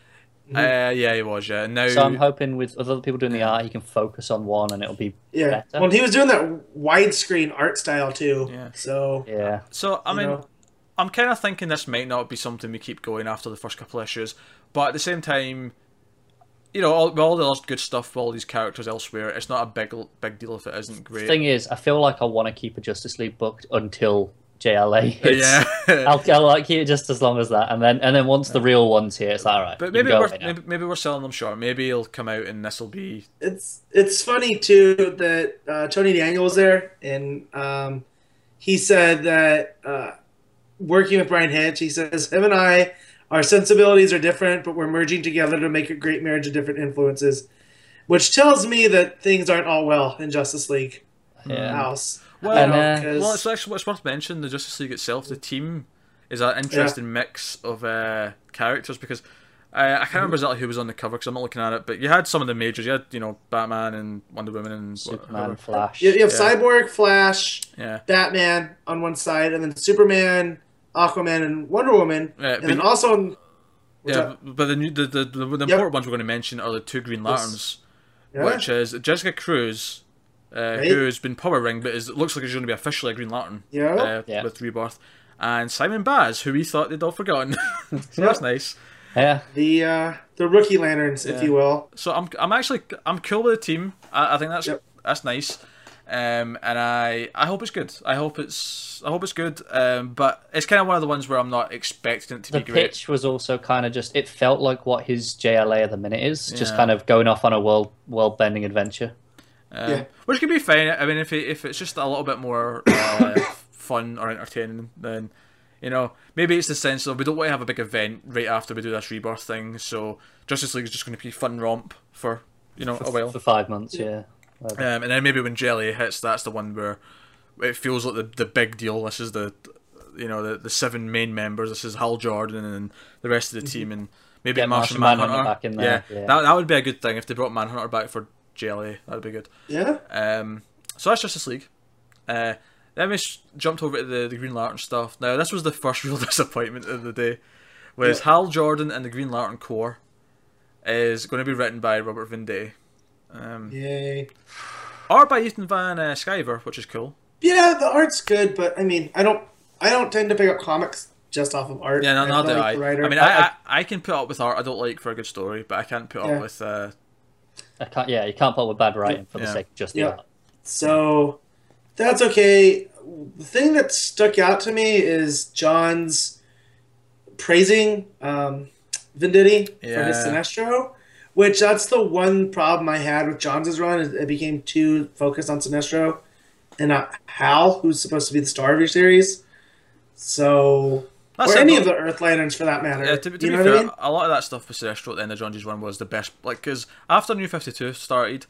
S1: uh, yeah, he was. Yeah, and now
S3: So I'm hoping with other people doing the art, he can focus on one, and it'll be
S2: Yeah.
S3: better.
S2: Well, he was doing that widescreen art style too.
S1: Yeah.
S2: So
S3: yeah.
S1: so I
S2: you
S1: mean.
S2: know,
S1: I'm kind of thinking this might not be something we keep going after the first couple of issues, but at the same time, you know, all, with all the other good stuff with all these characters elsewhere, it's not a big big deal if it isn't great.
S3: Thing is, I feel like I want to keep a Justice League book until JLA.
S1: But
S3: hits.
S1: yeah,
S3: I'll, I'll like it just as long as that, and then and then once the real one's here, it's like, all right.
S1: but
S3: you
S1: maybe
S3: go
S1: we're
S3: right now.
S1: maybe, maybe we're selling them short. Maybe it'll come out and this will be
S2: it's it's funny too that uh, Tony Daniel was there, and um, he said that uh, working with Brian Hitch, he says him and I, our sensibilities are different, but we're merging together to make a great marriage of different influences, which tells me that things aren't all well in Justice League
S3: Yeah.
S2: House.
S1: well.
S3: And,
S2: You know,
S3: uh,
S2: 'cause-
S1: well, it's actually it's worth mentioning the Justice League itself. The team is an interesting mix of uh, characters because uh, I can't remember exactly who was on the cover because I'm not looking at it. But you had some of the majors. You had you know Batman and Wonder Woman and
S3: Superman,
S1: whatever.
S3: Flash.
S2: you, you have
S1: yeah.
S2: Cyborg, Flash,
S1: Yeah.
S2: Batman on one side, and then Superman, Aquaman, and Wonder Woman,
S1: Yeah,
S2: and
S1: but
S2: then
S1: you-
S2: also on,
S1: Yeah, but the, new, the, the, the, the important ones we're going to mention are the two Green Lanterns,
S2: Yeah.
S1: which is Jessica Cruz, uh, who has been Power Ring, but is looks like she's going to be officially a Green Lantern
S2: Yeah.
S1: uh,
S3: Yeah.
S1: with Rebirth, and Simon Baz, who we thought they'd all forgotten. so that's nice.
S3: Yeah.
S2: the uh, the rookie lanterns, if you will.
S1: So I'm I'm actually I'm cool with the team. I, I think that's
S2: Yep.
S1: that's nice, um, and I I hope it's good. I hope it's I hope it's good. Um, but it's kind of one of the ones where I'm not expecting it to
S3: The
S1: be great.
S3: pitch was also kind of just. It felt like what his JLA at the minute is, just
S1: Yeah.
S3: kind of going off on a world world bending adventure.
S1: Um,
S2: Yeah.
S1: Which could be fine. I mean, if it, if it's just a little bit more uh, fun or entertaining, then you You know, maybe it's the sense of we don't want to have a big event right after we do this rebirth thing, so Justice League is just going to be fun romp for you know a while.
S3: for five months. Yeah. Whatever.
S1: Um, and then maybe when Jelly hits, that's the one where it feels like the, the big deal. This is the you know the, the seven main members. This is Hal Jordan and the rest of the team, and maybe
S3: Mm-hmm. Get
S1: Martian,
S3: Martian
S1: Manhunter.
S3: Manhunter back in there,
S1: Yeah,
S3: yeah.
S1: That, that would be a good thing if they brought Manhunter back for Jelly. That'd be good.
S2: Yeah.
S1: Um, so that's Justice League. Uh, then we sh- jumped over to the, the Green Lantern stuff. Now this was the first real disappointment of the day, was
S2: Yeah.
S1: Hal Jordan and the Green Lantern Corps is going to be written by Robert Venday. Um,
S2: Yay.
S1: Art by Ethan Van uh, Sciver, which is cool.
S2: Yeah, the art's good, but I mean, I don't, I don't tend to pick up comics just off of art.
S1: Yeah, no,
S2: I
S1: not do
S2: like
S1: I.
S2: the writer.
S1: I mean, I, I I can put up with art I don't like for a good story, but I can't put
S2: Yeah.
S1: up with. Uh,
S3: I can't. Yeah, you can't put up with bad writing for the
S1: Yeah.
S3: sake of just the
S2: Yeah.
S3: art.
S2: So that's okay. The thing that stuck out to me is John's praising um, Venditti for his
S1: Yeah.
S2: Sinestro, which that's the one problem I had with John's run. Is it became too focused on Sinestro and not Hal, who's supposed to be the star of your series. So,
S1: that's
S2: or
S1: it,
S2: any
S1: though.
S2: of the Earth Lanterns for that matter.
S1: Yeah, to, be- to
S2: you
S1: be
S2: know
S1: fair,
S2: what I mean?
S1: a lot of that stuff with Sinestro at the end of John G's run was the best. Like, because after New Fifty Two started,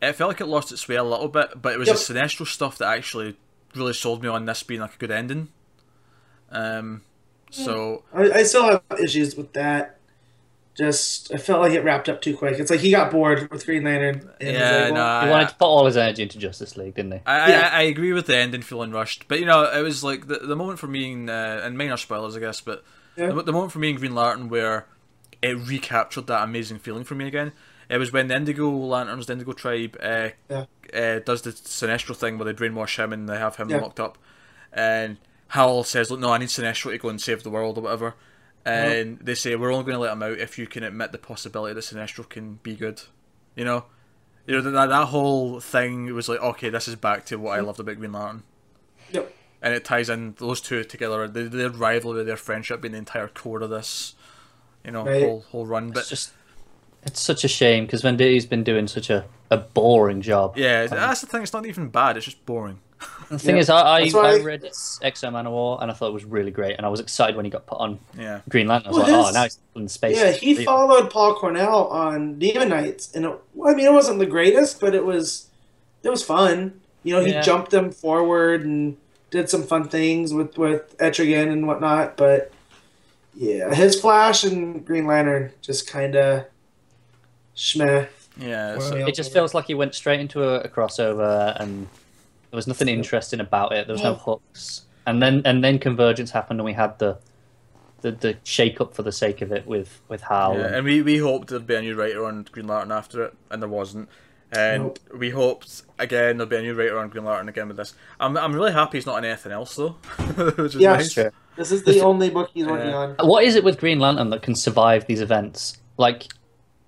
S1: it felt like it lost its way a little bit, but it was
S2: Yep.
S1: the Sinestro stuff that actually really sold me on this being like a good ending. Um, so
S2: I, I still have issues with that. Just, I felt like it wrapped up too quick. It's like he got bored with Green Lantern. And was
S1: yeah,
S2: like,
S1: no,
S2: well,
S3: He wanted to put all his energy into Justice League, didn't he?
S1: I,
S2: Yeah.
S1: I, I agree with the ending feeling rushed, but you know it was like the, the moment for me and, uh, and minor spoilers, I guess, but
S2: Yeah.
S1: the, the moment for me and Green Lantern where it recaptured that amazing feeling for me again. It was when the Indigo Lanterns, the Indigo Tribe, uh,
S2: Yeah.
S1: uh, does the Sinestro thing where they brainwash him and they have him
S2: Yeah.
S1: locked up, and Hal says, "Look, no, I need Sinestro to go and save the world or whatever," and they say, "We're only going to let him out if you can admit the possibility that Sinestro can be good," you know. You know that that whole thing was like, okay, this is back to what I loved about Green Lantern,
S2: Yep.
S1: and it ties in those two together. Their, their rivalry, their friendship, being the entire core of this, you know,
S2: Right.
S1: whole whole run. But
S3: It's just, it's such a shame because Venditti's been doing such a, a boring job.
S1: yeah, that's the thing. It's not even bad. It's just boring.
S3: The thing
S2: Yeah.
S3: is, I, I,
S2: That's why-
S3: I read Exo Manowar and I thought it was really great, and I was excited when he got put on
S1: Yeah,
S3: Green Lantern. I was
S2: Well,
S3: like,
S2: his-
S3: oh, now he's in space.
S2: Yeah, he
S3: Really?
S2: followed Paul Cornell on Demon Knights, and it, well, I mean, it wasn't the greatest, but it was it was fun. You know, he
S3: Yeah.
S2: jumped them forward and did some fun things with with Etrigan and whatnot. But yeah, his Flash and Green Lantern just kind of schmeh.
S1: yeah.
S2: Well,
S1: so-
S2: yeah.
S3: It just feels like he went straight into a, a crossover, and there was nothing interesting about it. There was no
S2: Yeah.
S3: hooks, and then and then Convergence happened, and we had the the, the shake up for the sake of it with with Hal.
S1: Yeah,
S3: and-
S1: and we, we hoped there'd be a new writer on Green Lantern after it, and there wasn't. And
S2: Nope.
S1: we hoped again there'll be a new writer on Green Lantern again with this. I'm I'm really happy he's not on anything else though. which is
S2: Yeah,
S1: nice.
S2: that's true. This is the only book he's working
S1: Yeah.
S2: on.
S3: What is it with Green Lantern that can survive these events? Like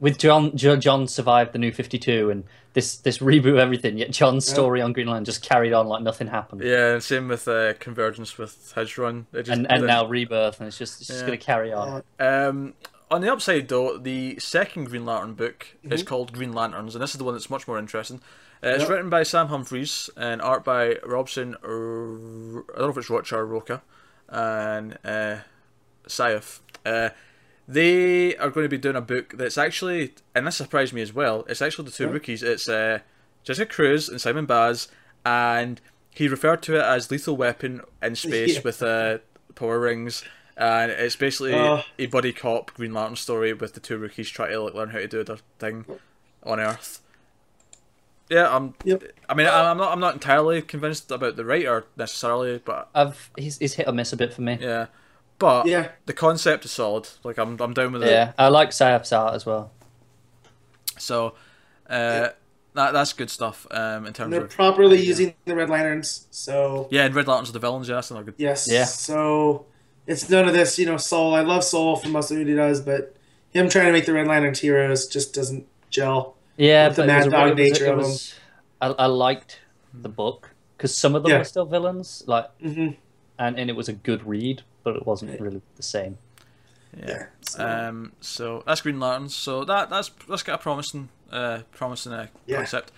S3: with John, jo- John survived the New Fifty Two and this this reboot of everything. Yet John's
S2: Yeah.
S3: story on Green Lantern just carried on like nothing happened.
S1: Yeah, and same with uh, Convergence with his run. They just-
S3: And, and now rebirth, and it's just it's just
S1: Yeah.
S3: gonna carry on.
S1: Um, on the upside, though, the second Green Lantern book is called Green Lanterns, and this is the one that's much more interesting. Uh, it's
S2: Yep.
S1: written by Sam Humphries and art by Robson. R- I don't know if it's Rocha or Roca, and uh, Saif. Uh, they are going to be doing a book that's actually, and this surprised me as well. It's actually the two
S2: Yeah.
S1: rookies. It's uh, Jessica Cruz and Simon Baz, and he referred to it as Lethal Weapon in space
S2: Yeah.
S1: with uh, power rings, and it's basically
S2: Oh.
S1: a buddy cop Green Lantern story with the two rookies trying to like learn how to do their thing on Earth. Yeah, I'm.
S2: Yep.
S1: I mean, I- I'm not. I'm not entirely convinced about the writer necessarily, but
S3: I've he's, he's hit or miss a bit for me.
S1: yeah, but
S2: Yeah.
S1: the concept is solid. Like I'm, I'm down with it.
S3: Yeah, I like Saif's art as well.
S1: So, uh, that that's good stuff. Um, in terms
S2: And they're
S1: of
S2: properly
S1: Yeah.
S2: using the Red Lanterns, so
S1: yeah, and Red Lanterns are the villains. Yeah, that's another good.
S2: Yes.
S3: Yeah.
S2: So it's none of this, you know, Soul. I love Soul from most of what he does, but him trying to make the Red Lanterns heroes just doesn't gel.
S3: Yeah,
S2: With the
S3: but it
S2: mad
S3: was a-
S2: dog
S3: it was-
S2: nature
S3: it
S2: of
S3: was- I, I liked the book because some of them
S2: Yeah.
S3: were still villains, like,
S2: Mhm.
S3: and, and it was a good read, but it wasn't really the same.
S1: Yeah.
S2: So,
S1: Um, so that's Green Lanterns. So that that's that's got a promising, uh, promising uh,
S2: Yeah.
S1: concept.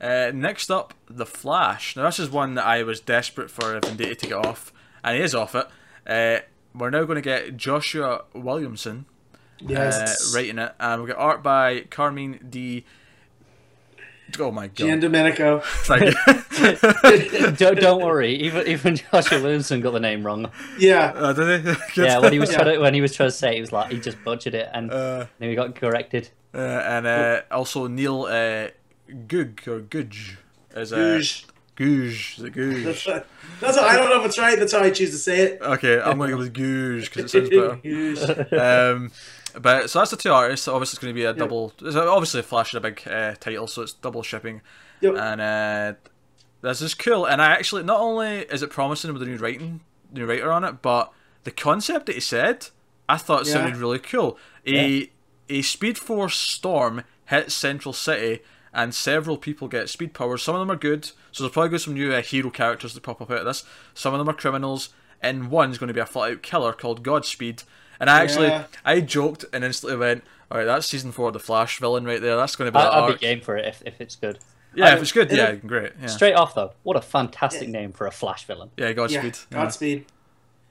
S1: Uh, next up, the Flash. Now this is one that I was desperate for Venditti to get off, and he is off it. Uh, we're now going to get Joshua Williamson uh,
S2: Yes.
S1: writing it, and we've got art by Carmine D. Oh my god!
S2: Gian Domenico.
S1: Thank you.
S3: don't, don't worry. Even even Joshua Williamson got the name wrong.
S2: Yeah.
S1: uh, did he? Good.
S3: Yeah, when he was
S2: Yeah.
S3: trying to, when he was trying to say, it, he was like he just butchered it, and
S1: Uh,
S3: then we got corrected.
S1: uh, and uh, also Neil uh, Goog or Googe is uh,
S2: Googe.
S1: Googe, the Googe.
S2: That's what, I don't know if it's right. That's how I choose to say it.
S1: Okay, I'm gonna go with Googe because it sounds
S2: Googe.
S1: better. Um, but so that's the two artists. So obviously, it's gonna be a double. It's obviously Flash is a big uh, title, so it's double shipping.
S2: Yep.
S1: And uh, this is cool. And I actually not only is it promising with the new writing, new writer on it, but the concept that he said, I thought
S2: Yeah.
S1: sounded really cool. A a Speed Force storm hits Central City. And several people get speed powers. Some of them are good, so there's probably going to be some new uh, hero characters that pop up out of this. Some of them are criminals, and one's going to be a flat out killer called Godspeed. And I actually,
S2: Yeah.
S1: I joked and instantly went, "All right, that's season four of the Flash villain right there. That's going to be
S3: I,
S1: that
S3: I'd be
S1: arc."
S3: game for it if, if it's good.
S1: Yeah, if it's good,
S2: And
S1: yeah,
S2: it-
S1: great. Yeah,
S3: Straight off though, what a fantastic name for a Flash villain.
S1: yeah
S2: Yeah.
S1: Godspeed. Yeah.
S2: Godspeed.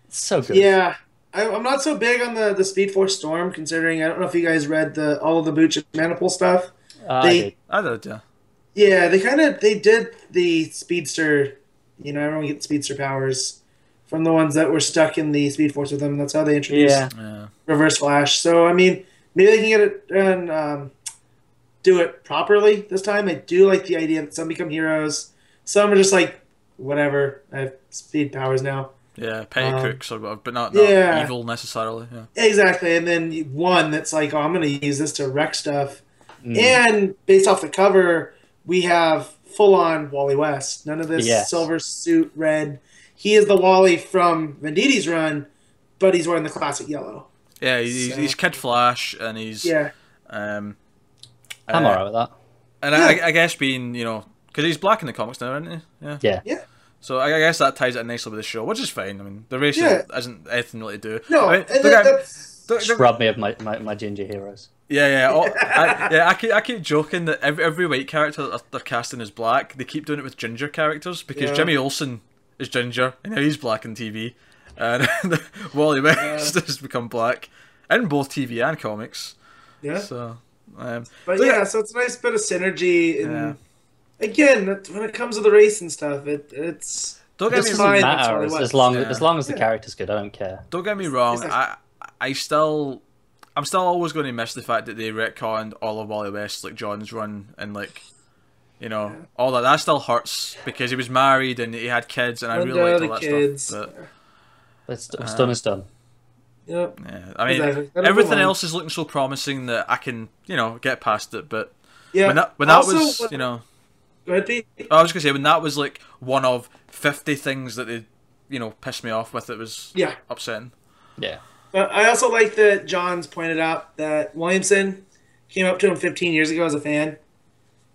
S3: It's so good.
S2: Yeah. I, I'm not so big on the, the Speed Force Storm, considering I don't know if you guys read the all of the Booch and Maniple stuff.
S3: Ah,
S2: They-
S3: dude.
S1: I did, yeah.
S2: Yeah, they kind of they did the speedster. You know, everyone gets speedster powers from the ones that were stuck in the Speed Force with them. That's how they introduced
S3: yeah.
S1: Yeah.
S2: Reverse Flash. So I mean, maybe they can get it and um, do it properly this time. I do like the idea that some become heroes, some are just like whatever. I have speed powers now.
S1: Yeah, petty
S2: Um,
S1: crooks or whatever, but not, not
S2: yeah.
S1: evil necessarily. Yeah.
S2: Exactly, and then one that's like, oh, I'm gonna use this to wreck stuff.
S3: Mm.
S2: And based off the cover, we have full on Wally West. None of this
S3: Yes.
S2: silver suit, red. He is the Wally from Venditti run, but he's wearing the classic yellow.
S1: Yeah, he's, he's- he's Kid Flash, and he's
S2: Yeah,
S1: um.
S3: I'm
S1: uh,
S3: alright with that.
S1: And I, I- I guess being you know because he's black in the comics now, isn't he? Yeah.
S3: Yeah.
S2: Yeah.
S1: So I, I guess that ties it nicely with the show, which is fine. I mean, the race
S2: Yeah.
S1: isn't anything really to do.
S2: no,
S1: I mean, look
S2: and that,
S1: at him-
S2: that's
S1: look-
S3: Just
S1: look-
S3: rob me of my, my, my ginger heroes.
S1: Yeah, yeah, oh, I, yeah. I keep, I keep joking that every, every white character that they're casting is black. They keep doing it with ginger characters because
S2: Yeah.
S1: Jimmy Olsen is ginger and now he's black in TV, and Wally West has become black in both TV and comics.
S2: yeah.
S1: So, um,
S2: But
S1: So, yeah.
S2: yeah, so it's a nice bit of synergy. And
S1: Yeah.
S2: again, that- when it comes to the race and stuff, it, it's
S1: don't get
S2: It's
S1: me
S2: fine.
S1: wrong.
S2: that's
S3: Matter
S2: what it
S3: as,
S2: was.
S3: as long
S1: Yeah.
S3: as long as the
S2: Yeah.
S3: character's good, I don't care.
S1: Don't get me wrong.
S2: it's like-
S1: I, I still, I'm still always going to miss the fact that they retconned all of Wally West, like John's run and like. You know, all that that still hurts because he was married and he had kids, and I
S2: under
S1: really liked all
S2: the
S1: that
S2: kids.
S1: stuff. But
S3: But it's,
S1: Uh-huh.
S3: it's done. It's done.
S2: Yep.
S1: Yeah, I mean,
S2: Exactly. Gotta move
S1: everything
S2: on.
S1: else is looking so promising that I can, you know, get past it. But
S2: Yeah.
S1: when that when that
S2: Also,
S1: was,
S2: what-
S1: you know, oh,
S2: go ahead, Pete.
S1: I was gonna say when that was like one of fifty things that they, you know, pissed me off with. It was
S2: Yeah.
S1: upsetting.
S3: Yeah.
S2: But I also like that Johns pointed out that Williamson came up to him 15 years ago as a fan,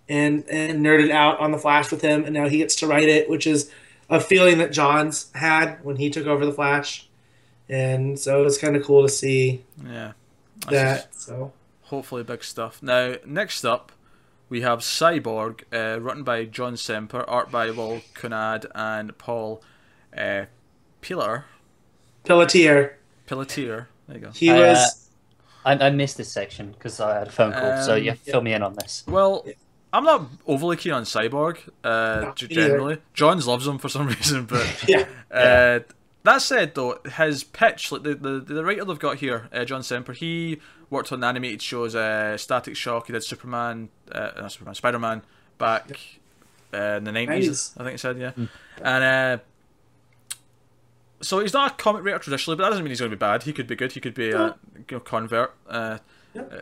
S2: and and nerded out on the Flash with him, and now he gets to write it, which is a feeling that Johns had when he took over the Flash, and so it's kind of cool to see
S1: Yeah, This is
S2: that. So
S1: hopefully big stuff. Now, next up, we have Cyborg, uh, written by John Semper, art by Will Cunard and Paul uh, Pilar
S2: Pelletier,
S1: Pelletier. There you go.
S2: he
S3: I, uh,
S2: was
S3: I, I missed this section because I had a phone call, so
S1: Um,
S3: you have to fill me in on this.
S1: Well, I'm not overly keen on Cyborg, uh,
S2: No,
S1: g-
S2: me neither.
S1: generally. Johns loves him for some reason, but
S2: yeah.
S1: uh, that said, though, his pitch, like the, the, the writer they've got here, uh, John Semper, he worked on animated shows, uh, Static Shock, he did Superman, uh, not Superman, Spider Man back uh, in the 90s,
S2: Nice.
S1: I think he said, yeah.
S2: Hmm.
S1: And uh, so he's not a comic writer traditionally, but that doesn't mean he's going to be bad. He could be good, he could be a you know, convert. Uh,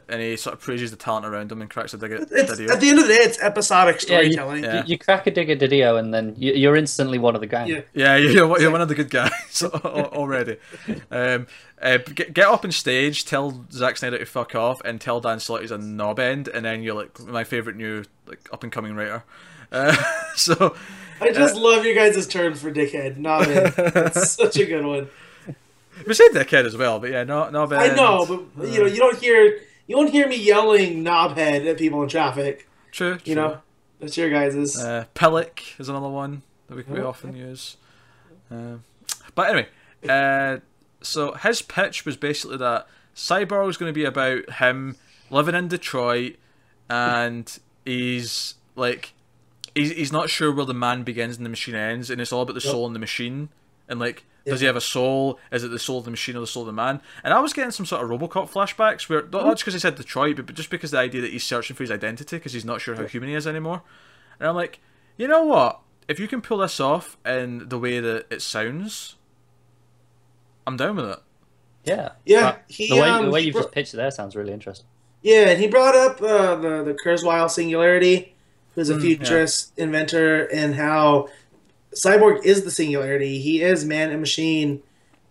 S1: And he sort of praises the talent around him and cracks a dig at
S2: It's,
S1: video.
S2: at the end of the day, it's episodic
S3: Yeah, you-
S2: storytelling.
S1: yeah.
S3: You, you crack a dig at Didio, and then you, you're instantly one of the gang.
S2: Yeah.
S1: Yeah, you're, one- you're one of the good guys al- al- already. Um, uh, get, get up on stage, tell Zack Snyder to fuck off, and tell Dan Slott he's a knob end, and then you're like my favorite new like up and coming writer. Uh, so
S2: I
S3: Uh,
S2: just love you guys' terms for dickhead. Not It's such a good one.
S1: we said dickhead as well, but yeah, no, knob end.
S2: I know, but you know, you don't hear you won't hear me yelling knobhead at people in traffic.
S1: true.
S2: You know, that's your guys's.
S1: uh, Pellic is another one that we, we often use. Um, but anyway, Uh, so his pitch was basically that Cyborg was going to be about him living in Detroit, and he's like, he's, he's not sure where the man begins and the machine ends, and it's all about the
S2: Yep.
S1: soul and the machine, and like, does he have a soul? Is it the soul of the machine or the soul of the man? And I was getting some sort of RoboCop flashbacks, where not just because he said Detroit, but but just because the idea that he's searching for his identity because he's not sure how human he is anymore. And I'm like, you know what? If you can pull this off in the way that it sounds, I'm down with it.
S3: Yeah.
S2: Yeah,
S3: Uh,
S2: he,
S3: the way,
S2: um,
S3: the way
S2: he
S3: you've
S2: bro-
S3: just pitched it there sounds really interesting.
S2: Yeah, and he brought up uh, the the Kurzweil singularity, who's a
S1: Mm, yeah.
S2: futurist inventor, and how Cyborg is the singularity. He is man and machine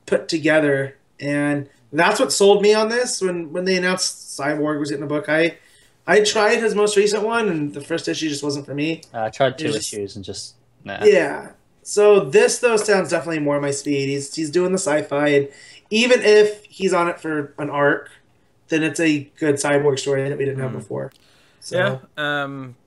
S2: put together, and that's what sold me on this. When when they announced Cyborg was in the book, I I tried his most recent one, and the first issue just wasn't for me.
S3: Uh, I tried two
S2: It's-
S3: issues and just nah.
S2: Yeah. So this though sounds definitely more my speed. He's he's doing the sci-fi, and even if he's on it for an arc, then it's a good cyborg story that we didn't
S1: Hmm.
S2: have before. So
S1: Yeah. Um,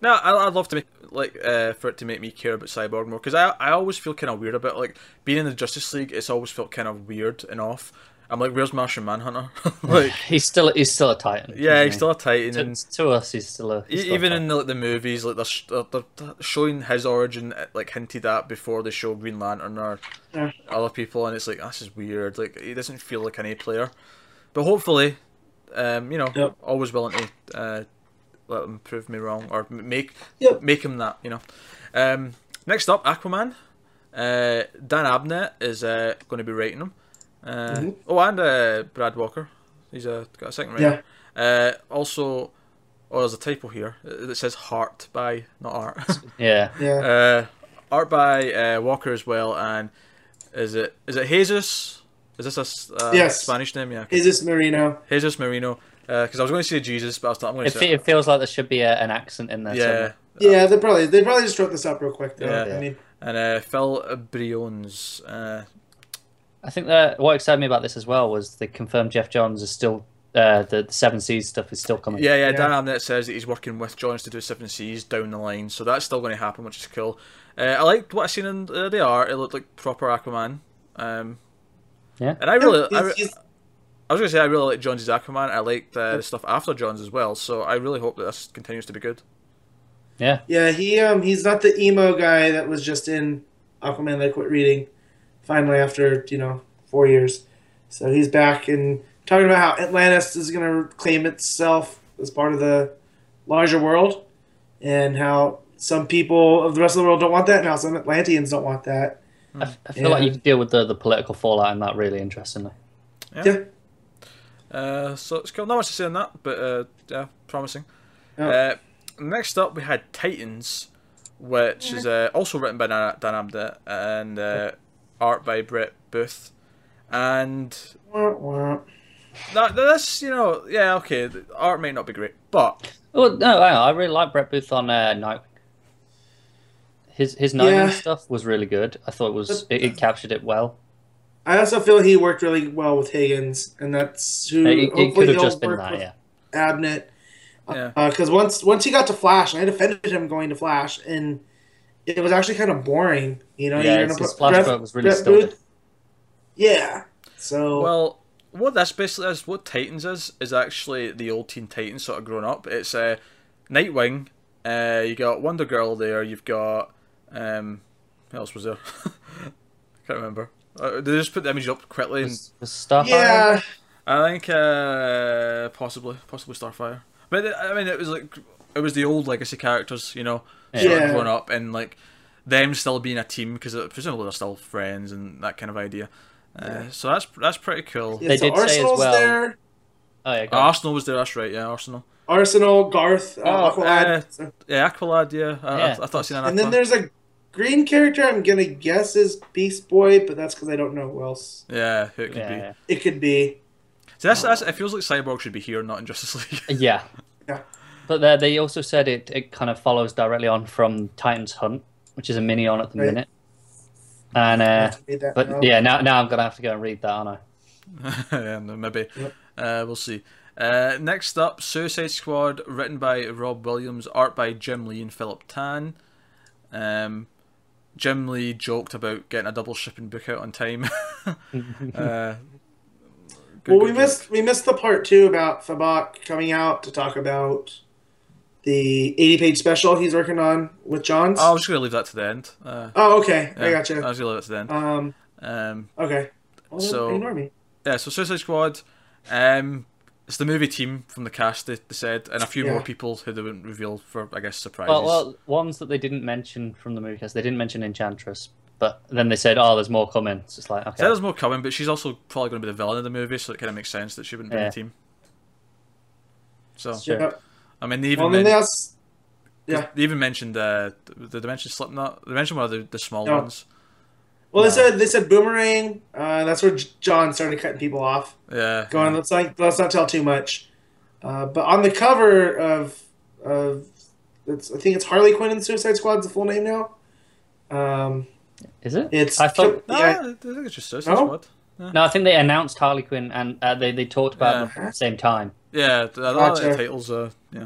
S1: no, I, I'd love to make like uh, for it to make me care about Cyborg more because I I always feel kind of weird about like being in the Justice League. It's always felt kind of weird and off. I'm like, where's Martian Manhunter? like,
S3: He's still he's still a Titan.
S1: yeah,
S3: isn't
S1: he's
S3: he?
S1: still a Titan.
S3: to,
S1: And
S3: to us he's still a he's
S1: e-
S3: still a
S1: even
S3: Titan.
S1: in the, like, the movies, like they're, sh- they're, they're showing his origin, uh, like hinted at before they show Green Lantern or
S2: Yeah.
S1: other people, and it's like "Ah, this is weird. Like he doesn't feel like an A player, but hopefully, um, you know,
S2: Yep.
S1: always willing to uh, let them prove me wrong or m- make
S2: Yep.
S1: make him that. You know. Um, next up, Aquaman. Uh, Dan Abnett is uh, going to be writing him. Uh,
S2: Mhm.
S1: Oh, and uh, Brad Walker. He's uh, got a second writer. Uh, also, oh, there's a typo here. It it says Heart by, not Art.
S3: yeah.
S2: yeah.
S1: Uh, art by uh, Walker as well, and is it is it Jesus? Is this a s- uh,
S2: Yes.
S1: Spanish name? Yeah,
S2: Is this Marino?
S1: Jesus Marino. Because I was going to say Jesus, but I was not. I'm going
S3: It,
S1: to
S3: fe-
S1: say
S3: it feels like there should be a, an accent in there.
S1: yeah,
S3: somewhere.
S2: Yeah, they probably they probably just wrote this up real quick though.
S1: Yeah.
S2: I mean,
S1: and uh, Phil Briones. Uh,
S3: I think that what excited me about this as well was they confirmed Jeff Johns is still uh, the, the Seven Seas stuff is still coming.
S1: yeah, yeah,
S2: Yeah.
S1: Dan Abnett says that he's working with Johns to do Seven Seas down the line, so that's still going to happen, which is cool. Uh, I liked what I seen in uh, the art. It looked like proper Aquaman. Um,
S3: Yeah.
S1: and I really, I,
S2: he's-
S1: re-
S2: he's-
S1: I was gonna say I really like John's Aquaman. I liked uh, the stuff after John's as well, so I really hope that this continues to be good.
S3: yeah.
S2: yeah, he um he's not the emo guy that was just in Aquaman that I quit reading finally after, you know, four years. So he's back and talking about how Atlantis is gonna claim itself as part of the larger world and how some people of the rest of the world don't want that and how some Atlanteans don't want that.
S3: I, f- I feel like
S2: Yeah.
S3: you could deal with the, the political fallout in that really interestingly.
S2: Yeah.
S1: Uh, so it's cool. Not much to say on that, but uh, yeah, promising.
S2: Yeah.
S1: Uh, next up, we had Titans, which is uh, also written by Dan, Dan Abnett and uh, art by Brett Booth. And
S2: Wah, wah.
S1: that, that's you know, yeah, okay, the art might not be great, but
S3: Oh no, hang on, I really like Brett Booth on uh, Nightwing. His his Nightwing
S2: Yeah.
S3: stuff was really good. I thought it was
S2: But-
S3: it, it captured it well.
S2: I also feel he worked really well with Higgins, and that's who
S3: It, it
S2: Mm, hopefully
S3: Uh, could have
S2: he'll
S3: just been
S2: work
S3: that.
S2: with
S3: Yeah,
S2: Abnett.
S1: Yeah.
S2: Because Uh, once once he got to Flash, and I defended him going to Flash, and it was actually kind of boring. You know,
S3: Yeah,
S2: you're
S3: his-
S2: gonna
S3: his
S2: put
S3: Flash
S2: Brett-
S3: book was really
S2: Brett
S3: stilted.
S2: Booth- Yeah. So
S1: Well, what this basically is, what Titans is, is actually the old Teen Titans sort of grown up. It's uh, Nightwing. Uh, you got Wonder Girl there. You've got um, what else was there? Can't remember. Uh, they just put the image up quickly. And,
S3: was, was Starfire.
S2: yeah,
S1: I think uh, possibly, possibly Starfire. But it- I mean, it was like it was the old legacy characters, you know, sort
S2: Yeah.
S1: of grown up and like them still being a team because presumably they're still friends and that kind of idea. Uh, So that's that's pretty cool.
S2: yeah,
S3: They
S2: so
S3: did say as
S2: Arsenal's
S3: well-
S2: there.
S3: Oh yeah, go on.
S1: Arsenal was there. That's right. Yeah, Arsenal.
S2: Arsenal, Garth, uh,
S1: Oh,
S2: Aqualad.
S1: uh, Yeah, Aqualad. Yeah, I,
S3: Yeah.
S1: I, I thought I seen an
S2: and then
S1: Aqualad.
S2: there's a green character. I'm gonna guess is Beast Boy, but that's because I don't know who else
S1: Yeah, who it could
S3: yeah,
S1: be.
S2: it could be.
S1: So that's,
S2: Oh.
S1: that's it. Feels like Cyborg should be here, not in Justice League.
S3: yeah. yeah.
S2: Yeah.
S3: But there, they also said it, it kind of follows directly on from Titans Hunt, which is a mini on at the
S2: Right.
S3: minute. And uh,
S2: Made that
S3: but
S2: up.
S3: yeah, now now I'm gonna have to go and read that, aren't I?
S1: yeah, no, maybe.
S2: Yep.
S1: Uh, we'll see. Uh, next up, Suicide Squad, written by Rob Williams, art by Jim Lee and Philip Tan. Um, Jim Lee joked about getting a double shipping book out on time. uh, good,
S2: well, we
S1: good
S2: missed we missed the part too about Fabak coming out to talk about the 80 page special he's working on with Johns.
S1: work. Oh, I was just gonna leave that to the end. Uh,
S2: oh, okay, I
S1: yeah, Uh,
S2: gotcha.
S1: I was gonna leave it to the end.
S2: um,
S1: Um,
S2: okay. Well,
S1: So-
S2: ignore me.
S1: yeah, so Suicide Squad. Um, it's the movie team from the cast they, they said, and a few
S2: Yeah.
S1: more people who they wouldn't reveal for, I guess, surprises.
S3: Well, well, ones that they didn't mention from the movie cast, they didn't mention Enchantress, but then they said, "Oh, there's more coming." So it's like,
S1: So
S3: okay,
S1: there's more coming, but she's also probably going to be the villain of the movie, so it kind of makes sense that she wouldn't be in
S3: Yeah.
S1: the team. So
S3: Sure.
S2: Yep.
S1: I mean, they even
S2: Well, then
S1: men-
S2: that's yeah.
S1: they even mentioned uh, the dimension Slipknot. They mentioned one of the, the small
S2: No.
S1: ones.
S2: Well, they
S3: Yeah.
S2: said they said boomerang. Uh, that's where J- John started cutting people off.
S1: Yeah,
S2: Going,
S1: yeah.
S2: let's not let's not tell too much. Uh, but on the cover of of it's, I think it's Harley Quinn and Suicide Squad's the full name now. Um,
S3: is it?
S2: it's
S3: I thought
S1: No,
S2: yeah,
S1: I think it's just Suicide
S2: No?
S1: Squad.
S3: no, I think they announced Harley Quinn, and uh, they they talked about
S1: Yeah.
S3: them at the same time.
S1: Yeah, th- I like the
S2: Gotcha.
S1: titles. Uh, yeah,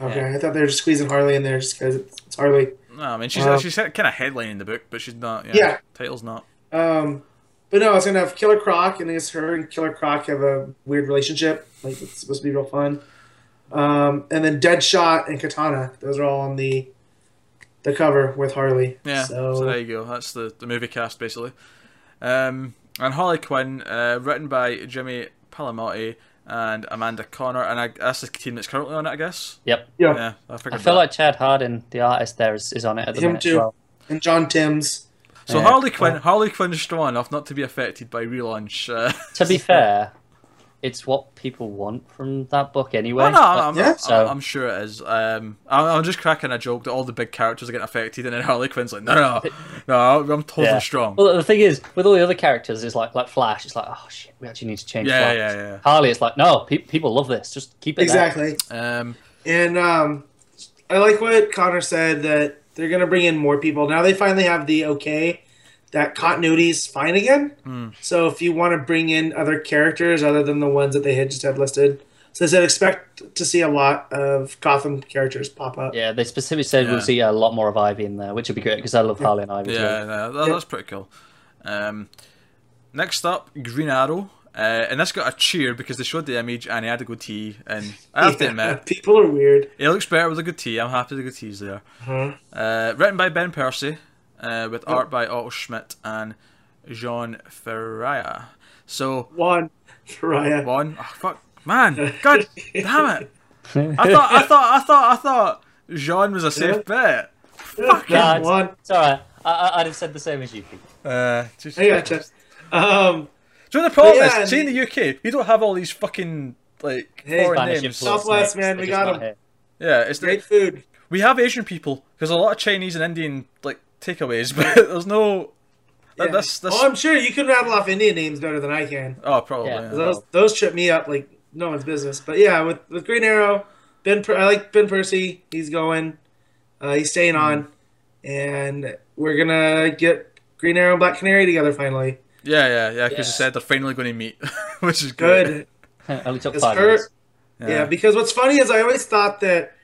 S2: okay. I thought they were just squeezing Harley in there just because it's, it's Harley.
S1: no, I mean she's
S2: Um,
S1: she's kind of headlining the book, but she's not. Yeah,
S2: Yeah.
S1: title's not.
S2: Um, but no, it's gonna have Killer Croc, and it's her and Killer Croc have a weird relationship. Like it's supposed to be real fun. Um, and then Deadshot and Katana; those are all on the the cover with Harley.
S1: Yeah, so,
S2: So,
S1: there you go. That's the, the movie cast basically. Um, and Harley Quinn, uh, written by Jimmy Palmiotti and Amanda Connor, and I, that's the team that's currently on it, I guess.
S3: Yep.
S2: yeah.
S1: Yeah, I
S3: I
S1: figured.
S3: feel
S1: that.
S3: like Chad Hardin, the artist there, is, is on it at the
S2: Him
S3: minute as
S2: too.
S3: well.
S2: and John Timms.
S1: so.
S3: Yeah,
S1: Harley
S3: well-
S1: Quinn, Harley Quinn's strong enough not to be affected by relaunch. Uh,
S3: To be fair, it's what people want from that book anyway.
S1: Oh, no, I'm, I'm,
S2: Yeah.
S1: I'm-
S3: So-
S1: I'm sure it is. Um, I'm, I'm just cracking a joke that all the big characters are getting affected, and then Harley Quinn's like, no, no, no, no I'm totally
S3: Yeah.
S1: strong.
S3: Well, the thing is, with all the other characters, it's like like Flash. It's like, oh shit, we actually need to change.
S1: Yeah,
S3: Flash.
S1: yeah, yeah.
S3: Harley, it's like, no, pe- people love this. Just keep it. there.
S2: Exactly.
S1: Um,
S2: And um, I like what Connor said that they're gonna bring in more people. Now they finally have the okay that continuity's fine again.
S1: Hmm.
S2: So if you want to bring in other characters other than the ones that they had just had listed, so they said expect to see a lot of Gotham characters pop up.
S3: Yeah, they specifically said
S1: Yeah.
S3: we'll see a lot more of Ivy in there, which would be great because I love Harley and Ivy. too.
S1: yeah, no, that, that's pretty cool. Um, next up, Green Arrow. Uh, and this got a cheer because they showed the image and he had a good tee. And I have to admit,
S2: people are weird.
S1: he looks better with a good tee. I'm happy the good tee's there.
S2: Huh?
S1: Uh, written by Ben Percy, uh, with art by Otto Schmidt and Jean Ferreira. So,
S2: One, Raya.
S1: One. Oh, fuck, man, god damn it! I thought, I thought, I thought, I thought Jean was a safe bet. Fucking.
S3: Nah, it's-
S2: one.
S3: It's all right. I, I, I'd have said the same as you. Pete.
S1: Uh, just,
S2: I gotcha. Um,
S1: Do you know the problem
S2: But yeah,
S1: is? See, in the UK, we don't have all these fucking like
S2: Hey,
S1: foreign
S3: Spanish
S1: names.
S3: influence,
S2: Southwest,
S3: mate.
S2: man,
S3: They're
S2: we
S3: just
S2: got
S3: not
S2: 'em.
S3: here.
S1: Yeah, it's
S2: great
S1: the,
S2: food.
S1: we have Asian people because a lot of Chinese and Indian like takeaways, but there's no. That,
S2: Yeah.
S1: That's that's.
S2: Oh, I'm sure you can rattle off Indian names better than I can.
S1: oh, probably.
S3: Yeah.
S1: Yeah.
S2: Those those trip me up like no one's business. But yeah, with with Green Arrow, Ben per- I like Ben Percy. He's going, uh, he's staying on, and we're gonna get Green Arrow and Black Canary together finally.
S1: yeah, yeah, yeah. Because
S3: Yeah.
S1: you said they're finally going to meet, which is great.
S2: Good.
S3: Only took
S2: It's
S3: five
S2: her-
S3: years.
S2: Yeah. because what's funny is I always thought that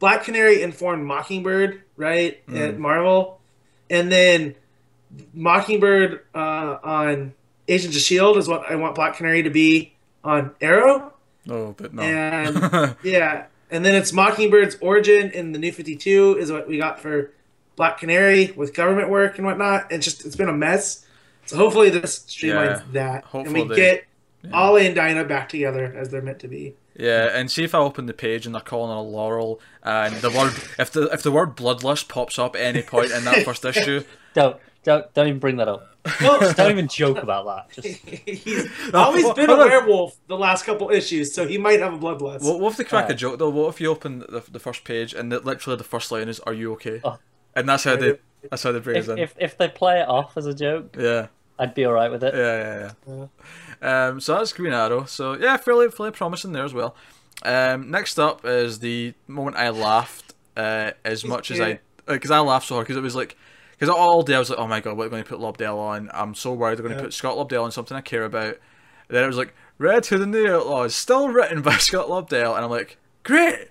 S2: Black Canary informed Mockingbird, right, at Marvel, and then Mockingbird uh, on Agents of Shield is what I want Black Canary to be on Arrow.
S1: No, but no.
S2: And- Yeah, and then it's Mockingbird's origin in the New Fifty Two is what we got for Black Canary with government work and whatnot. It's just it's been a mess. So hopefully this streamlines
S1: Yeah.
S2: that,
S1: Hopefully
S2: and
S1: they-
S2: we get
S1: yeah.
S2: Ollie and Dinah back together as they're meant to be.
S1: Yeah, and see if I open the page and they're calling her Laurel, and the word if the if the word bloodlust pops up at any point in that first issue,
S3: Don't don't don't even bring that up.
S2: Well,
S3: Don't even joke about that. Just
S2: he's always been a
S1: hold on.
S2: werewolf the last couple issues, so he might have a bloodlust.
S1: what, what if they crack a
S3: Right.
S1: joke though? What if you open the, the first page and the, literally the first line is "Are you okay?"
S3: Oh.
S1: and that's how they
S2: you-
S1: that's how they bring us
S3: if,
S1: in.
S3: if if they play it off as a joke,
S1: Yeah,
S3: I'd be all right with it.
S1: yeah, yeah, yeah. Um, so that's Green Arrow. So yeah, fairly fairly promising there as well. Um, next up is the moment I laughed uh, as much as I because I laughed so hard because it was like because all day I was like, oh my god, what are going to put Lobdell on? I'm so worried they're going to put Scott Lobdell on something I care about. then it was like Red Hood and the Outlaws, still written by Scott Lobdell, and I'm like, great,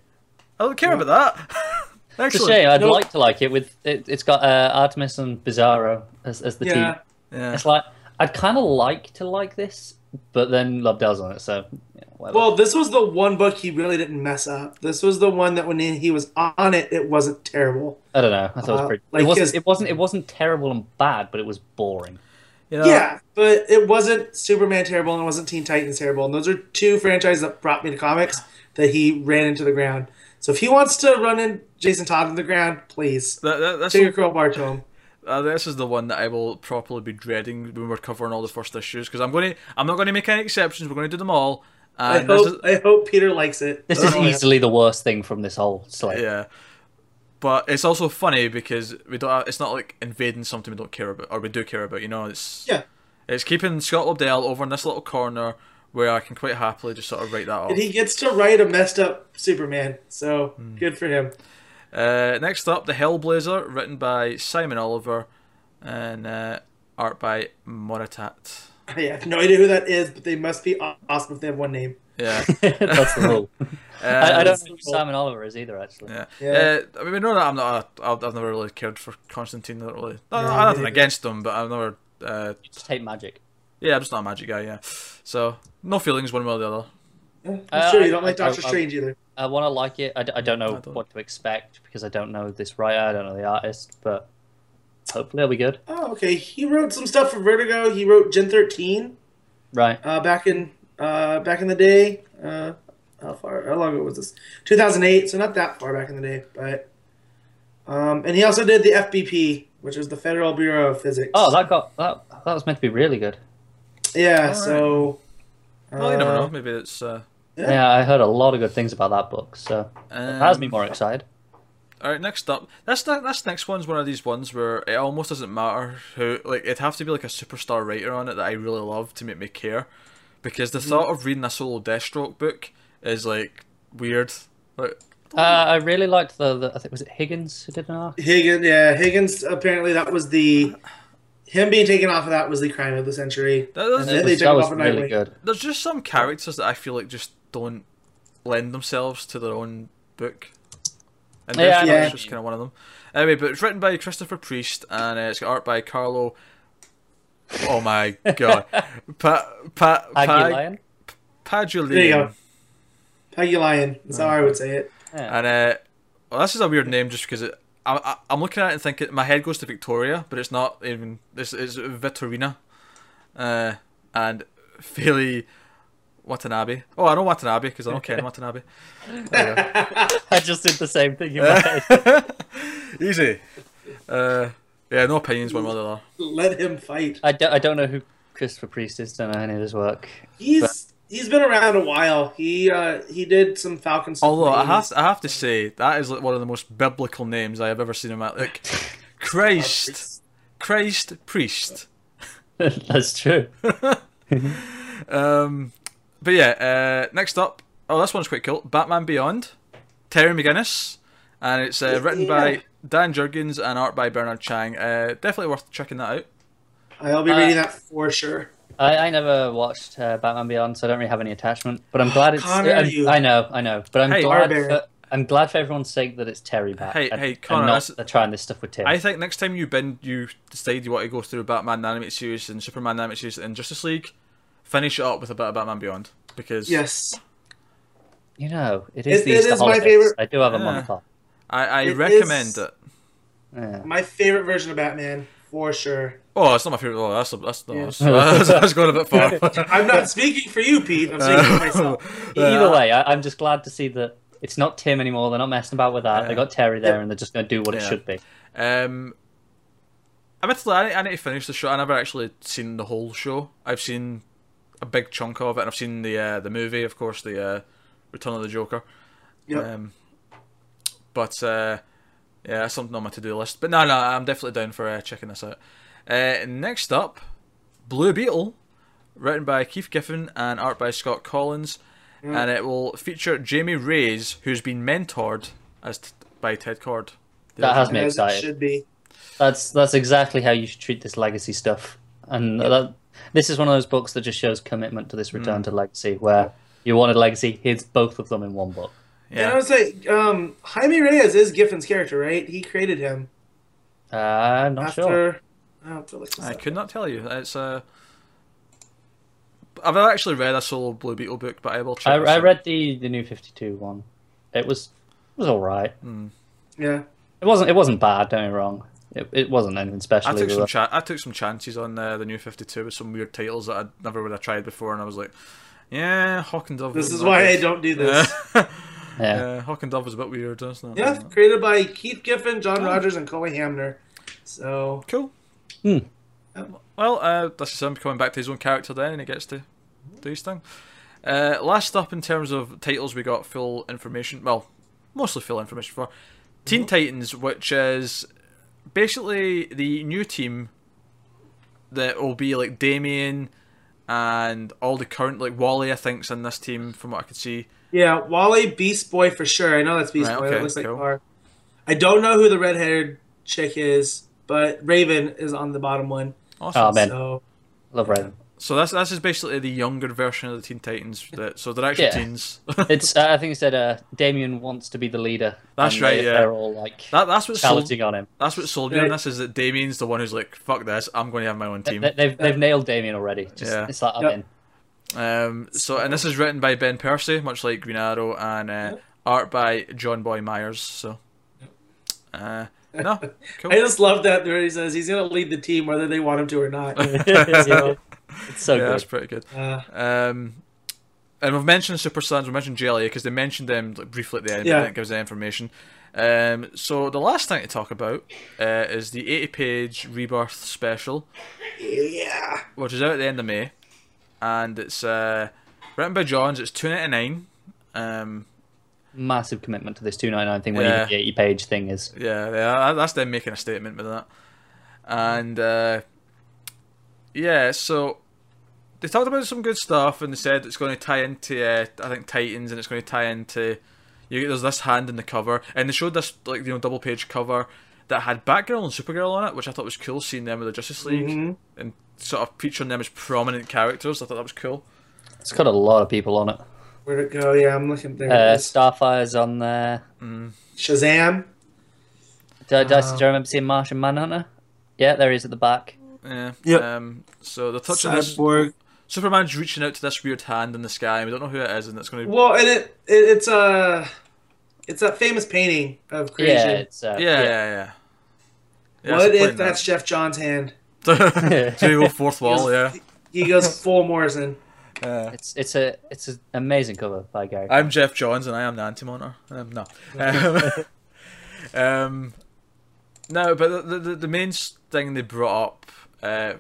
S1: I don't care about that.
S3: It's a
S1: Excellent.
S3: shame. I'd
S2: No.
S3: like to like it with it, it's got uh, Artemis and Bizarro as, as the team.
S2: yeah,
S1: Yeah.
S3: It's like I'd kind of like to like this, but then Lovedale's on it, so yeah, whatever.
S2: Well, this was the one book he really didn't mess up. This was the one that when he he was on it, it wasn't terrible.
S3: I don't know. I thought it was
S2: uh,
S3: pretty.
S2: like
S3: it wasn't.
S2: his-
S3: It wasn't. It wasn't terrible and bad, but it was boring.
S1: You know,
S2: yeah, but it wasn't Superman terrible and it wasn't Teen Titans terrible. And those are two franchises that brought me to comics that he ran into the ground. So if he wants to run in Jason Todd into the ground, please
S1: That, that, that's
S2: take your crowbar to him.
S1: uh, this is the one that I will properly be dreading when we're covering all the first issues because I'm going to I'm not going to make any exceptions. We're going to do them all.
S2: I
S1: And this
S2: hope I hope Peter likes it. Oh, That's
S3: This is
S2: all I have.
S3: easily the worst thing from this whole slate.
S1: is, yeah, but it's also funny because we don't. Have, it's not like invading something we don't care about or we do care about. You know, it's
S2: Yeah.
S1: it's keeping Scott Lobdell over in this little corner where I can quite happily just sort of write that off.
S2: And he gets to write a messed up Superman, so
S3: Hmm.
S2: good for him.
S1: Uh, next up, The Hellblazer, written by Simon Oliver and uh, art by Moritat.
S2: I have no idea who that is, but they must be aw- awesome if they have one name.
S1: Yeah.
S3: That's the rule. I, I
S1: Um,
S3: don't know who Simon Oliver is either, actually.
S1: Yeah.
S2: Uh, Yeah.
S1: Uh, I mean, we know that I'm not. A, I've I've never really cared for Constantine. Not really. No,
S2: No,
S1: I have nothing
S2: neither.
S1: against him, but I've never. Uh,
S3: Just hate magic.
S1: yeah, I'm just not a magic guy. Yeah. So no feelings one way or the other.
S2: I'm
S3: Uh,
S2: sure you
S3: I-
S2: don't like
S3: I- I-
S2: Doctor Strange either.
S3: I want to like it. I, d- I don't know
S1: I don't-
S3: what to expect because I don't know this writer. I don't know the artist, but hopefully it'll be good.
S2: Oh, okay. He wrote some stuff for Vertigo. He wrote Gen 13
S3: Right.
S2: uh, back in uh, back in the day. Uh, how far? How long ago was this? 2008. So not that far back in the day, but um, and he also did the FBP, which was the Federal Bureau of Physics.
S3: Oh, that got that. That was meant to be really good.
S2: yeah.
S1: Alright.
S2: So.
S1: well, you never
S2: uh,
S1: know. Maybe it's. Uh,
S2: Yeah.
S3: Yeah, I heard a lot of good things about that book, so it has me
S1: um,
S3: more excited.
S1: All right, next up. That's that. That's next one's one of these ones where it almost doesn't matter who. Like it'd have to be like a superstar writer on it that I really love to make me care, because the
S3: Mm.
S1: thought of reading a solo Deathstroke book is like weird. Like
S3: Uh, I really liked the, the. I think was it Higgins who did an arc.
S2: Higgins, yeah, Higgins. Apparently, that was the him being taken off of that was the crime of the century.
S1: that, that's,
S2: And
S3: It
S2: then they
S3: was-
S2: took
S3: that
S2: him
S3: was
S2: off of
S3: really
S2: Nightwing.
S3: good.
S1: there's just some characters that I feel like just don't lend themselves to their own book. And
S3: Yeah,
S1: yeah,
S2: I know what
S1: yeah.
S2: you
S1: just
S3: mean.
S1: kind of one of them. Anyway, but it's written by Christopher Priest and uh, it's got art by Carlo. Oh my god, Pat Pat Pat
S3: Aguilian?
S2: There you go.
S1: Padulian.
S2: Peggy Lyon. That's how I would say it.
S3: Yeah.
S1: And uh, well, this is a weird name just because it. I, I, I'm looking at it and thinking my head goes to Victoria, but it's not even. This is Vitorina, uh, and Philly Watanabe. Oh, I know Watanabe because I don't care Watanabe. There you go.
S3: I just did the same thing in my head.
S1: Easy. Uh, yeah, no opinions one way or the other.
S2: Let him fight.
S3: I don't, I don't know who Christopher Priest is. Don't know any of his work.
S2: He's he's been around a while. He uh he did some Falcon stuff. in
S1: Although uh-huh.
S2: the
S1: I
S2: 80s.
S1: have, I have to say that is like one of the most biblical names I have ever seen in my like Christ, Christ priest.
S3: That's true.
S1: Um, but yeah, uh, next up, oh this one's quite cool. Batman Beyond, Terry McGinnis, and it's uh, written by
S2: Yeah.
S1: Dan Jurgens and art by Bernard Chang. Uh, definitely worth checking that out.
S2: I'll be
S3: Uh,
S2: reading that for sure.
S3: I, I never watched uh, Batman Beyond, so I don't really have any attachment. But I'm glad it's.
S2: Connor,
S3: I'm-
S2: you-
S3: I know, I know, but I'm
S1: Hey,
S3: glad.
S2: Barbarian.
S3: For, I'm glad for everyone's sake that it's Terry back.
S1: Hey,
S3: and,
S1: hey,
S3: and
S1: Connor,
S3: not
S1: that's-
S3: they're trying this stuff with Tim.
S1: I think next time you bend, you decide you want to go through Batman the animated series and Superman the animated series and Justice League, finish it up with a bit of Batman Beyond because
S2: Yes,
S3: you know, it is
S2: It-
S3: the
S2: it
S3: Easter
S2: is my
S3: holidays.
S2: favorite-
S3: I do have a
S1: Yeah.
S3: month off.
S1: I, I
S2: It
S1: recommend
S2: is-
S1: it.
S3: Yeah.
S2: my favorite version of Batman for sure.
S1: Oh, it's not my favorite. Oh, that's that's no,
S2: Yeah.
S1: that's, that's, that's going a bit far.
S2: I'm not speaking for you, Pete. I'm speaking for myself.
S1: uh,
S3: Either way, I, I'm just glad to see that it's not Tim anymore. They're not messing about with that. They got Terry there, and they're just going to do what
S1: Yeah.
S3: it should be.
S1: Um, admittedly, I need, I need to finish the show. I never actually seen the whole show. I've seen a big chunk of it, and I've seen the uh, the movie, of course, the uh, Return of the Joker.
S2: Yep.
S1: Um, but uh, yeah, that's something on my to do list. But no, no, I'm definitely down for uh, checking this out. Uh, next up, Blue Beetle, written by Keith Giffen and art by Scott Collins, and it will feature Jamie Reyes, who's been mentored as t- by Ted Cord. The
S3: That has me
S2: As it
S3: excited.
S2: should be.
S3: That's that's exactly how you should treat this legacy stuff. And that, this is one of those books that just shows commitment to this return to legacy, where you wanted legacy, here's both of them in one book.
S2: And I was like, um, Jaime Reyes is Giffen's character, right? He created him
S3: Uh, I'm not sure.
S2: after. I don't feel like
S1: I could not tell you. It's uh, I've never actually read a solo Blue Beetle book, but I will
S3: I,
S1: try.
S3: I read the the new Fifty Two one. It was it was all right.
S2: Yeah.
S3: It wasn't it wasn't bad. Don't get me wrong. It, it wasn't anything special.
S1: I took
S3: either.
S1: some cha- I took some chances on uh, the new Fifty Two with some weird titles that I never would have tried before, and I was like, yeah, Hawk and Dove.
S2: This
S1: was
S2: is
S1: not
S2: why I
S1: good.
S2: don't do this.
S1: Yeah.
S3: yeah.
S1: yeah, Hawk and Dove was a bit weird, isn't it?
S2: Yeah, created by Keith Giffen, John Rogers, and Coley Hamner. So
S1: Cool.
S3: Hmm.
S1: Well, uh, that's just him coming back to his own character then, and he gets to do his thing. Uh, last up, in terms of titles, we got full information. Well, mostly full information for Teen Titans, which is basically the new team that will be like Damien and all the current like Wally. I think's in this team from what I could see.
S2: yeah, Wally Beast Boy for sure. I know that's Beast
S1: Right,
S2: Boy.
S1: okay,
S2: that looks like
S1: cool.
S2: Bar. I don't know who the red-haired chick is, but Raven is on the bottom one.
S1: Awesome.
S3: Oh man,
S2: So
S3: love Raven.
S1: So that's that's is basically the younger version of the Teen Titans. That so they're actually
S3: Yeah.
S1: teens.
S3: It's uh, I think he said uh, Damien wants to be the leader.
S1: That's
S3: and
S1: right,
S3: They,
S1: yeah.
S3: They're all like
S1: That, that's what sold,
S3: challenging on him.
S1: That's what sold me on
S2: Right.
S1: this is that Damien's the one who's like, fuck this, I'm going to have my own team.
S3: They, have they've nailed Damien already. Just,
S1: Yeah.
S3: It's like I'm
S2: Yep.
S3: in.
S1: Um, so, and this is written by Ben Percy, much like Green Arrow, and uh, art by John Boy Myers. So, uh, no,
S2: I
S1: cool.
S2: just love that where he says he's gonna lead the team whether they want him to or not.
S1: yeah,
S2: so,
S3: It's so
S1: that's
S3: good.
S1: pretty good.
S2: uh,
S1: Um, and we've mentioned Super Sons, we mentioned JLA because they mentioned them like, briefly at the end,
S2: Yeah.
S1: but that gives the information. Um, so the last thing to talk about uh, is the 80-page Rebirth special.
S2: yeah.
S1: which is out at the end of May, and it's uh, written by Johns. It's two ninety nine. Um,
S3: Massive commitment to this 299 thing when
S1: Yeah.
S3: you get the 80 page thing is.
S1: yeah, yeah, that's them making a statement with that, and uh, yeah, so they talked about some good stuff, and they said it's going to tie into uh, I think Titans, and it's going to tie into you. There's this hand in the cover, and they showed this like you know double page cover that had Batgirl and Supergirl on it, which I thought was cool. Seeing them with the Justice League
S3: Mm-hmm.
S2: Mhm.
S1: and sort of featuring them as prominent characters, I thought that was cool.
S3: It's got a lot of people on it.
S2: Where'd it go? Yeah, I'm looking there.
S3: Uh,
S2: it is.
S3: Starfire's on there.
S2: Shazam.
S3: Do, do, I, do
S2: Um,
S3: I remember seeing Martian Manhunter? Yeah, there he is at the back.
S1: Yeah.
S2: Yep.
S1: Um, so they're touching this.
S2: Cyborg.
S1: Superman's reaching out to this weird hand in the sky, and we don't know who it is, and it's going to.
S2: Well, and it, it it's uh, it's that famous painting of
S3: Yeah,
S2: creation.
S3: it's uh,
S1: Yeah, yeah, yeah. yeah.
S2: what
S1: it's a
S2: if
S1: point
S2: that's Jeff John's hand?
S1: there. so you go fourth wall, yeah.
S2: He goes full Morrison.
S1: Uh,
S3: It's it's a it's an amazing cover by Gary.
S1: I'm Jeff Johns, and I am the anti-monitor. Um, no. Um, um, no, but the, the the main s- thing they brought up, uh,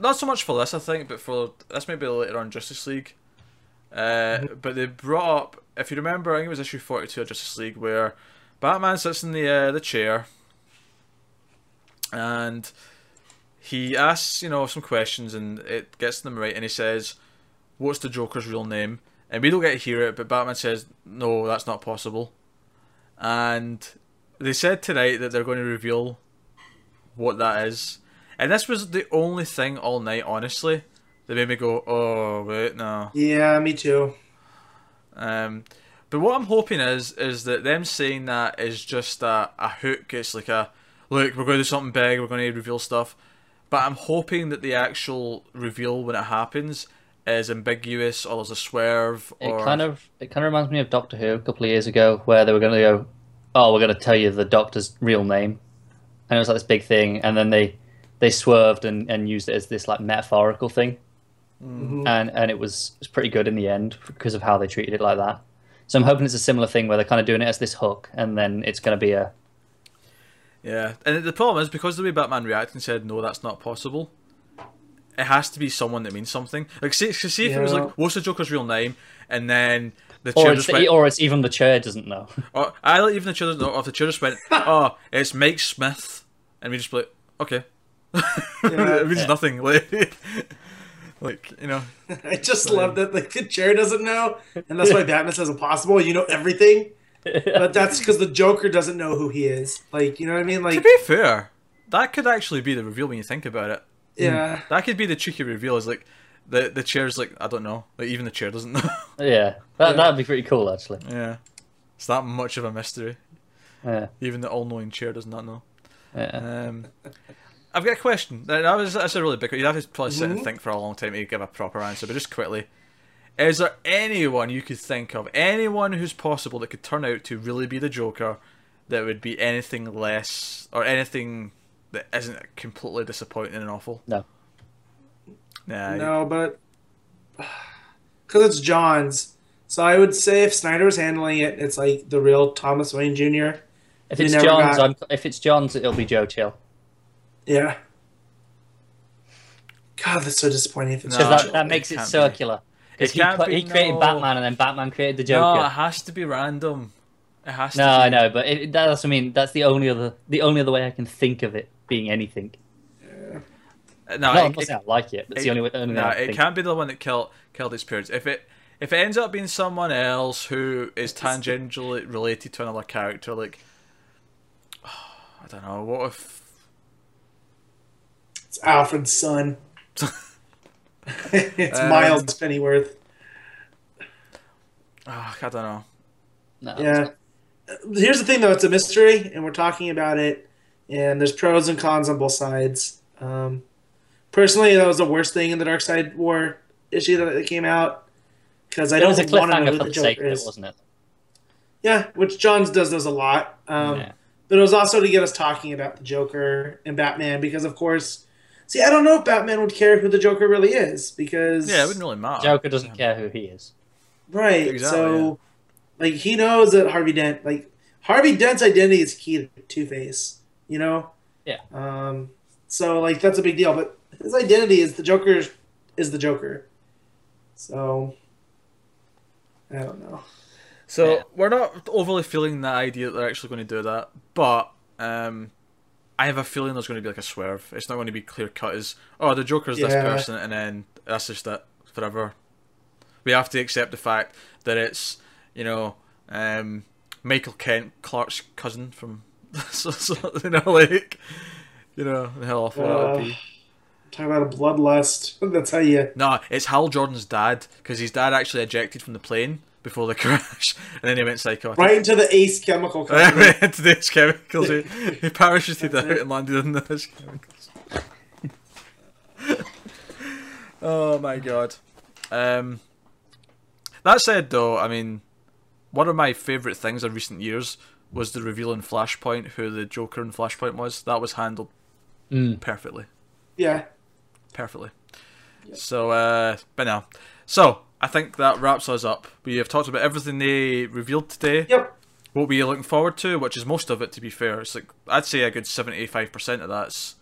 S1: not so much for this, I think, but for this maybe later on Justice League. Uh, But they brought up, if you remember, I think it was issue forty-two of Justice League where Batman sits in the uh, the chair, and he asks, you know, some questions, and it gets them right, and he says, "What's the Joker's real name?" And we don't get to hear it, but Batman says, "No, that's not possible." And they said tonight that they're going to reveal what that is, and this was the only thing all night, honestly, that made me go, "Oh wait, no."
S2: Yeah, me too.
S1: Um, but what I'm hoping is is that them saying that is just a, a hook. It's like a look, we're going to do something big. We're going to reveal stuff. But I'm hoping that the actual reveal when it happens is ambiguous or there's a swerve
S3: It
S1: or
S3: kind of it kind of reminds me of Doctor Who a couple of years ago, where they were going to go, "Oh, we're going to tell you the Doctor's real name," and it was like this big thing, and then they they swerved and, and used it as this like metaphorical thing,
S2: Mhm.
S3: and and it was, it was pretty good in the end because of how they treated it like that. So I'm hoping it's a similar thing where they're kind of doing it as this hook, and then it's going to be a
S1: yeah. And the problem is because the way Batman reacted and said no, that's not possible. It has to be someone that means something. Like see, see if it was
S2: Yeah.
S1: like what's the Joker's real name, and then the
S3: or
S1: chair
S3: Oh, it's,
S1: just went,
S3: or it's even the chair doesn't know.
S1: Or Oh, I like even the children or the children just went, Oh, it's Mike Smith and we just be like, Okay. it means nothing. Like, like, you know.
S2: I just love that like, the chair doesn't know, and that's why Batman says impossible. You know everything, but that's because the Joker doesn't know who he is. Like, you know what I mean?
S1: To
S2: Like,
S1: be fair, that could actually be the reveal when you think about it.
S2: yeah,
S1: That could be the cheeky reveal is like the the chair's like, I don't know. Like even the chair doesn't know.
S3: yeah, that that'd be pretty cool actually.
S1: yeah. It's that much of a mystery.
S3: Yeah,
S1: Even the all knowing chair does not know.
S3: yeah.
S1: Um I've got a question. That that was that's a really big. You'd have to probably sit and think for a long time to give a proper answer, but just quickly, is there anyone you could think of, anyone who's possible that could turn out to really be the Joker, that would be anything less or anything that isn't completely disappointing and awful?
S3: No.
S1: Nah,
S2: No, but because it's John's, so I would say if Snyder's handling it, it's like the real Thomas Wayne Jr.
S3: If
S2: You
S3: it's
S2: never
S3: Johns,
S2: got-
S3: I'm, if it's Johns, it'll be Joe Chill.
S2: Yeah. God, that's so disappointing. If it's
S1: No.
S3: Because uh,
S2: John's.
S3: that, that makes it
S1: can't be.
S3: circular.
S1: It
S3: Because he,
S1: can't
S3: pla-
S1: be-
S3: he created
S1: no.
S3: Batman and then Batman created the
S1: no, it
S3: Joker.
S1: has to be random. It has
S3: No,
S1: to. be.
S3: I know, but it, that's what I mean. That's the only other the only other way I can think of it being anything.
S1: No,
S3: no,
S1: it-
S3: I'm not
S1: it-
S3: saying I like it. But it's the only way. Only
S1: no,
S3: thing I can
S1: it
S3: think.
S1: can't be the one that killed killed his parents. If it if it ends up being someone else who is tangentially related to another character, like I don't know, what if
S2: It's Alfred's son. it's
S1: Um,
S2: Miles Pennyworth.
S1: ah, I don't know.
S3: No,
S2: Yeah. Here's the thing, though. It's a mystery, and we're talking about it, and there's pros and cons on both sides. Um, personally, that was the worst thing in the Dark Side War issue that that came out because I
S3: It
S2: don't
S3: was a
S2: want to know
S3: cliffhanger
S2: who
S3: for
S2: the
S3: the sake
S2: Joker
S3: of it,
S2: is.
S3: wasn't it?
S2: Yeah, which Johns does those a lot. Um,
S3: Yeah.
S2: But it was also to get us talking about the Joker and Batman because, of course, see, I don't know if Batman would care who the Joker really is because
S1: Yeah, it wouldn't really matter.
S3: Joker doesn't care who he is.
S2: Right.
S1: Exactly,
S2: so, like, he knows that Harvey Dent, like, Harvey Dent's identity is key to Two Face. You know.
S3: Yeah.
S2: Um. So, like, that's a big deal. But his identity is the Joker. Is the Joker. So. I don't know.
S1: So
S3: Yeah.
S1: we're not overly feeling that idea that they're actually going to do that, but um, I have a feeling there's going to be like a swerve. It's not going to be clear cut as oh the Joker's this
S2: Yeah.
S1: person and then that's just it forever. We have to accept the fact that it's you know um, Michael Kent Clark's cousin from so, so, you know like you know how awful that would be.
S2: Talk about a bloodlust. That's how you.
S1: No, it's Hal Jordan's dad because his dad actually ejected from the plane before the crash and then he went psychotic.
S2: Right into the Ace Chemical Company.
S1: today's chemicals. He, he parachuted out and landed on those chemicals. oh my god. Um, that said, though, I mean, one of my favourite things in recent years was the reveal in Flashpoint who the Joker in Flashpoint was. That was handled
S3: Mm.
S1: perfectly
S2: yeah.
S1: perfectly. So, uh, but now, so I think that wraps us up. We have talked about everything they revealed today.
S2: Yep.
S1: What were you looking forward to? Which is most of it, to be fair. It's like I'd say a good seventy-five percent of that's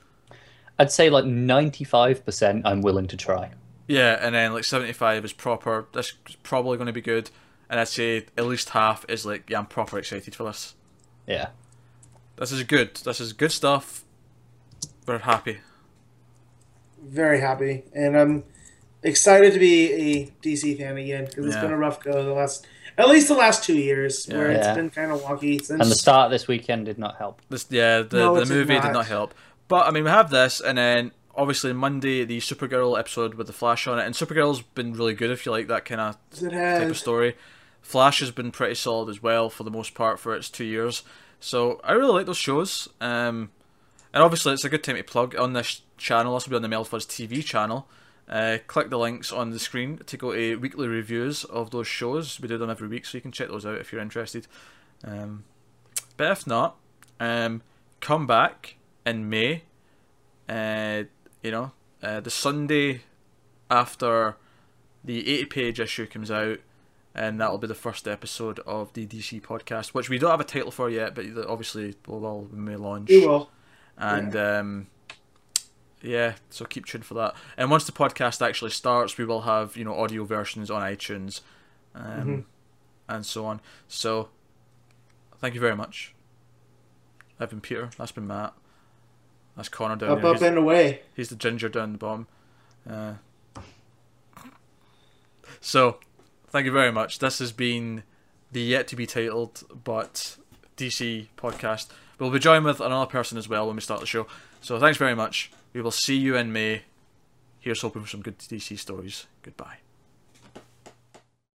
S3: I'd say like ninety-five percent. I'm willing to try.
S1: yeah, and then like seventy-five is proper. That's probably going to be good, and I'd say at least half is like yeah, I'm proper excited for this.
S3: Yeah.
S1: This is good. This is good stuff. We're happy.
S2: Very happy, and I'm excited to be a DC fan again because it's
S1: Yeah.
S2: been a rough go the last, at least the last two years, where
S3: Yeah.
S2: it's been kind of wonky since.
S3: And the start this weekend did not help.
S1: This yeah, the,
S2: No,
S1: the
S2: it did
S1: movie did
S2: not.
S1: not help. But I mean, we have this, and then obviously Monday the Supergirl episode with the Flash on it, and Supergirl's been really good if you like that kind of
S2: it
S1: type of
S2: has.
S1: story. Flash has been pretty solid as well for the most part for its two years. So I really like those shows. Um, and obviously, it's a good time to plug on this channel. This will be on the Melfuzz TV channel. Uh, click the links on the screen to go to weekly reviews of those shows. We do them every week, so you can check those out if you're interested. Um, but if not, um, come back in May. Uh, you know, uh, the Sunday after the 80 page issue comes out, and that'll be the first episode of the DC podcast, which we don't have a title for yet, but obviously we'll, we'll when we launch.
S2: We will.
S1: And um, yeah, so keep tuned for that. And once the podcast actually starts, we will have you know audio versions on iTunes, um,
S2: Mm-hmm.
S1: and so on. So thank you very much. I've been Peter. That's been Matt. That's Connor down
S2: Up,
S1: there.
S2: up,
S1: He's,
S2: and away.
S1: he's the ginger down the bottom. Uh, so thank you very much. This has been the yet to be titled but DC podcast. We'll be joined with another person as well when we start the show. So thanks very much. We will see you in May. Here's hoping for some good DC stories. Goodbye.